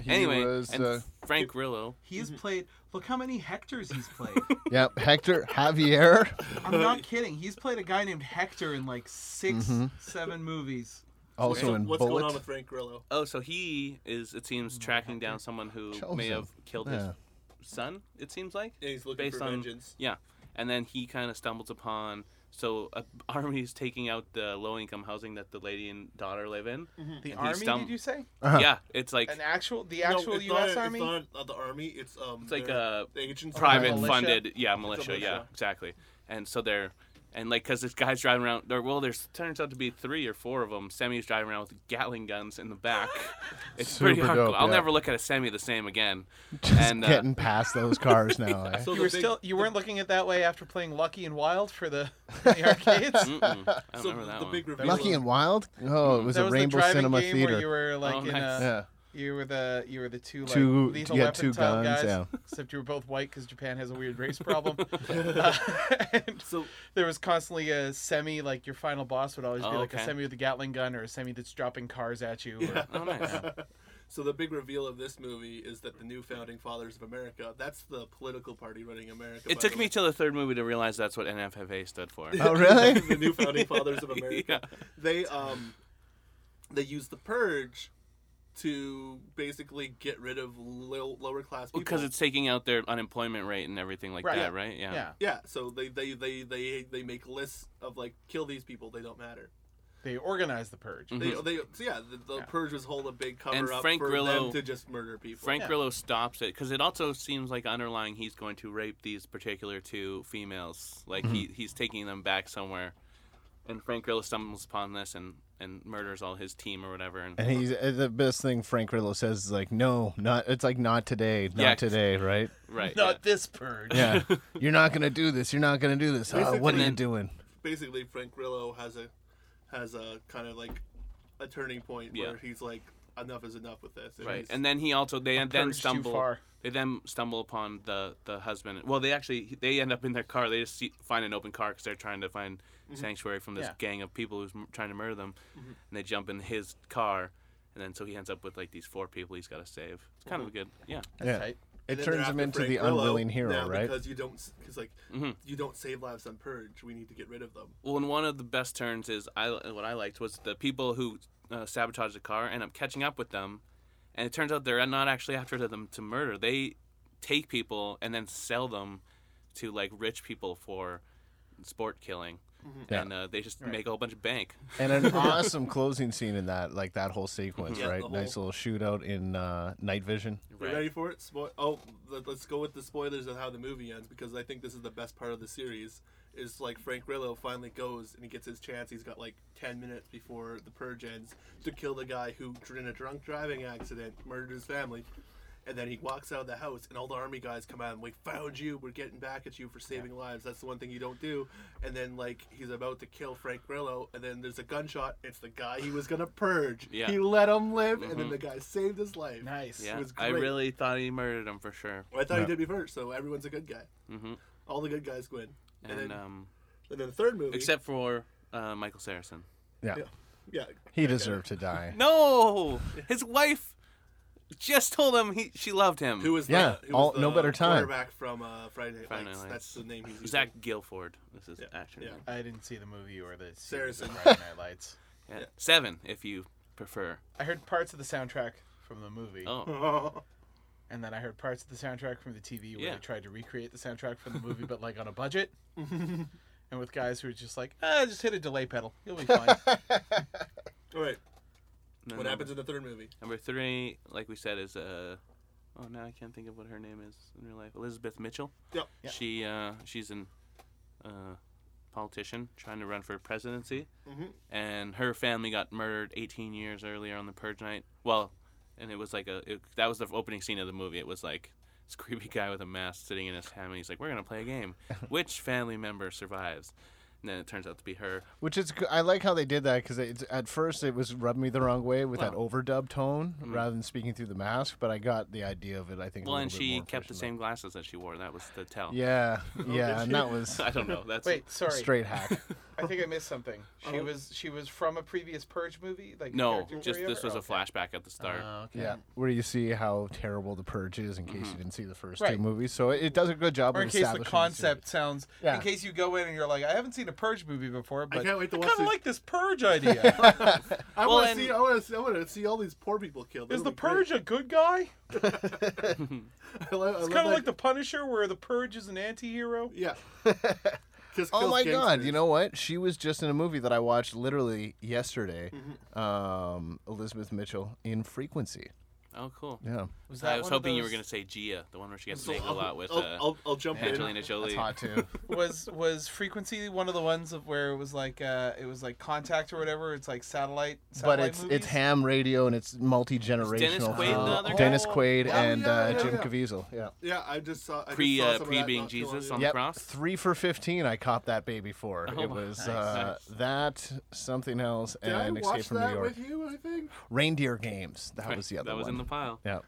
D: He
B: anyway,
D: was,
B: and
D: uh,
B: Frank Grillo.
G: He's played. Look how many Hectors he's played.
D: yeah, Hector Javier.
G: I'm not kidding. He's played a guy named Hector in like 6
E: Mm-hmm.
G: seven movies.
D: Also
C: So
D: in
C: what's going on
D: Bullet.
C: with Frank Grillo?
B: Oh, so he is. It
D: Mm,
B: seems tracking down someone who may
D: Chosen.
B: have killed
D: Yeah.
B: his son. It seems like.
C: And he's looking
B: Based
C: for
B: on-
C: vengeance.
B: Yeah, and then he kind of stumbles upon. So a army is taking out the low-income housing that the lady and daughter live in.
E: The
B: And he
E: army?
B: stum-
E: Did you say
B: Yeah, it's like
E: an actual? The
C: No,
E: actual
C: it's
E: U.S.
C: not,
E: Army?
C: It's not uh, the army. It's um.
B: It's like uh,
C: their
B: a
C: agents
B: private
E: militia?
B: funded, yeah, militia, yeah,
C: militia.
B: exactly. And so they're, and like, cause this guy's driving around. There, well, there's turns out to be three or four of them. Semi's driving around with Gatling guns in the back. It's pretty
D: Super
B: hardcore.
D: dope,
B: I'll
D: yeah.
B: never look at a Semi the same again.
D: Just
B: and, uh,
D: getting past those cars now. eh?
C: So
E: you
C: the
E: were
C: big-
E: still you weren't looking at that way after playing Lucky and Wild for the, the arcades.
B: Mm-mm. I don't
C: So
B: remember that
C: the
B: one.
C: big reveal.
D: Lucky and Wild.
C: Mm-hmm.
D: Oh, it was
E: that
D: a
E: was
D: Rainbow
E: the driving
D: Cinema
E: game
D: Theater.
E: where you were like
B: Oh,
E: in
C: uh,
B: nice.
E: a,
D: yeah.
E: you were the you were the two like
D: Two-
E: lethal
D: you had
E: weapon
D: two
E: style
D: guns,
E: guys,
D: yeah.
E: except you were both white because Japan has a weird race problem. Uh, and
C: So
E: there was constantly a semi like your final boss would always be
B: Oh,
E: like
B: okay.
E: a semi with a Gatling gun or a semi that's dropping cars at you. Or,
B: Oh, nice.
C: So the big reveal of this movie is that the new founding fathers of America, that's the political party running America.
B: It
C: by
B: took
C: the
B: me
C: way.
B: till the third movie to realize that's what NFFA stood for.
D: Oh, really?
C: the new founding fathers of America.
B: Yeah.
C: They um they used the purge to basically get rid of low, lower class people.
B: Because it's taking out their unemployment rate and everything like
E: Right.
B: that, right? Yeah.
E: yeah,
C: yeah, so they, they they they they make lists of like kill these people, they don't matter.
E: they organized the purge.
B: Mm-hmm.
C: They they so yeah, the, the
E: Yeah.
C: purge was whole a big cover
B: Hmm. And
C: up
B: Frank
C: for
B: Grillo-
C: them to just murder people.
B: Frank
E: Yeah.
B: Grillo stops it because it also seems like underlying he's going to rape these particular two females. Like
E: Mm-hmm.
B: he, he's taking them back somewhere, and Frank Grillo stumbles upon this and, and murders all his team or whatever. And,
D: And he's uh, the best thing Frank Grillo says is like, no, not. It's like not today, not
B: Yeah.
D: today, right?
B: right,
E: Not this purge.
D: Yeah, you're not gonna do this. You're not gonna do this. Oh, what are
B: Basically-
D: you doing?
C: basically Frank Grillo has a has a kind of like a turning point
B: Yeah.
C: where he's like enough is enough with this.
B: yeah,
C: And
B: right.
C: he's-
B: And then he also they then
E: purge too
B: stumble
E: far.
B: they then stumble upon the the husband. Well, they actually they end up in their car. They just see, find an open car because they're trying to find sanctuary from this
E: Mm-hmm. Yeah. Mm-hmm.
B: gang of people who's m- trying to murder them, and they jump in his car. And then so he ends up with like these four people he's got to save. It's kind of
E: Mm-hmm.
B: a good, yeah.
E: That's
D: yeah,
E: tight.
D: it
C: and then they're
D: turns him
C: after
D: into
C: Frank
D: the
C: Grillo
D: unwilling hero,
C: now
D: right?
C: Because you don't because like
B: Mhm.
C: you don't save lives on purge. We need to get rid of them.
B: Well, and one of the best turns is I what I liked was the people who uh, sabotaged the car end up catching up with them, and it turns out they're not actually after them to murder. They take people and then sell them to like rich people for sport killing,
C: Mm-hmm.
D: Yeah.
B: and uh, they just make a whole bunch of bank.
D: and an awesome closing scene in that, like that whole sequence,
C: Yeah, the
D: right?
C: whole-
D: Nice little shootout in uh, night vision.
C: You ready for it? Spo- oh, let, us go with the spoilers of how the movie ends because I think this is the best part of the series. Is like Frank Grillo finally goes and he gets his chance. He's got like ten minutes before the purge ends to kill the guy who, in a drunk driving accident, murdered his family. And then he walks out of the house, and all the army guys come out and we found you. We're getting back at you for saving lives. That's the one thing you don't do. And then like he's about to kill Frank Grillo, and then there's a gunshot. It's the guy he was gonna purge.
B: Yeah.
C: He let him live, and then the guy saved his life.
E: Nice.
B: Yeah,
C: was
B: I
C: great.
B: really thought he murdered him for sure.
C: Well, I thought
D: Yeah.
C: he did before, so everyone's a good guy.
B: hmm
C: All the good guys win. And,
B: And
C: then,
B: um,
C: and then the third movie.
B: except for uh, Michael Saracen.
D: Yeah,
C: Yeah. yeah,
D: he deserved to die.
B: No, his wife just told him he she loved him.
C: who was the,
D: Yeah,
C: who was
D: all-
C: the
D: no better time.
C: quarterback from uh, Friday Night
B: Friday
C: Lights?
B: Night
C: That's the name he's using.
B: Zach Gilford. This is
C: Yeah,
B: action.
C: yeah.
E: I didn't see the movie or the series
C: Saracen.
E: of Friday Night Lights.
B: Yeah. Seven, if you prefer.
E: I heard parts of the soundtrack from the movie,
B: Oh,
C: Oh,
E: and then I heard parts of the soundtrack from the TV where
B: Yeah.
E: they tried to recreate the soundtrack from the movie, but like on a budget, and with guys who are just like, ah, just hit a delay pedal, you'll be fine.
C: all right.
B: no,
C: What
B: no.
C: happens in the third movie?
B: Number three, like we said, is uh, oh now I can't think of what her name is in real life. Elizabeth Mitchell.
C: Yep.
E: Yeah.
B: She uh, she's an uh, politician trying to run for presidency,
C: Mhm.
B: and her family got murdered 18 years earlier on the purge night. Well, and it was like a it, that was the opening scene of the movie. It was like this creepy guy with a mask sitting in his family. He's like, "We're gonna play a game. Which family member survives?" And then it turns out to be her.
D: Which is, g- I like how they did that because at first it was rubbing me the wrong way with that overdub tone rather than speaking through the mask. But I got the idea of it. I think. a
B: Well,
D: little
B: and
D: bit
B: she
D: more
B: kept the
D: personally.
B: same glasses that she wore. That was the tell.
D: Yeah, yeah, and that was
B: I don't know. That's
E: Wait, sorry.
D: straight hack.
E: I think I missed something. She was she was from a previous Purge movie, like a
B: No,
E: character
B: just
E: career,
B: this was
E: or-
B: a flashback at the start.
E: Oh, okay.
D: Yeah, where you see how terrible the purge is. In case you didn't see the first
E: Right.
D: two movies, so it, it does a good job.
E: Or
D: of
E: in case the
D: establishing
E: concept sounds,
D: Yeah.
E: in case you go in and you're like, I haven't seen a Purge movie before, but
C: can't wait to
E: I
C: watch
E: kinda
C: this."
E: like this Purge idea.
C: I
B: Well,
C: want to
B: and-
C: see. I want to see. I want to see all these poor people killed.
E: Is
C: That'll
E: the
C: be great.
E: Purge a good guy?
C: I love, I
E: It's
C: love
E: kind of
C: that-
E: like the Punisher, where the Purge is an anti-hero.
C: Yeah. Just
D: Oh
C: kills
D: my god,
C: gangsters.
D: you know what? She was just in a movie that I watched literally yesterday. Um, Elizabeth Mitchell in Frequency.
B: Oh, cool.
D: Yeah.
E: Was
B: I was
E: one of
B: hoping you were
E: those-
B: gonna say Gia, the one where she gets
C: So oh,
B: naked a
C: I'll-
B: lot with
C: I'll,
B: uh,
C: I'll, I'll jump
B: Angelina
C: in.
B: Jolie.
D: too.
E: was was frequency one of the ones of where it was like uh it was like contact or whatever it's like satellite,
D: but
E: satellite
D: it's
E: movies?
D: it's ham radio and it's multi generational.
B: Dennis Quaid the other guy?
D: Dennis Quaid
C: Oh,
D: and
C: yeah,
D: uh,
C: yeah,
D: Jim
C: yeah.
D: Caviezel. Yeah.
C: Yeah, I just saw. I
B: Pre
C: just saw
B: uh,
C: some of
B: pre
C: that
B: being
C: not too long
B: Jesus
C: ago.
B: on the
D: Yep,
B: cross.
D: three for fifteen. I caught that baby for.
B: Oh
D: it
B: my-
D: was
B: nice,
D: uh, that something else
C: Did I
D: and Escape
C: watch
D: from New
C: that
D: York.
C: with you? I think.
D: Reindeer Games. That was the other
B: that was
D: one.
B: in the pile.
D: yeah.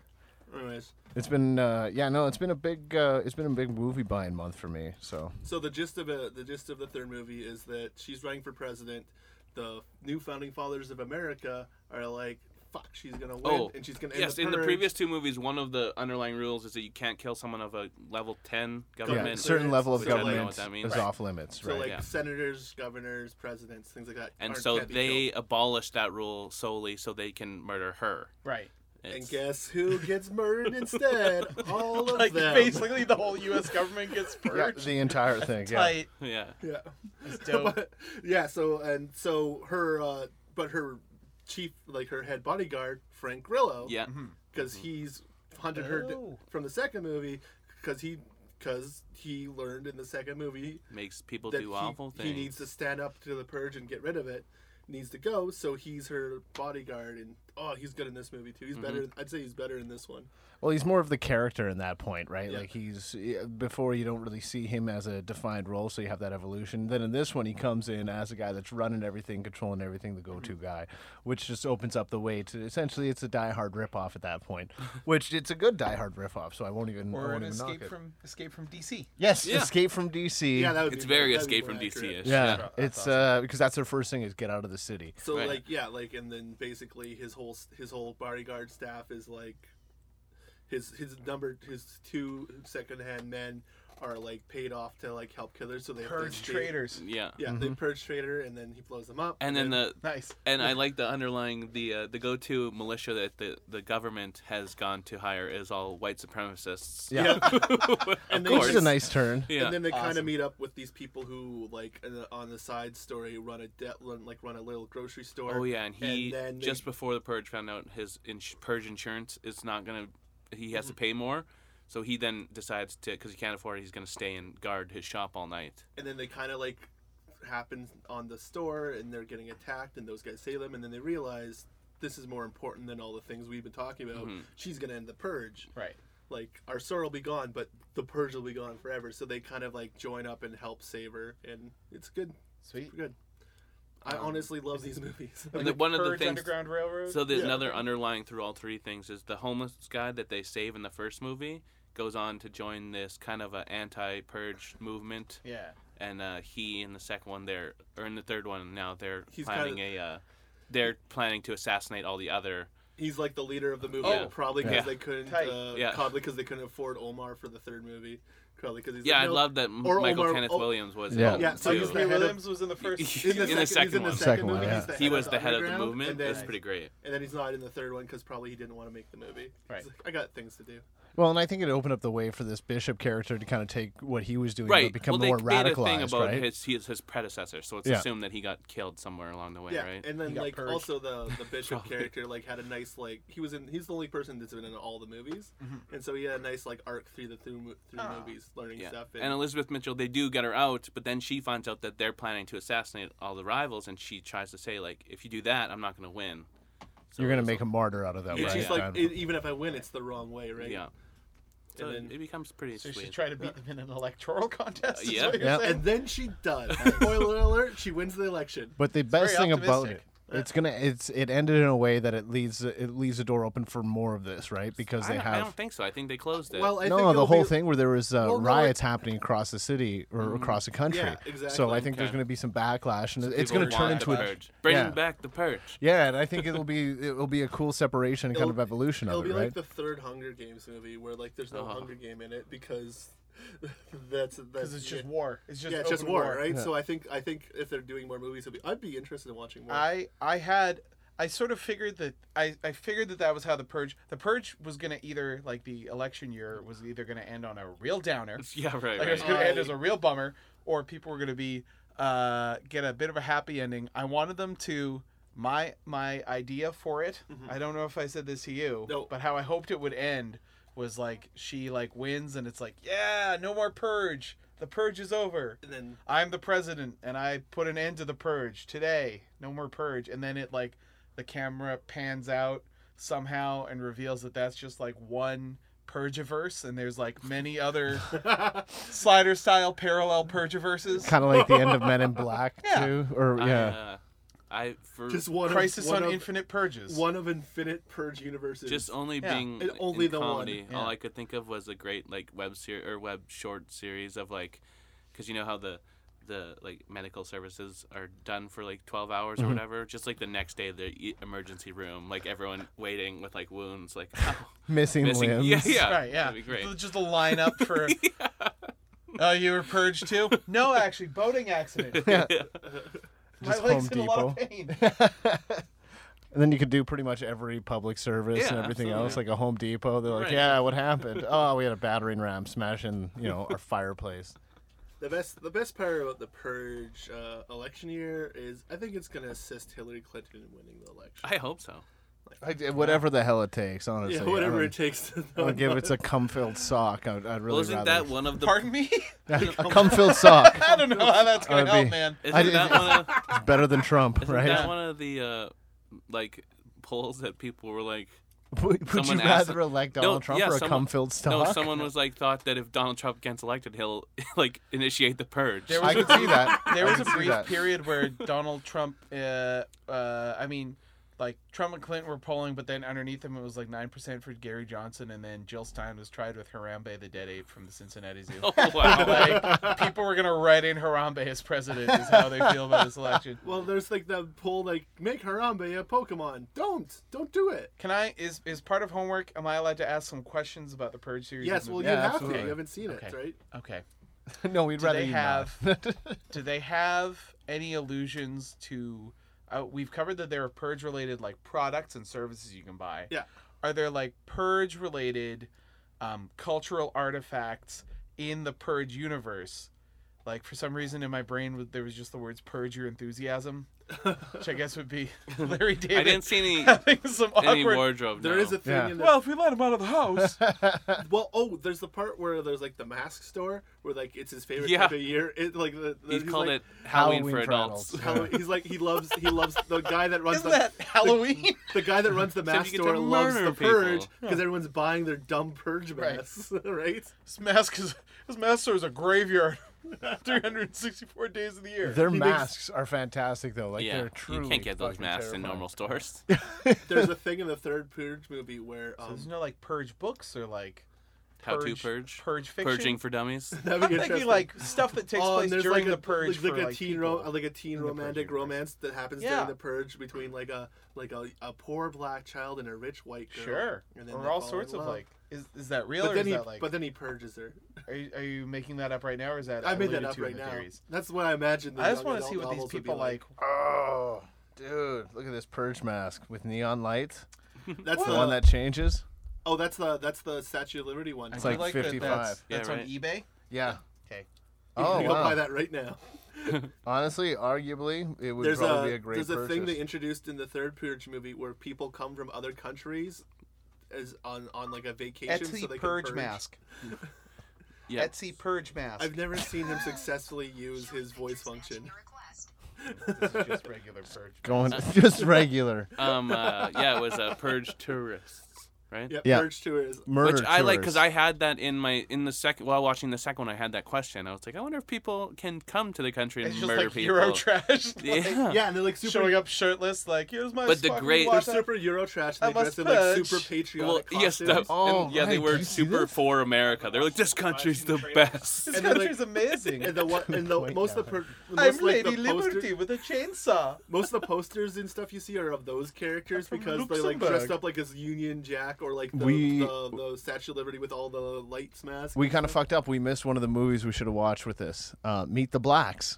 C: Anyways,
D: It's been uh, yeah no it's been a big uh, it's been a big movie buying month for me so
C: so the gist of it, the gist of the third movie is that she's running for president. The new founding fathers of America are like, "Fuck, she's gonna win,"
B: Oh,
C: and she's gonna end
B: yes.
C: the
B: in the
C: purge.
B: previous two movies, one of the underlying rules is that you can't kill someone of a level ten government.
D: yeah certain level of
B: Which I don't know
D: government
B: what that means.
D: is
B: Right.
D: off limits
C: So
D: right
C: like
B: yeah.
C: senators, governors, presidents, things like that.
B: And
C: aren't-
B: so
C: can't be
B: they
C: killed.
B: abolished that rule solely so they can murder her.
E: right
B: It's-
C: And guess who gets murdered instead? All of
E: like
C: them.
E: basically the whole U.S. government gets
D: yeah,
E: purged.
D: the entire thing yeah
E: Like,
B: yeah.
C: Yeah.
E: it's dope.
C: But- yeah so and so her uh but her chief like her head bodyguard frank grillo
B: Yeah.
C: because he's hunted her d-
E: Oh.
C: from the second movie because he because he learned in the second movie
B: Makes people
C: that
B: do
C: he,
B: awful
C: he
B: things.
C: needs to stand up to the purge and get rid of it needs to go so he's her bodyguard and oh he's good in this movie too he's better
B: Mm-hmm.
C: i'd say he's better in this one
D: well he's more of the character in that point right like he's yeah, before you don't really see him as a defined role so you have that evolution then in this one he comes in as a guy that's running everything controlling everything the go-to guy which just opens up the way to essentially it's a Die Hard ripoff at that point which it's a good Die Hard ripoff so I won't even I
E: or
D: won't
E: an
D: even knock
E: escape
D: it.
E: from escape from DC.
D: yes
B: Yeah.
D: Escape from DC
C: yeah that would
B: It's
C: be
B: very
C: that'd be
B: escape
C: more
B: from DC
C: accurate.
B: ish.
D: Yeah, it's uh because that's their first thing is get out of the city.
C: So
B: Right.
C: like yeah, like and then basically his whole his whole bodyguard staff is like his his number his two second hand men are like paid off to like help killers so they have to
E: Purge
C: escape.
E: traitors.
B: Yeah.
C: Yeah, they purge traitor and then he blows them up.
B: Mm-hmm. And then the
E: Nice.
B: and I like the underlying the uh, the go to militia that the, the government has gone to hire is all white suprecists.
D: Yeah,
C: and they
B: of
D: which is
B: course.
D: a nice turn.
B: Yeah.
C: And then they kind of meet up with these people who, like, in the- on the side story, run a de- run, like run a little grocery store.
B: Oh yeah, and he
C: then they-
B: just before the purge found out his ins- purge insurance is not gonna. He has to pay more, so he then decides to because he can't afford it. He's gonna stay and guard his shop all night.
C: and then they kind of like happen on the store and they're getting attacked and those guys save them and then they realize this is more important than all the things we've been talking about
B: Mm-hmm.
C: she's gonna end the purge
E: Right.
C: like our store will be gone but the purge will be gone forever so they kind of like join up and help save her and it's good
E: Sweet.
C: good i honestly love these movies
B: And the, one of the
E: Purge
B: things.
E: Underground Railroad.
B: So the,
C: Yeah.
B: another underlying through all three things is the homeless guy that they save in the first movie goes on to join this kind of a anti-purge movement,
E: yeah.
B: and uh, he in the second one there or in the third one now they're
C: He's
B: planning
C: kinda-
B: a. Uh, they're planning to assassinate all the other.
C: he's like the leader of the movie
B: Oh.
C: probably because
B: Yeah.
C: they couldn't
E: Tight.
C: uh,
B: Yeah.
C: probably because they couldn't afford omar for the third movie probably because he's
B: Yeah,
C: like,
B: I
C: no,
B: love that M-
C: or
B: Michael
C: Omar-
B: Kenneth
C: oh,
B: Williams was.
D: Yeah.
B: involved,
C: Yeah, so
B: too.
C: he's
E: Leslie
C: the-
E: Williams was in the first.
B: in the,
C: he's
B: second,
C: in
B: one.
C: the
D: Second
C: second
D: one,
C: movie.
D: yeah.
C: he's the
B: he
C: head
B: was
C: of
B: the head of the
C: underground,
B: movement.
C: and then-
B: That's pretty great.
C: and then he's not in the third one because probably he didn't want to make the movie.
E: Right.
C: He's like, I got things to do.
D: Well, and I think it opened up the way for this bishop character to kind of take what he was doing
B: Right.
D: and become
B: well,
D: more
B: they made a
D: radicalized,
B: thing about
D: right?
B: his, his his predecessor, so it's
D: Yeah.
B: assumed that he got killed somewhere along the way,
C: yeah,
B: right?
C: and then
E: got
C: like
E: purged.
C: also the the bishop character like had a nice like he was in he's the only person that's been in all the movies, and so he had a nice like arc through the through, mo- through movies, learning
B: yeah.
C: stuff.
B: And Elizabeth Mitchell, they do get her out, but then she finds out that they're planning to assassinate all the rivals, and she tries to say like, "If you do that, I'm not going to win." So
D: You're gonna
B: it's
D: make a martyr out of that.
C: and
B: Yeah,
D: right?
C: she's
B: yeah.
C: like, "E- even if I win, it's the wrong way,
B: all-
C: right?
B: yeah. So
C: And then-
B: it becomes pretty
E: So she
B: sweet.
E: tried to beat them in an electoral contest. is
B: yeah.
E: what you're
D: Yeah.
E: saying?
C: And then she does. Spoiler alert: she wins the election.
D: But the best
E: very
D: thing about it,
E: optimistic.
D: It's gonna. It's it ended in a way that it leaves it leaves the door open for more of this, right? Because
B: I
D: they
B: don't,
D: have
B: I don't think so. I think they closed it.
C: Well, I think
D: no the
C: it'll
D: whole
C: be-
D: thing where there was uh,
C: Well, no,
D: riots happening across the city or across the country.
C: Yeah,
D: So I
C: exactly.
D: think there's
B: Okay.
D: going to be some backlash, and it's
B: People
D: going to turn
B: want
D: into
B: the
D: a
B: purge. Bring
D: yeah.
B: back the purge.
D: yeah, and I think it'll be it'll be a cool separation and kind of
C: It'll-
D: evolution
C: It'll
D: of
C: be
D: it, right?
C: like the third Hunger Games movie where like there's no
B: Oh.
C: Hunger Game in it because that's that's
E: Uh-huh. because it's just
C: yeah.
E: war. It's just
C: yeah, it's just
E: open
C: war, right?
D: Yeah.
C: So I think I think if they're doing more movies, it'll be, I'd be interested in watching more.
E: I I had I sort of figured that I, I figured that that was how the purge the purge was gonna either like the election year was either gonna end on a real downer
B: Yeah, right.
E: like it was
B: right.
E: gonna end as
C: I-
E: a real bummer or people were gonna be uh get a bit of a happy ending. I wanted them to my my idea for it. I don't know if I said this to you,
C: No.
E: but how I hoped it would end was like she like wins and it's like yeah no more purge the purge is over
C: and then
E: I'm the president and I put an end to the purge today. No more purge. And then it like the camera pans out somehow and reveals that that's just like one purgiverse and there's like many other slider style parallel purgiverses.
D: Kind of like the end of Men in Black
E: Yeah.
D: too, or
B: I,
D: yeah.
B: uh, I for
C: just
B: just,
C: one of-
E: Crisis
C: one
E: on
C: of,
E: Infinite Purges.
C: one of infinite purge universes.
B: only
E: Yeah.
B: being
C: And only
B: in
C: the one.
B: comedy.
E: Yeah.
B: All I could think of was a great like web series or web short series of like, because you know how the the like medical services are done for like 12 hours
D: Mm-hmm.
B: or whatever just like the next day the e- emergency room like everyone waiting with like wounds like oh,
D: missing,
B: missing
D: limbs.
B: yeah yeah
E: right, yeah.
B: that'd be great
E: Just a lineup for Oh, you were purged too? No, actually, boating accident. My
D: Just Home
E: leg's in a lot of
D: Depot.
E: pain.
D: And then you could do pretty much every public service
B: Yeah,
D: and everything
B: absolutely.
D: else, like a Home Depot. They're like,
B: Right.
D: yeah, what happened? oh, we had a battering ram smashing, you know, our fireplace.
C: The best, the best part about the purge uh, election year is I think it's going to assist Hillary Clinton in winning the election.
B: i hope so
D: I, whatever the hell it takes, honestly.
C: yeah, whatever
D: I
C: it takes. To
D: I'll give it a cum-filled sock. I'd, I'd really
B: well isn't
D: rather
B: that one of the
E: Pardon me?
D: a cum-filled sock.
E: I don't know how that's
D: I
E: going
D: would
E: to help,
D: be-
E: man.
D: I
B: isn't
D: didn't-
B: that one of
D: It's better than Trump,
B: Isn't
D: right?
B: that one of the uh, like polls that people were like?
D: Would, would you
B: someone asked-
D: rather elect
B: No,
D: Donald Trump
B: yeah,
D: or a
B: someone-
D: cum-filled sock?
B: No, someone was like thought that if Donald Trump gets elected, he'll like initiate the purge.
E: There
D: I
E: was a
D: can see
E: brief-
D: that.
E: There
D: I
E: was
D: can
E: a
D: see
E: brief
D: that.
E: period where Donald Trump, uh, uh, I mean, like Trump and Clinton were polling, but then underneath them it was like nine percent for Gary Johnson, and then Jill Stein was tried with Harambe, the dead ape from the Cincinnati Zoo.
B: oh wow!
E: like people were gonna write in Harambe as president is how they feel about this election.
C: well, there's like that poll, like make Harambe a Pokemon. Don't, don't do it.
E: Can I is is part of homework? Am I allowed to ask some questions about the Purge series?
C: Yes, well, you
D: Yeah,
C: have to.
D: absolutely.
C: You haven't seen it,
E: Okay.
C: right?
E: okay.
D: no, we'd
E: Do
D: rather
E: they
D: you
E: have?
D: not.
E: do they have any allusions to? Uh, we've covered that there are purge-related like products and services you can buy.
C: Yeah.
E: Are there like purge-related um, cultural artifacts in the purge universe? Like for some reason in my brain there was just the words "purge your enthusiasm," which I guess would be Larry David.
B: I didn't see any
E: having some
B: any
E: awkward.
B: wardrobe.
C: There
B: no.
C: is a thing
D: Yeah.
C: in the
E: well, if we let him out of the house,
C: Well, oh, there's the part where there's like the mask store where like it's his favorite
B: Yeah.
C: time of year. It like the, the-
B: He's called
C: like,
B: it Halloween,
D: Halloween
B: for
D: for
B: adults.
D: adults.
C: Halloween- He's like he loves he loves the guy that runs
E: isn't
C: the,
E: that Halloween?
C: the guy that runs the
B: Except
C: mask
B: you get to
C: store loves
B: murder
C: the purge
B: people.
C: because everyone's buying their dumb purge
E: Right.
C: masks, right?
E: This mask is this mask store is a graveyard, 364 days of the year.
D: Their
C: He makes-
D: masks are fantastic, though. Like
B: yeah,
D: they're truly
B: you can't get those
D: fucking
B: masks
D: terrifying.
B: in normal stores.
C: There's a thing in the third purge movie where
E: So
C: um,
E: there's no like purge books or like
B: How to purge?
E: purge fiction.
B: Purging for dummies.
C: that'd be
E: I'm thinking
C: interesting.
E: like stuff that takes
C: Oh, and
E: place
C: there's,
E: during
C: like a,
E: the purge
C: like,
E: for
C: like a
E: like,
C: teen
E: people.
C: ro- like a teen
E: the purge
C: romantic
E: universe.
C: romance that happens
E: Yeah.
C: during the purge between like a like a, a poor black child and a rich white girl.
E: sure,
C: and then they
E: or all
C: fall in
E: sorts of
C: love.
E: like. Is, is that real
C: But
E: or
C: then
E: is
C: he
E: that like?
C: but then he purges her.
E: are, you, are you making that up right now or is that
C: I made
E: alluded
C: that up
E: to in
C: right
E: the
C: now.
E: Theories?
C: That's what I imagine.
E: I just want to see what these people like.
D: Oh, dude, look at this purge mask with neon lights.
C: That's
D: The one that changes.
C: Oh, that's the that's the Statue of Liberty one.
D: It's
E: I
D: like
E: feel that
D: 55.
E: That's,
B: Yeah,
E: that's on
B: right.
E: eBay.
D: Yeah.
E: Okay.
D: Oh,
C: you can go buy
D: wow.
C: that right now.
D: Honestly, arguably, it would
C: There's a,
D: probably be a great
C: there's a thing
D: purchase.
C: they introduced in the third Purge movie where people come from other countries, as on on like a vacation.
E: Etsy
C: so they
E: purge,
C: can purge
E: mask.
B: Yeah,
E: Etsy purge mask.
C: I've never seen him successfully use his voice function.
E: this is just regular purge.
D: Going just regular.
B: um, uh, yeah, it was uh, purge tourists. right?
C: Yep,
D: Yeah.
C: Purge Tour is
D: Murder
B: Which I like
D: tours.
B: because I had that in my in the second while watching the second one. I had that question. I was like, I wonder if people can come to the country and
E: It's just
B: murder
E: like
B: people.
E: Euro trash. like,
B: yeah.
C: Yeah, and they're like super
E: Showing up shirtless, like here's my.
B: But the
E: fucking
B: great-
C: They're
E: watch."
C: super Euro trash and
E: I
C: they
E: must
C: dress in like
E: purge.
C: super patriotic
B: Well, yes,
C: costumes.
B: that,
D: Oh,
B: and, yeah, they
D: right,
B: were
D: did you see
B: super
D: this?
B: for America. They're like, this country's the best.
E: This
C: and they're, like-
E: country's amazing.
C: and the one, and the
D: Wait,
C: most
D: no.
C: of the per,
E: I'm
C: most, like,
E: Lady
C: the poster-
E: Liberty with a chainsaw.
C: most of the posters and stuff you see are of those characters
E: From
C: because they like dressed
E: Luxembourg.
C: up like as Union Jack or like the,
D: We-
C: the, the Statue of Liberty with all the lights masks.
D: We kind of fucked up. We missed one of the movies we should have watched with this. Uh, Meet the Blacks,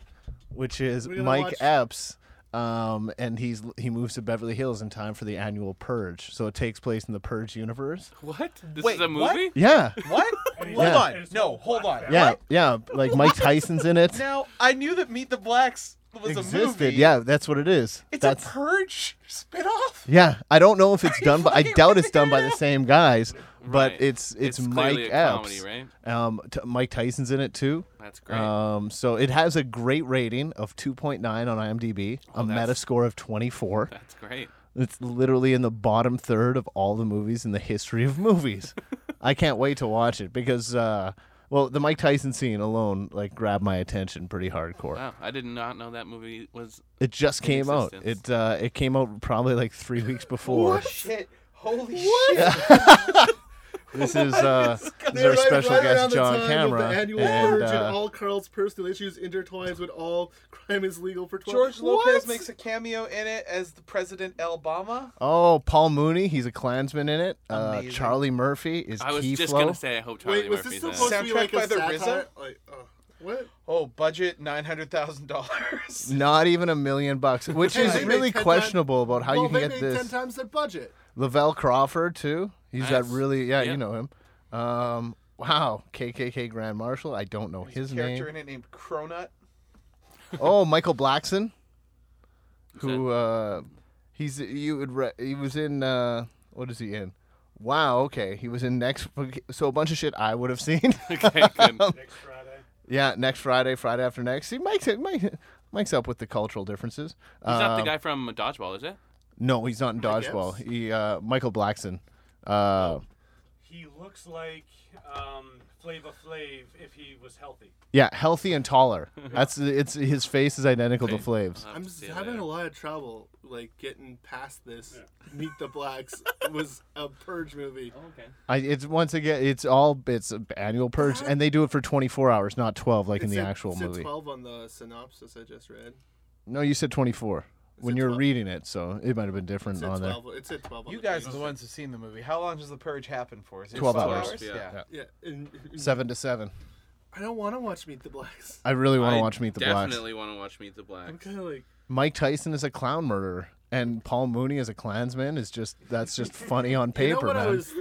D: which is
C: We're gonna
D: Mike
C: watch-
D: Epps, um, and he's he moves to Beverly Hills in time for the annual Purge. So it takes place in the Purge universe.
B: what? This
E: Wait,
B: is a
E: what?
B: movie?
D: Yeah,
E: What? hold
D: Yeah.
E: on. No, hold on.
D: yeah,
E: What?
D: yeah. Like Mike Tyson's in it.
E: Now I knew that Meet the Blacks was a
D: Existed.
E: movie.
D: Yeah, that's what it is.
E: It's
D: that's
E: a purge spinoff.
D: yeah. I don't know if it's done, but I
E: fucking
D: doubt it's
E: kidding
D: done by
E: me?
D: the same guys. But
B: Right.
D: it's it's, Mike
B: clearly a
D: Epps.
B: comedy, right?
D: Um, t- Mike Tyson's in it too.
B: That's great.
D: Um, so it has a great rating of 2.9 on IMDb, a
B: Oh, that's-
D: meta score of 24.
B: That's great.
D: It's literally in the bottom third of all the movies in the history of movies. I can't wait to watch it because, uh, well, the Mike Tyson scene alone like grabbed my attention pretty hardcore.
B: Wow, I did not know that movie was.
D: It just came out.
B: existence.
D: It uh, it came out probably like three weeks before.
E: Shit. Holy shit.
D: This is uh, this is our
C: Right-
D: special
C: right around
D: guest
C: the
D: John
C: time of
D: Camera,
C: The annual
D: and
C: purge and
D: uh,
C: all Carl's personal issues intertwines when all crime is legal for 12.
E: George
C: What?
E: Lopez makes a cameo in it as the President Obama.
D: oh Paul Mooney, he's a Klansman in it. Uh,
E: Amazing.
D: Charlie Murphy is
B: I was
D: Key
B: just
D: Flo.
B: gonna say, I hope Charlie
C: Wait, was this
B: Murphy's in it.
C: supposed to be
E: Soundtrack
C: like a
E: by
C: satire?
E: the RZA?
C: Like, uh, what?
E: Oh, budget nine hundred thousand dollars.
D: Not even a million bucks, which
C: Hey,
D: is
C: they made 10
D: really
C: times-
D: questionable about how
C: well,
D: you can
C: they
D: get
C: made
D: this.
C: ten times their budget.
D: Lavelle Crawford too. He's got
B: Nice.
D: really yeah,
B: Yeah.
D: you know him. Um, wow, KKK Grand Marshal. I don't know his
E: Character
D: name.
E: in it named Cronut.
D: Oh, Michael Blackson, who uh, he's you would re- he was in uh, what is he in? Wow, okay, he was in next. So a bunch of shit I would have seen.
B: okay, good.
F: Next Friday.
D: yeah, next Friday, Friday after next. See, Mike's Mike, Mike's up with the cultural differences. Uh,
B: He's not the guy from Dodgeball, is it?
D: No, he's not in
C: Mike
D: dodgeball.
C: Epps?
D: He uh, Michael Blackson. Uh,
F: He looks like um, Flava Flav if he was healthy.
D: yeah, healthy and taller. That's it's his face is identical to Flav's.
B: I'll have
C: I'm
B: to
C: just
B: see it
C: having
B: later.
C: a lot of trouble like getting past this. Meet the Blacks was a purge movie.
D: Oh.
B: Okay.
D: I, it's once again it's all it's an annual purge and they do it for 24 hours, not 12 like in
C: It
D: the
C: said-
D: actual
C: it said
D: movie.
C: Twelve on the synopsis I just read.
D: No, you said 24 when
C: said
D: you were
C: 12.
D: reading it, so it might have been
C: It
D: different
C: said
D: on there.
C: twelve. It said twelve. On
E: You
C: the
E: guys
C: page.
E: are the ones who've seen the movie. How long does the purge happen for? Is it
D: 12
E: four
D: hours.
B: Yeah.
E: Yeah.
C: Yeah, and, and
D: 7 to 7.
C: I don't want to watch Meet the Blacks.
D: I really want
B: I
D: to watch Meet the Blacks.
B: Definitely want to watch Meet the Blacks.
C: I'm kind of like,
D: Mike Tyson is a clown murderer and Paul Mooney as a Klansman is just that's just funny on
C: you know
D: paper,
C: what
D: man.
C: I was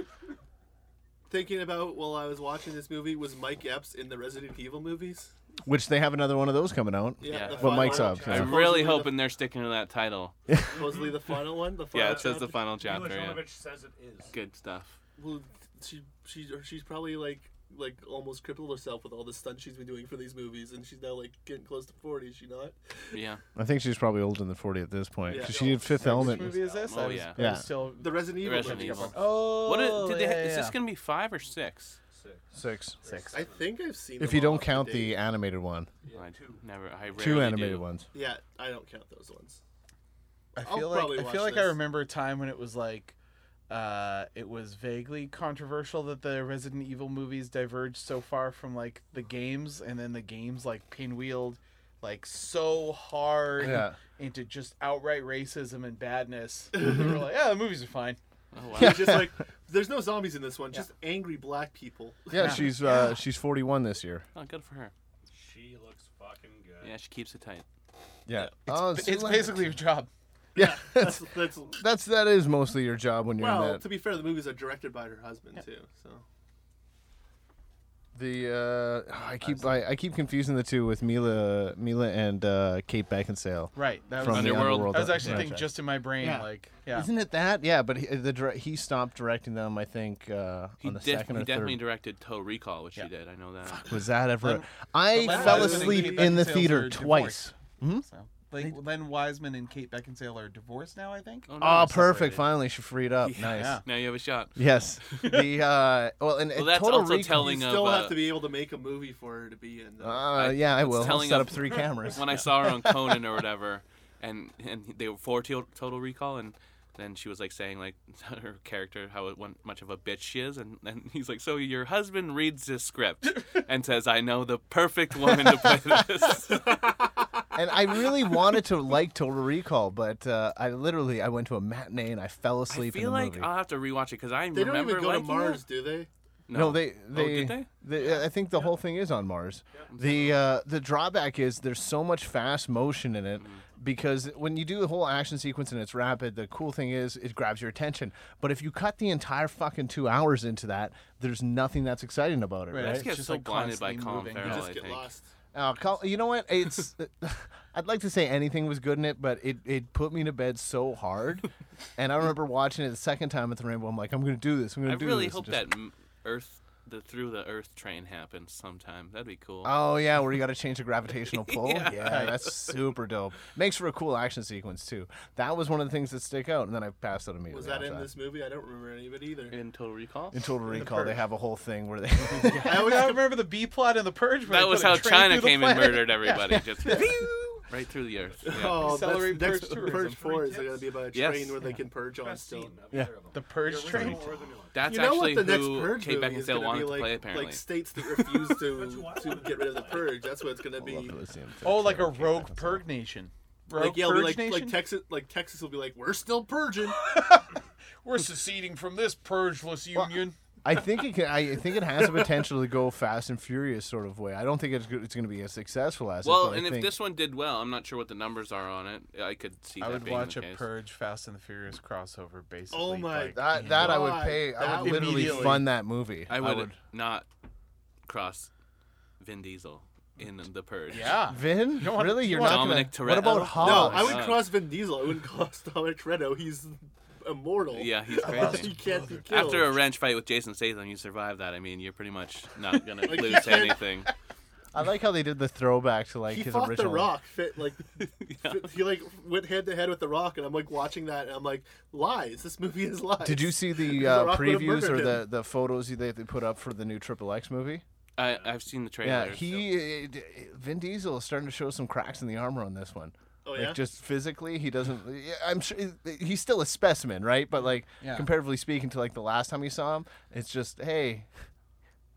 C: thinking about while I was watching this movie was Mike Epps in the Resident Evil movies.
D: Which they have another one of those coming out.
C: Yeah,
B: Yeah.
C: the
B: But
C: final
D: Mike's
C: one.
D: up, yeah.
B: I'm
C: Supposedly
B: really
C: the-
B: hoping they're sticking to that title.
C: supposedly the final one. The final
B: Yeah, it says the
C: chapter.
B: final
F: Mila
B: chapter. Yeah.
F: Jovovich Uh, says it is.
B: Good stuff.
C: Well, she she she's probably like like almost crippled herself with all the stunts she's been doing for these movies, and she's now like getting close to forty. Is she not?
B: Yeah.
D: I think she's probably older than 40 at this point
C: Yeah.
D: because she did Fifth
E: Which
D: Element.
E: movie is this?
B: Oh,
E: I was,
B: yeah.
D: Yeah.
E: I was still.
C: The Resident Evil.
B: Resident
C: movies.
B: Evil.
E: Oh.
B: What i- did they? ha
E: yeah,
B: Is
E: yeah.
B: this gonna be five or six?
D: Six.
E: Six.
C: I think I've seen.
D: If
C: them
D: you
C: all
D: don't
C: up to
D: count
C: date.
D: the animated one,
B: I never. I rarely
D: two animated
B: do.
D: ones.
C: Yeah, I don't count those ones.
E: I
C: I'll
E: feel like
C: probably
E: I feel
C: watch
E: like I
C: this.
E: remember a time when it was like uh, it was vaguely controversial that the Resident Evil movies diverged so far from like the games, and then the games like pinwheeled like so hard
D: Yeah.
E: into just outright racism and badness. they were like, yeah, the movies are fine.
B: Oh, wow.
C: It's just like there's no zombies in this one. Just angry black people.
D: Yeah, she's uh, she's 41 this year.
B: Oh, good for her.
F: She looks fucking good.
B: Yeah, she keeps it tight.
D: Yeah. Oh,
E: But
D: so
E: it's
D: like-
E: basically your job.
D: yeah.
C: That's that's.
D: That's that is mostly your job when you're
C: Well,
D: in
C: to
D: that.
C: be fair, the movies are directed by her husband too. So
D: The uh, I keep I, I keep confusing the two with Mila Mila and uh, Kate Beckinsale
E: Right. That
D: from
E: was
D: the
B: Underworld.
D: Underworld.
E: I was actually
D: Yeah.
E: thinking just in my brain,
D: Yeah.
E: like yeah.
D: Isn't it that? Yeah, but he, uh, the dire- he stopped directing them. I think uh,
B: He,
D: on the
B: def-
D: second
B: he
D: or
B: definitely
D: third.
B: directed Toe Recall, which
E: Yeah.
B: she did. I know that.
D: Was that ever?
E: Um,
D: I
E: The last
D: fell
E: one was when
D: asleep
E: Kate
D: in the
E: Beckinsale's
D: theater
E: are
D: twice.
E: divorced.
D: Hmm?
E: So.
G: Like Len Wiseman and Kate Beckinsale are divorced now, I think.
B: Oh, no,
D: Oh,
B: we're
D: perfect!
B: separated.
D: Finally, she freed up. Nice.
G: Yeah.
B: Now you have a shot.
D: Yes. The uh, well, and
B: Well,
D: and
B: that's
D: total
B: also
D: Recall-
B: telling
C: you
B: of.
C: still
B: uh,
C: have to be able to make a movie for her to be in. though.
D: Uh, yeah, I will. I'll
B: telling
D: set
B: of-
D: up three cameras.
B: when I saw her on Conan or whatever, and and they were for to- Total Recall, and then she was like saying like her character how it, what much of a bitch she is, and and he's like, so your husband reads this script and says, I know the perfect woman to play this.
D: and I really wanted to like Total Recall, but uh, I literally I went to a matinee and I fell
B: I
D: asleep
B: feel
D: in the
B: like
D: movie.
B: I'll have to rewatch it because I
C: they don't
B: remember
C: even go to
B: liking
C: Mars,
B: it.
C: do they?
D: no, they they,
B: Oh. did they?
D: I think the whole thing is on Mars. The uh, the drawback is there's so much fast motion in it
B: Mm.
D: because when you do the whole action sequence and it's rapid, the cool thing is it grabs your attention. But if you cut the entire fucking two hours into that, there's nothing that's exciting about it.
G: Right.
D: Right?
B: I
G: It's
B: just get
G: just,
B: so
G: like,
B: blinded by
G: constantly
B: Colin Farrell.
G: moving.
C: You just get
B: Oh, I
G: No,
B: think.
C: lost.
D: Uh, Col- you know what? It's. I'd like to say anything was good in it, but it, it put me to bed so hard. and I remember watching it the second time at the Rainbow. I'm like, I'm going to do this. I'm
B: I
D: going to do
B: really
D: this.
B: hope
D: Just-
B: that m- Earth the through the Earth train happens sometime. That'd be cool.
D: Oh yeah, where you got to change the gravitational pull. yeah.
B: Yeah.
D: that's super dope. Makes for a cool action sequence too. That was one of the things that stick out, and then I passed out immediately.
C: Was that in
D: after
C: this movie? I don't remember any of it either.
B: in Total Recall.
D: In Total Recall, they
G: Purge.
D: have a whole thing where they.
C: I
G: I
C: always
G: don't remember the B plot in the Purge. where
B: That
G: they
B: was
G: put a
B: how
G: train
B: China
G: through the
B: came and
G: planet.
B: murdered everybody. Just right through the earth. Yeah.
C: Oh,
G: Accelerate
C: that's,
G: purge
C: next,
G: tourism.
C: Purge Four is
F: Free
C: going to be about a
B: tips?
C: train
B: Yes.
C: where they can purge on
F: Best
C: still.
F: scene of
D: Yeah.
F: either of them.
G: The Purge
F: original
G: train.
F: or the new one.
B: That's
C: you know
B: actually
C: what the next
B: who
C: Purge
B: Kate
C: movie is going to
B: Beckinsale
C: be
B: wanted
C: like,
B: to play. Apparently,
C: like states that refuse to
F: why I
C: to
F: wanted
C: get rid of the Purge. That's what it's going to be.
G: Oh, like a rogue Purge nation. Rogue
C: Like yeah, it'll be
G: Purge
C: like
G: nation.
C: like Texas, like Texas will be like, we're still purging.
G: We're seceding from this purgeless union.
D: I think it can. I think it has the potential to go Fast and Furious sort of way. I don't think it's go- it's going to be as successful as. it,
B: Well,
D: but I
B: and if
D: think-
B: this one did well, I'm not sure what the numbers are on it. I could see.
E: I
B: that
E: would
B: being
E: watch
B: the
E: a
B: case.
E: Purge Fast and the Furious crossover, basically.
C: Oh my
E: like-
D: that that I would
C: God,
D: pay. I
C: that
D: would literally
G: immediately-
D: fund that movie.
B: I would, not cross Vin Diesel in the Purge.
G: Yeah.
D: Vin,
G: don't wanna-
D: really,
G: you
D: you're
B: want-
D: not
B: Dominic
D: gonna, What
B: Toretto?
D: about
B: No,
D: Hobbs?
C: No,
B: my
C: I would
B: God.
C: cross Vin Diesel. I wouldn't cross Dominic Toretto. He's immortal.
B: Yeah, he's
C: he
B: crazy.
C: can't be killed.
B: After a wrench fight with Jason Statham, you survive that. I mean, you're pretty much not gonna
C: Like, he
B: lose
C: can't-
B: anything.
D: I like how they did the throwback to like
C: he
D: his
C: fought
D: original.
C: the Rock. Fit like fit- he like went head to head with the Rock, and I'm like watching that, and I'm like, lies. This movie is lies.
D: Did you see the
C: The
D: uh,
C: Rock would've
D: previews or
C: murdered
D: the, the photos they, they put up for the new Triple X movie?
B: I, I've seen the
D: Yeah,
B: trailers.
D: he uh, d- Vin Diesel is starting to show some cracks in the armor on this one.
C: Oh
D: like
C: yeah.
D: just physically, he doesn't. eh, yeah, I'm sure he's still a specimen, right? But like
G: Yeah.
D: comparatively speaking to like the last time we saw him, it's just hey,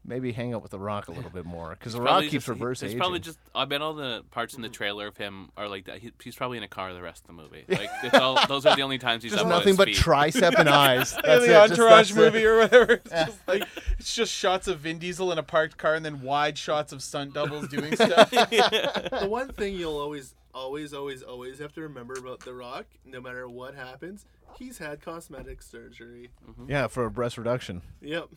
D: maybe hang out with the Rock a little bit more because the Rock
B: Probably
D: keeps
B: just-
D: reverse
B: It's
D: aging.
B: probably just. I bet all the parts
C: Mm-hmm.
B: in the trailer of him are like that. He, he's probably in a car the rest of the movie. Like it's all, those are the only times he's
D: Just
B: up on
D: nothing
B: his
D: but
B: feet.
D: tricep and eyes.
G: in
D: That's
G: the
D: it, just
G: Entourage
D: that's it.
G: movie or whatever. It's just like it's just shots of Vin Diesel in a parked car and then wide shots of stunt doubles doing stuff.
C: the one thing you'll always, always, always, always have to remember about The Rock, no matter what happens, he's had cosmetic surgery.
D: Yeah, for a breast reduction.
C: Yep.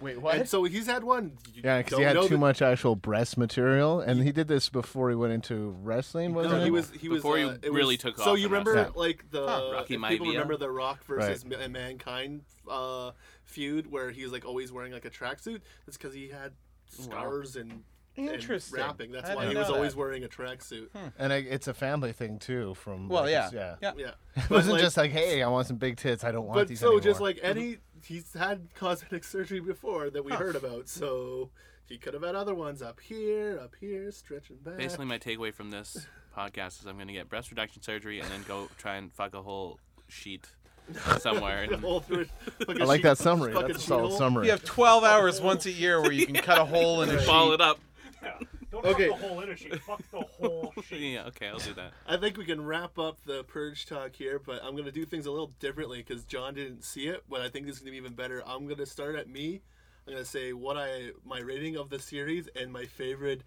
G: Wait,
C: And
G: what?
C: so he's had one. You
D: Yeah, because
C: don't
D: he had
C: know
D: too
C: that-
D: much actual breast material, and he did this before he went into wrestling. Wasn't
C: No,
D: it?
C: he was. He was.
B: Before you
C: uh, it
B: really
C: was,
B: took
C: So
B: off
C: you
B: in
C: remember,
D: wrestling.
C: like the
B: Rocky
C: if people
B: Maivia.
C: remember the Rock versus Ma- Mankind uh, feud where he was like always wearing like a tracksuit. That's because he had scars and. and
G: Interesting.
C: rapping. That's
G: I
C: why
G: didn't
C: he was
G: know
C: always
G: that.
C: wearing a tracksuit.
D: and I, it's a family thing too. From
G: Well,
D: like,
G: yeah.
D: it's-
G: yeah.
D: yeah.
C: Yeah.
D: It wasn't just like, hey, I want some big tits. I don't want
C: But
D: these
C: so
D: anymore.
C: just like any, he's had cosmetic surgery before that we heard about. So he could have had other ones up here, up here, stretching back.
B: Basically, my takeaway from this podcast is I'm going to get breast reduction surgery and then go try and fuck a whole sheet somewhere. And
C: All through it.
D: I like that summary.
C: Fucking
D: That's a solid
C: sheetal.
D: summary.
G: You have 12 hours once a year where you can cut a hole in a
B: ball
G: sheet.
B: it up.
F: Yeah. Don't
C: Okay.
F: fuck the whole energy. Fuck the whole shit.
B: Yeah, okay, I'll do that.
C: I think we can wrap up the purge talk here, but I'm gonna do things a little differently because John didn't see it. But I think this is gonna be even better. I'm gonna start at me. I'm gonna say what I my rating of the series and my favorite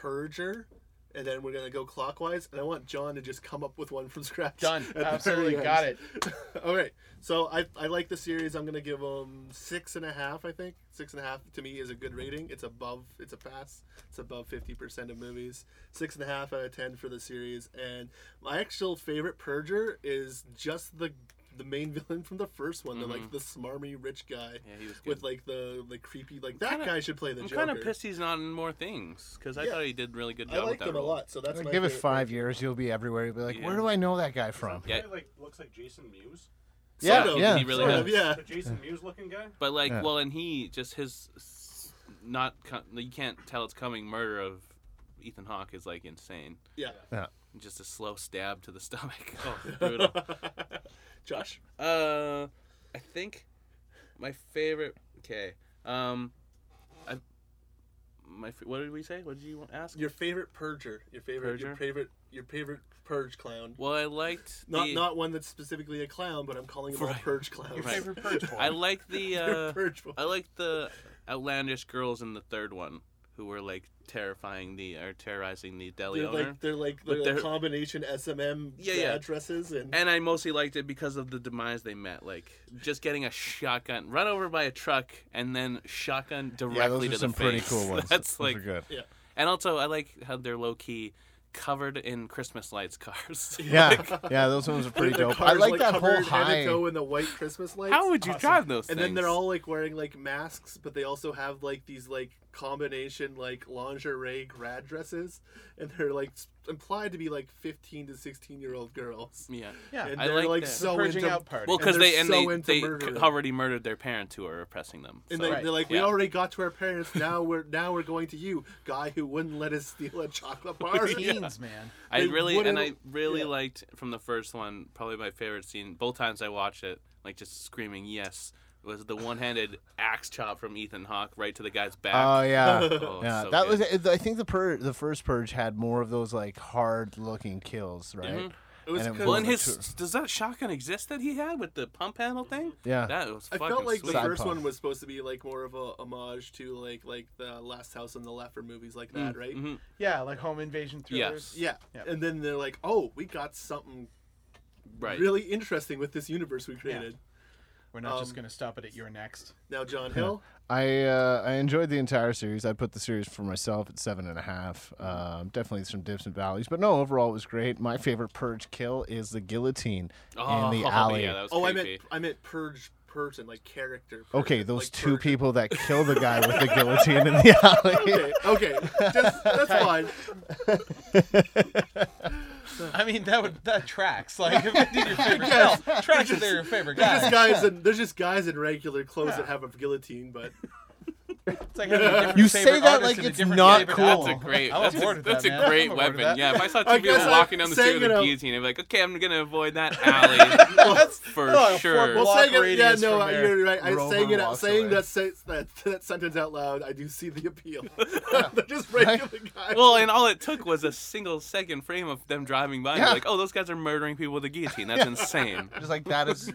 C: purger, and then we're gonna go clockwise. And I want John to just come up with one from scratch.
G: Done.
C: at the
G: Absolutely
C: very
G: got
C: end.
G: it.
C: All right. So I I like the series. I'm gonna give them six and a half. I think six and a half to me is a good rating. It's above. It's a pass. It's above fifty percent of movies. Six and a half out of ten for the series. And my actual favorite purger is just the the main villain from the first one, the like
B: Mhm.
C: the smarmy rich guy
B: Yeah, he was good.
C: with like the the creepy like that
B: kinda-
C: guy should play the
B: I'm
C: Joker.
B: kind of pissed he's not in more things because I
C: Yeah.
B: thought he did really good
C: I
B: job with
C: liked
B: that
C: him
B: role.
C: a lot, so that's my
D: Give us
C: favorite.
D: five years, you'll be everywhere. You'll be like, where
B: Yeah.
D: do I know that guy from?
B: Yeah.
F: Kinda like looks like Jason Mewes.
D: Yeah,
C: Sort of,
D: yeah,
B: He really
C: sort
B: does.
C: of, yeah.
F: The Jason Mewes looking guy.
B: But like,
D: Yeah.
B: well, and he just his s- not co- you can't tell it's coming murder of Ethan Hawke is like insane.
C: Yeah.
D: Yeah.
B: Just a slow stab to the stomach. Oh, brutal.
C: Josh,
B: Uh, I think my favorite. Okay. Um, I. My f- what did we say? What did you want ask?
C: your favorite purger, your favorite, your
B: Purger?
C: favorite, your favorite purge clown.
B: well, I liked
C: Not
B: the,
C: not one that's specifically a clown, but I'm calling them all
B: Right.
C: purge clowns.
B: Right.
E: favorite purge boy.
B: I like the uh,
C: purge boy.
B: I like the outlandish girls in the third one who were like terrifying the or terrorizing the deli
C: They're
B: owner.
C: like they're like
B: But
C: they're,
B: they're-
C: like combination SMM
B: Yeah, yeah.
C: addresses and
B: and I mostly liked it because of the demise they met. Like just getting a shotgun run over by a truck and then shotgun directly
D: Yeah, those
B: to
D: are
B: the
D: some
B: face.
D: pretty cool ones.
B: That's
D: Those
B: like
D: are good.
B: And also, I like how they're low key covered in Christmas lights cars.
D: Yeah, yeah, those ones are pretty
C: the
D: dope. I
C: car's,
D: like that whole
C: covered head
D: high.
C: and toe in the white Christmas lights.
B: How would you drive those
C: and
B: things?
C: then they're all like wearing like masks, but they also have like these like combination like lingerie grad dresses, and they're like s- implied to be like fifteen to sixteen year old girls.
B: yeah.
E: Yeah.
C: and
B: I
C: they're
B: like
C: like,
B: that.
C: so
E: purging
C: into
E: out party.
B: Well,
C: And
B: because
C: they're
B: they and
C: so into
B: they, they
C: murder.
B: c- already murdered their parents who are oppressing them.
C: And
B: so-
C: they, they're like, we
B: Yeah.
C: already got to our parents. Now we're now we're going to you, guy who wouldn't let us steal a chocolate bar.
E: Teens, man.
B: I
C: they
B: really and I
C: wouldn't-
B: really
C: yeah.
B: liked from the first one, probably my favorite scene. Both times I watched it, like just screaming yes, was the one-handed axe chop from Ethan Hawke right to the guy's back.
D: Oh yeah.
B: Oh,
D: Yeah,
B: so
D: that was.
B: good.
D: it- I think the pur- the first purge had more of those like hard looking kills, right?
B: Mhm.
C: It was
D: And it
C: kind
B: Well,
C: of-
B: and
D: Well,
B: his
D: that's
B: does that shotgun exist that he had with the pump handle thing?
D: Yeah.
B: that was.
C: I
B: fucking
C: felt like
B: sweet.
C: the
D: Side
C: first
D: pop.
C: one was supposed to be like more of a homage to like like the Last House on the Left or movies like that, right?
B: Mhm.
E: Yeah, like home invasion thrillers.
B: Yes.
C: Yeah.
E: Yep.
C: And then they're like, "Oh, we got something
B: Right.
C: really interesting with this universe we created."
E: We're not just
C: Um,
E: gonna stop it at your next.
C: Now, John Hill,
D: I uh, I enjoyed the entire series. I put the series for myself at seven and a half. Um, definitely some dips and valleys, but no, overall it was great. My favorite purge kill is the guillotine
B: Oh,
D: in the alley.
B: Yeah, that was
C: Oh, I
B: creepy.
C: meant I meant purge person, like character. person,
D: okay, those
C: like
D: two
C: purge-
D: people that kill the guy with the guillotine in the alley.
C: Okay, okay, just, that's fine.
E: I mean, that would that tracks. Like, if they did your favorite yes, tracks if they're your favorite
C: There's
E: guy.
C: just guys in there's just guys in regular clothes that have a guillotine, but
E: It's like having a different
D: You say
E: favorite
D: that
E: artist
D: like
E: and a
D: it's
E: different
D: not
E: favorite
D: cool.
E: album.
B: That's a great.
E: I'm
B: that's
E: aboard
B: a,
E: with
B: that's
E: that,
B: a
E: man.
B: great
E: I'm aboard with
B: weapon.
E: that.
B: Yeah, if I saw
C: I
B: two people
C: guess I
B: walking down the street
C: sang
B: with
C: it
B: a
C: out.
B: guillotine, I'd be like, okay, I'm gonna avoid that alley
E: That's
B: for
E: Oh,
B: sure.
E: well,
C: well,
E: Block
C: saying it, yeah,
E: radius
C: no,
E: from
C: I-
E: there.
C: you're right. I
D: Rover
C: saying it,
D: walks
C: saying
D: away.
C: that, sen- that that sentence out loud. I do see the appeal. They're just regular guys.
B: Well, and all it took was a single second frame of them driving by. and you're
D: Yeah.
B: Like, oh, those guys are murdering people with a guillotine. That's insane.
D: Just like that is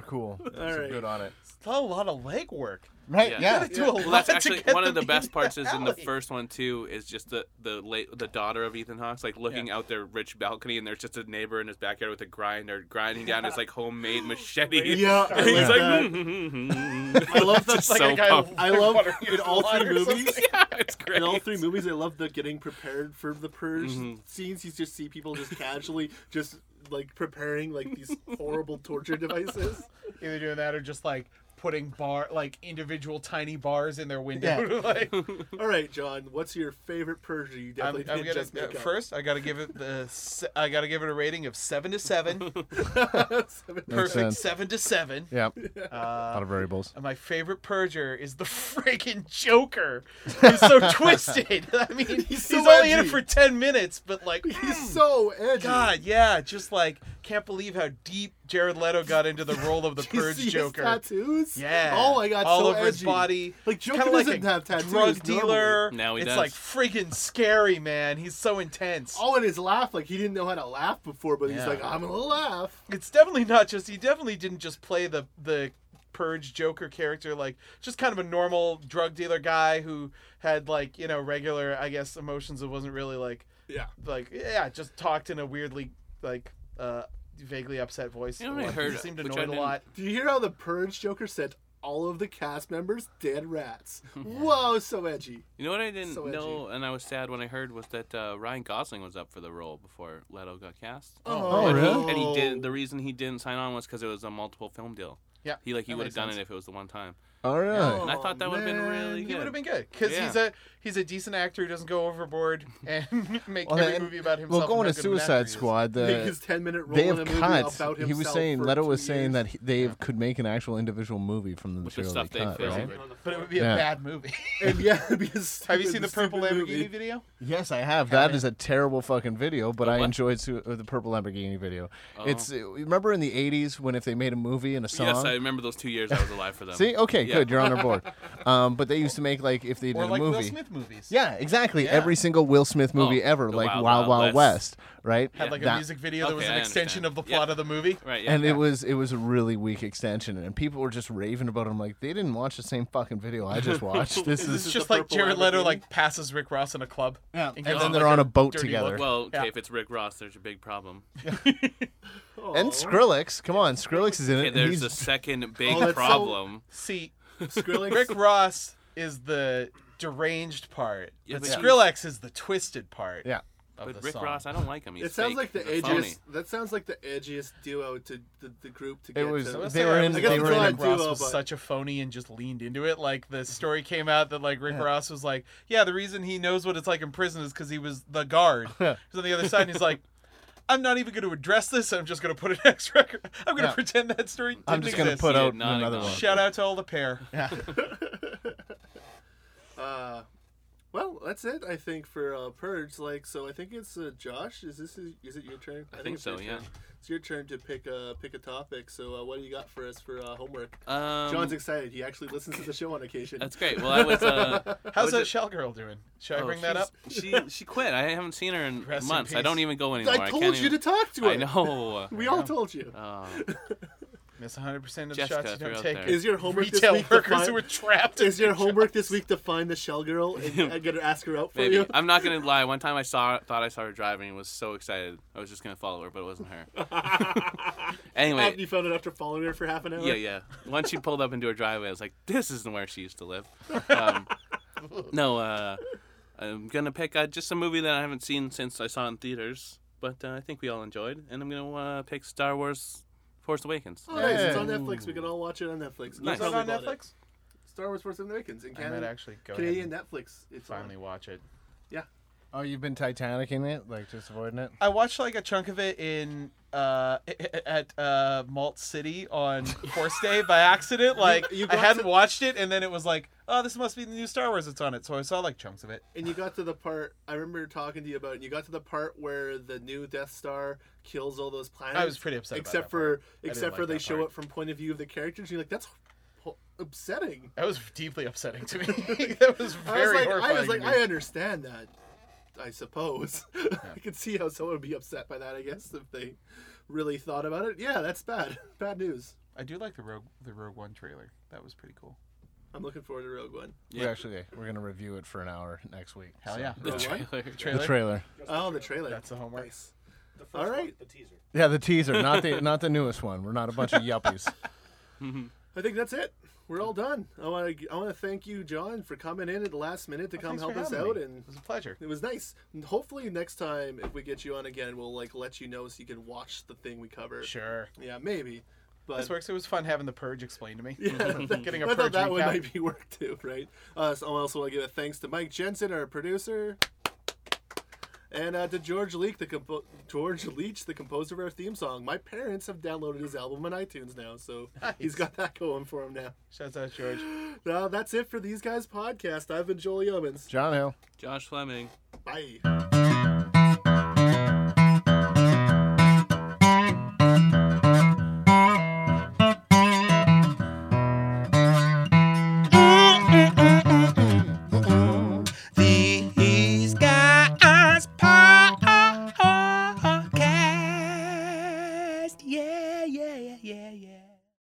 D: cool. Those are
C: right.
D: Good on it.
E: It's a lot of legwork.
D: Right?
B: Yeah.
D: Yeah.
E: Do a lot
B: Well, that's
E: to
B: actually
E: get
B: one of
E: them
B: the best
E: in
B: parts is in the
E: alley.
B: first one too. Is just the the late, the daughter of Ethan Hawke's like looking out their rich balcony, and there's just a neighbor in his backyard with a grinder grinding down his like homemade machete.
C: Yeah, I
B: And
C: love
B: he's like, hmm.
C: that.
B: mm-hmm.
C: I love
B: that's
C: that's like
B: so
E: a guy
B: pumped.
C: I love
E: watering his
C: in all
E: lawn
C: three
E: or something.
C: movies.
B: yeah, it's great.
C: In all three movies, I love the getting prepared for the purge
E: Mm-hmm.
B: Mhm.
C: scenes. You just see people just casually just like preparing like these horrible torture devices.
E: Either doing that or just like putting bar like individual tiny bars in their window. like, I'm,
C: All right, John, what's your favorite purge? You
E: I'm
C: definitely did
E: gonna
C: just make
E: uh,
C: up.
E: first. I gotta give it the. se- I gotta give it a rating of seven to seven. Perfect
D: sense.
E: seven to seven.
D: Yeah.
E: Uh,
D: A lot of variables.
E: And my favorite purger is the freaking Joker. He's so twisted. I mean, he's,
C: so
E: only in it
C: edgy.
E: for 10 minutes, but like,
C: He's so edgy.
E: God, yeah, just like, can't believe how deep Jared Leto got into the role of the
C: Do you
E: purge
C: see his
E: Joker.
C: tattoos.
E: Yeah.
C: Oh my God.
E: All
C: so
E: over
C: edgy.
E: his body.
C: Like,
E: Kinda
C: Joker
E: like
C: doesn't
E: a
C: have tattoos
E: Drug dealer.
B: normally. Now he
E: it's
B: does.
E: like freaking scary, man. He's so intense.
C: Oh, and his laugh. Like he didn't know how to laugh before, but
E: Yeah.
C: he's like, I'm gonna laugh.
E: It's definitely not just he definitely didn't just play the the purge Joker character like just kind of a normal drug dealer guy who had like, you know, regular I guess emotions that wasn't really like
C: Yeah.
E: like yeah, just talked in a weirdly like uh vaguely upset voice.
B: You know what I
E: Like,
B: heard,
E: he seemed
B: which I
E: annoyed a
B: didn't-
E: lot.
C: Do you hear how the purge Joker said, all of the cast members dead rats. Whoa, so edgy.
B: You know what I didn't
C: So edgy.
B: know, and I was sad when I heard was that uh, Ryan Gosling was up for the role before Leto got cast.
C: Oh,
B: and
D: really?
B: He, and he did. The reason he didn't sign on was because it was a multiple film deal.
E: Yeah,
B: He like he
E: that
B: would have
E: makes
B: done
E: sense.
B: it if it was the one time.
D: All right.
B: And
C: Oh,
B: I thought that would have been really
E: He would have
B: good.
E: been good because
B: Yeah.
E: he's a he's a decent actor who doesn't go overboard and make
D: Well,
E: every
D: and-
E: movie about himself.
D: Well, going to
E: and how good of an actor he
D: Suicide
E: is.
D: Squad,
C: Make
D: the,
C: his ten minute role
D: they
C: in a
D: have
C: movie
D: cuts.
C: about himself.
D: He was saying,
C: for
D: Leto
C: two
D: was saying
C: years.
D: that he, they could make an actual individual movie from the
B: With the
D: material
B: stuff
D: they
B: they
D: cut,
B: filmed.
D: right?
F: On the
E: But it
F: floor.
E: would be
D: Yeah.
E: a bad movie.
C: And yeah, it'd be a stupid,
E: Have you seen the purple
C: stupid
E: Lamborghini
C: movie.
E: video?
D: Yes, I have. That
E: man.
D: is a terrible fucking video, but I
B: what?
D: enjoyed su- uh, the Purple Lamborghini video.
B: Oh.
D: It's uh, remember in the '80s when if they made a movie and a song.
B: Yes, I remember those two years I was alive for them.
D: See, okay,
B: Yeah.
D: good, you're on our board. Um, but they used to make like if they did
E: Or like
D: a movie.
E: Will Smith movies.
D: Yeah, exactly.
E: Yeah.
D: Every single Will Smith movie
B: Oh,
D: ever,
B: the
D: like
B: Wild
D: Wild
B: Wild
D: Wild,
B: West.
D: West. right?
E: Had like a
D: That-
E: music video that was
B: Okay,
E: an
B: I
E: extension
B: understand.
E: of the
B: Yeah.
E: plot of the movie.
B: Right. Yeah.
D: and it was it was a really weak extension, and people were just raving about it. I'm like, they didn't watch the same fucking video I just watched. This
E: It's
D: is
E: just
C: the
E: like
C: purple
E: Jared Leto
C: Lamborghini.
E: like passes Rick Ross in a club. Yeah.
D: and then they're on a boat together.
B: well, okay.
E: Yeah.
B: If it's Rick Ross, there's a big problem.
D: And Skrillex, come on, Skrillex is in
B: Okay,
D: it. and
B: there's
D: he's
B: the second big
C: Oh, that's so-
B: problem.
E: See,
C: Skrillex.
E: Rick Ross is the deranged part,
B: Yeah,
E: but
B: but he's-
E: Skrillex is the twisted part.
D: Yeah.
E: of
B: But
E: the
B: Rick
E: song.
B: Ross, I don't like him. He's
C: it sounds
B: fake.
C: like the
B: He's a phony.
C: edgiest. That sounds like the edgiest duo to the, the group to
D: it
C: get
D: was
C: to.
E: must
D: they
E: say
D: were
E: I
D: in
E: was
D: they
C: gonna
D: were
C: throw
D: in
C: it
D: a
E: Rick
C: I'd do,
E: Ross
C: uh,
E: was
C: but-
E: such a phony and just leaned into it. Like the story came out that like Rick Ross was like, yeah, the reason he knows what it's like in prison is because he was the guard.
D: Yeah.
E: He's on the other side and he's like, I'm not even going to address this. I'm just going to put an X record. I'm going to
D: Yeah.
E: pretend that story didn't
D: I'm just
E: exist.
D: gonna put
B: Yeah,
D: out
B: not
D: another one.
B: acknowledged.
E: Shout out to all the pair.
C: Uh, well, that's it. I think for uh, Purge. Like, so I think it's uh, Josh. Is this is it your turn? I,
B: think
C: it's
B: so,
C: your
B: yeah.
C: turn. It's your turn to pick a pick a topic. So uh, what do you got for us for uh, homework?
B: Um,
C: John's excited. He actually listens to the show on occasion.
B: that's great. Well, I was. Uh,
E: How's
B: I
E: that
B: was
E: shell girl doing? Should I
B: oh,
E: bring that up?
B: she's- She she quit. I haven't seen her in
E: Rest in
B: months. I don't
E: peace.
B: even go anymore.
C: I told
B: can't
C: you to
B: even...
C: talk to
B: I
C: it.
B: know.
C: We all told you.
B: Oh,
E: Miss 100% of the
B: Jessica,
E: shots you
B: throw
E: don't
B: out
E: take.
B: there.
E: Is
C: Is your homework
E: retail
C: this week
E: workers
C: to find,
E: who were trapped.
C: Is your homework this week to find the shell girl and, and get her ask her out for
B: maybe.
C: you?
B: I'm not gonna lie. One time I saw thought I saw her driving and was so excited. I was just gonna follow her, but it wasn't her.
C: After
B: anyway,
C: you found it after following her for half an hour.
B: yeah, yeah. Once she pulled up into her driveway, I was like, "This isn't where she used to live." Um, no, uh, I'm gonna pick uh, just a movie that I haven't seen since I saw it in theaters, but uh, I think we all enjoyed, and I'm gonna uh, pick Star Wars: Force Awakens.
C: Oh, nice. It's on
D: Yeah.
C: Netflix. We can all watch it on Netflix. We
B: Nice.
E: it
C: probably
E: on
C: bought it.
E: Netflix?
C: Star Wars: Force Awakens in
E: I might
C: Canada.
E: actually go ahead
C: Canadian
E: and
C: Netflix. It's on.
E: finally watch it.
D: Oh, you've been Titanic in it, like just avoiding it.
E: I watched like a chunk of it in uh at uh Malt City on Force Day by accident. Like
C: you
E: I
C: got
E: hadn't
C: to-
E: watched it, and then it was like, oh, this must be the new Star Wars that's on it. So I saw like chunks of it.
C: And you got to the part I remember talking to you about, and you got to the part where the new Death Star kills all those planets.
E: I was pretty upset. about
C: Except
E: that part.
C: for except
E: like
C: for they
E: that
C: show
E: part.
C: it from point of view of the characters. You're like, that's ho- upsetting.
E: that was deeply upsetting to me. that was
C: I
E: very
C: was like,
E: horrifying.
C: I was like,
E: to
C: I
E: me.
C: understand that. I suppose I could see how someone would be upset by that. I guess if they really thought about it. Yeah, that's bad. Bad news.
E: I do like the Rogue the Rogue One trailer. That was pretty cool.
C: I'm looking forward to Rogue One.
D: We're
B: Yeah.
D: actually we're gonna review it for an hour next week.
E: Hell
D: so.
E: yeah.
B: The
C: Rogue One?
B: trailer.
D: The
E: Trailer.
D: trailer.
C: Oh, the trailer.
E: That's the homework.
C: nice.
F: The first
C: All
F: one,
C: right.
F: the teaser.
D: Yeah, the teaser, not the not the newest one. We're not a bunch of yuppies.
C: I think that's it. We're all done. I want to I want to thank you, John, for coming in at the last minute to come
E: Thanks for
C: help us
E: having
C: out
E: me.
C: and
E: It was a pleasure.
C: It was nice. And hopefully next time if we get you on again, we'll like let you know so you can watch the thing we cover.
E: Sure.
C: Yeah, maybe. But
E: This works. It was fun having the purge explained to me. Getting a
C: I thought
E: purge
C: that one
E: recap.
C: might be work too, right? Uh, so I also want to give a thanks to Mike Jensen, our producer, and uh, to George Leach, the compo- George Leach, the composer of our theme song. My parents have downloaded his album on iTunes now, so he's got that going for him now.
E: Shouts out George.
C: Now that's it for these guys' podcast. I've been Joel Yeomans.
D: John Hill.
B: Josh Fleming.
C: Bye.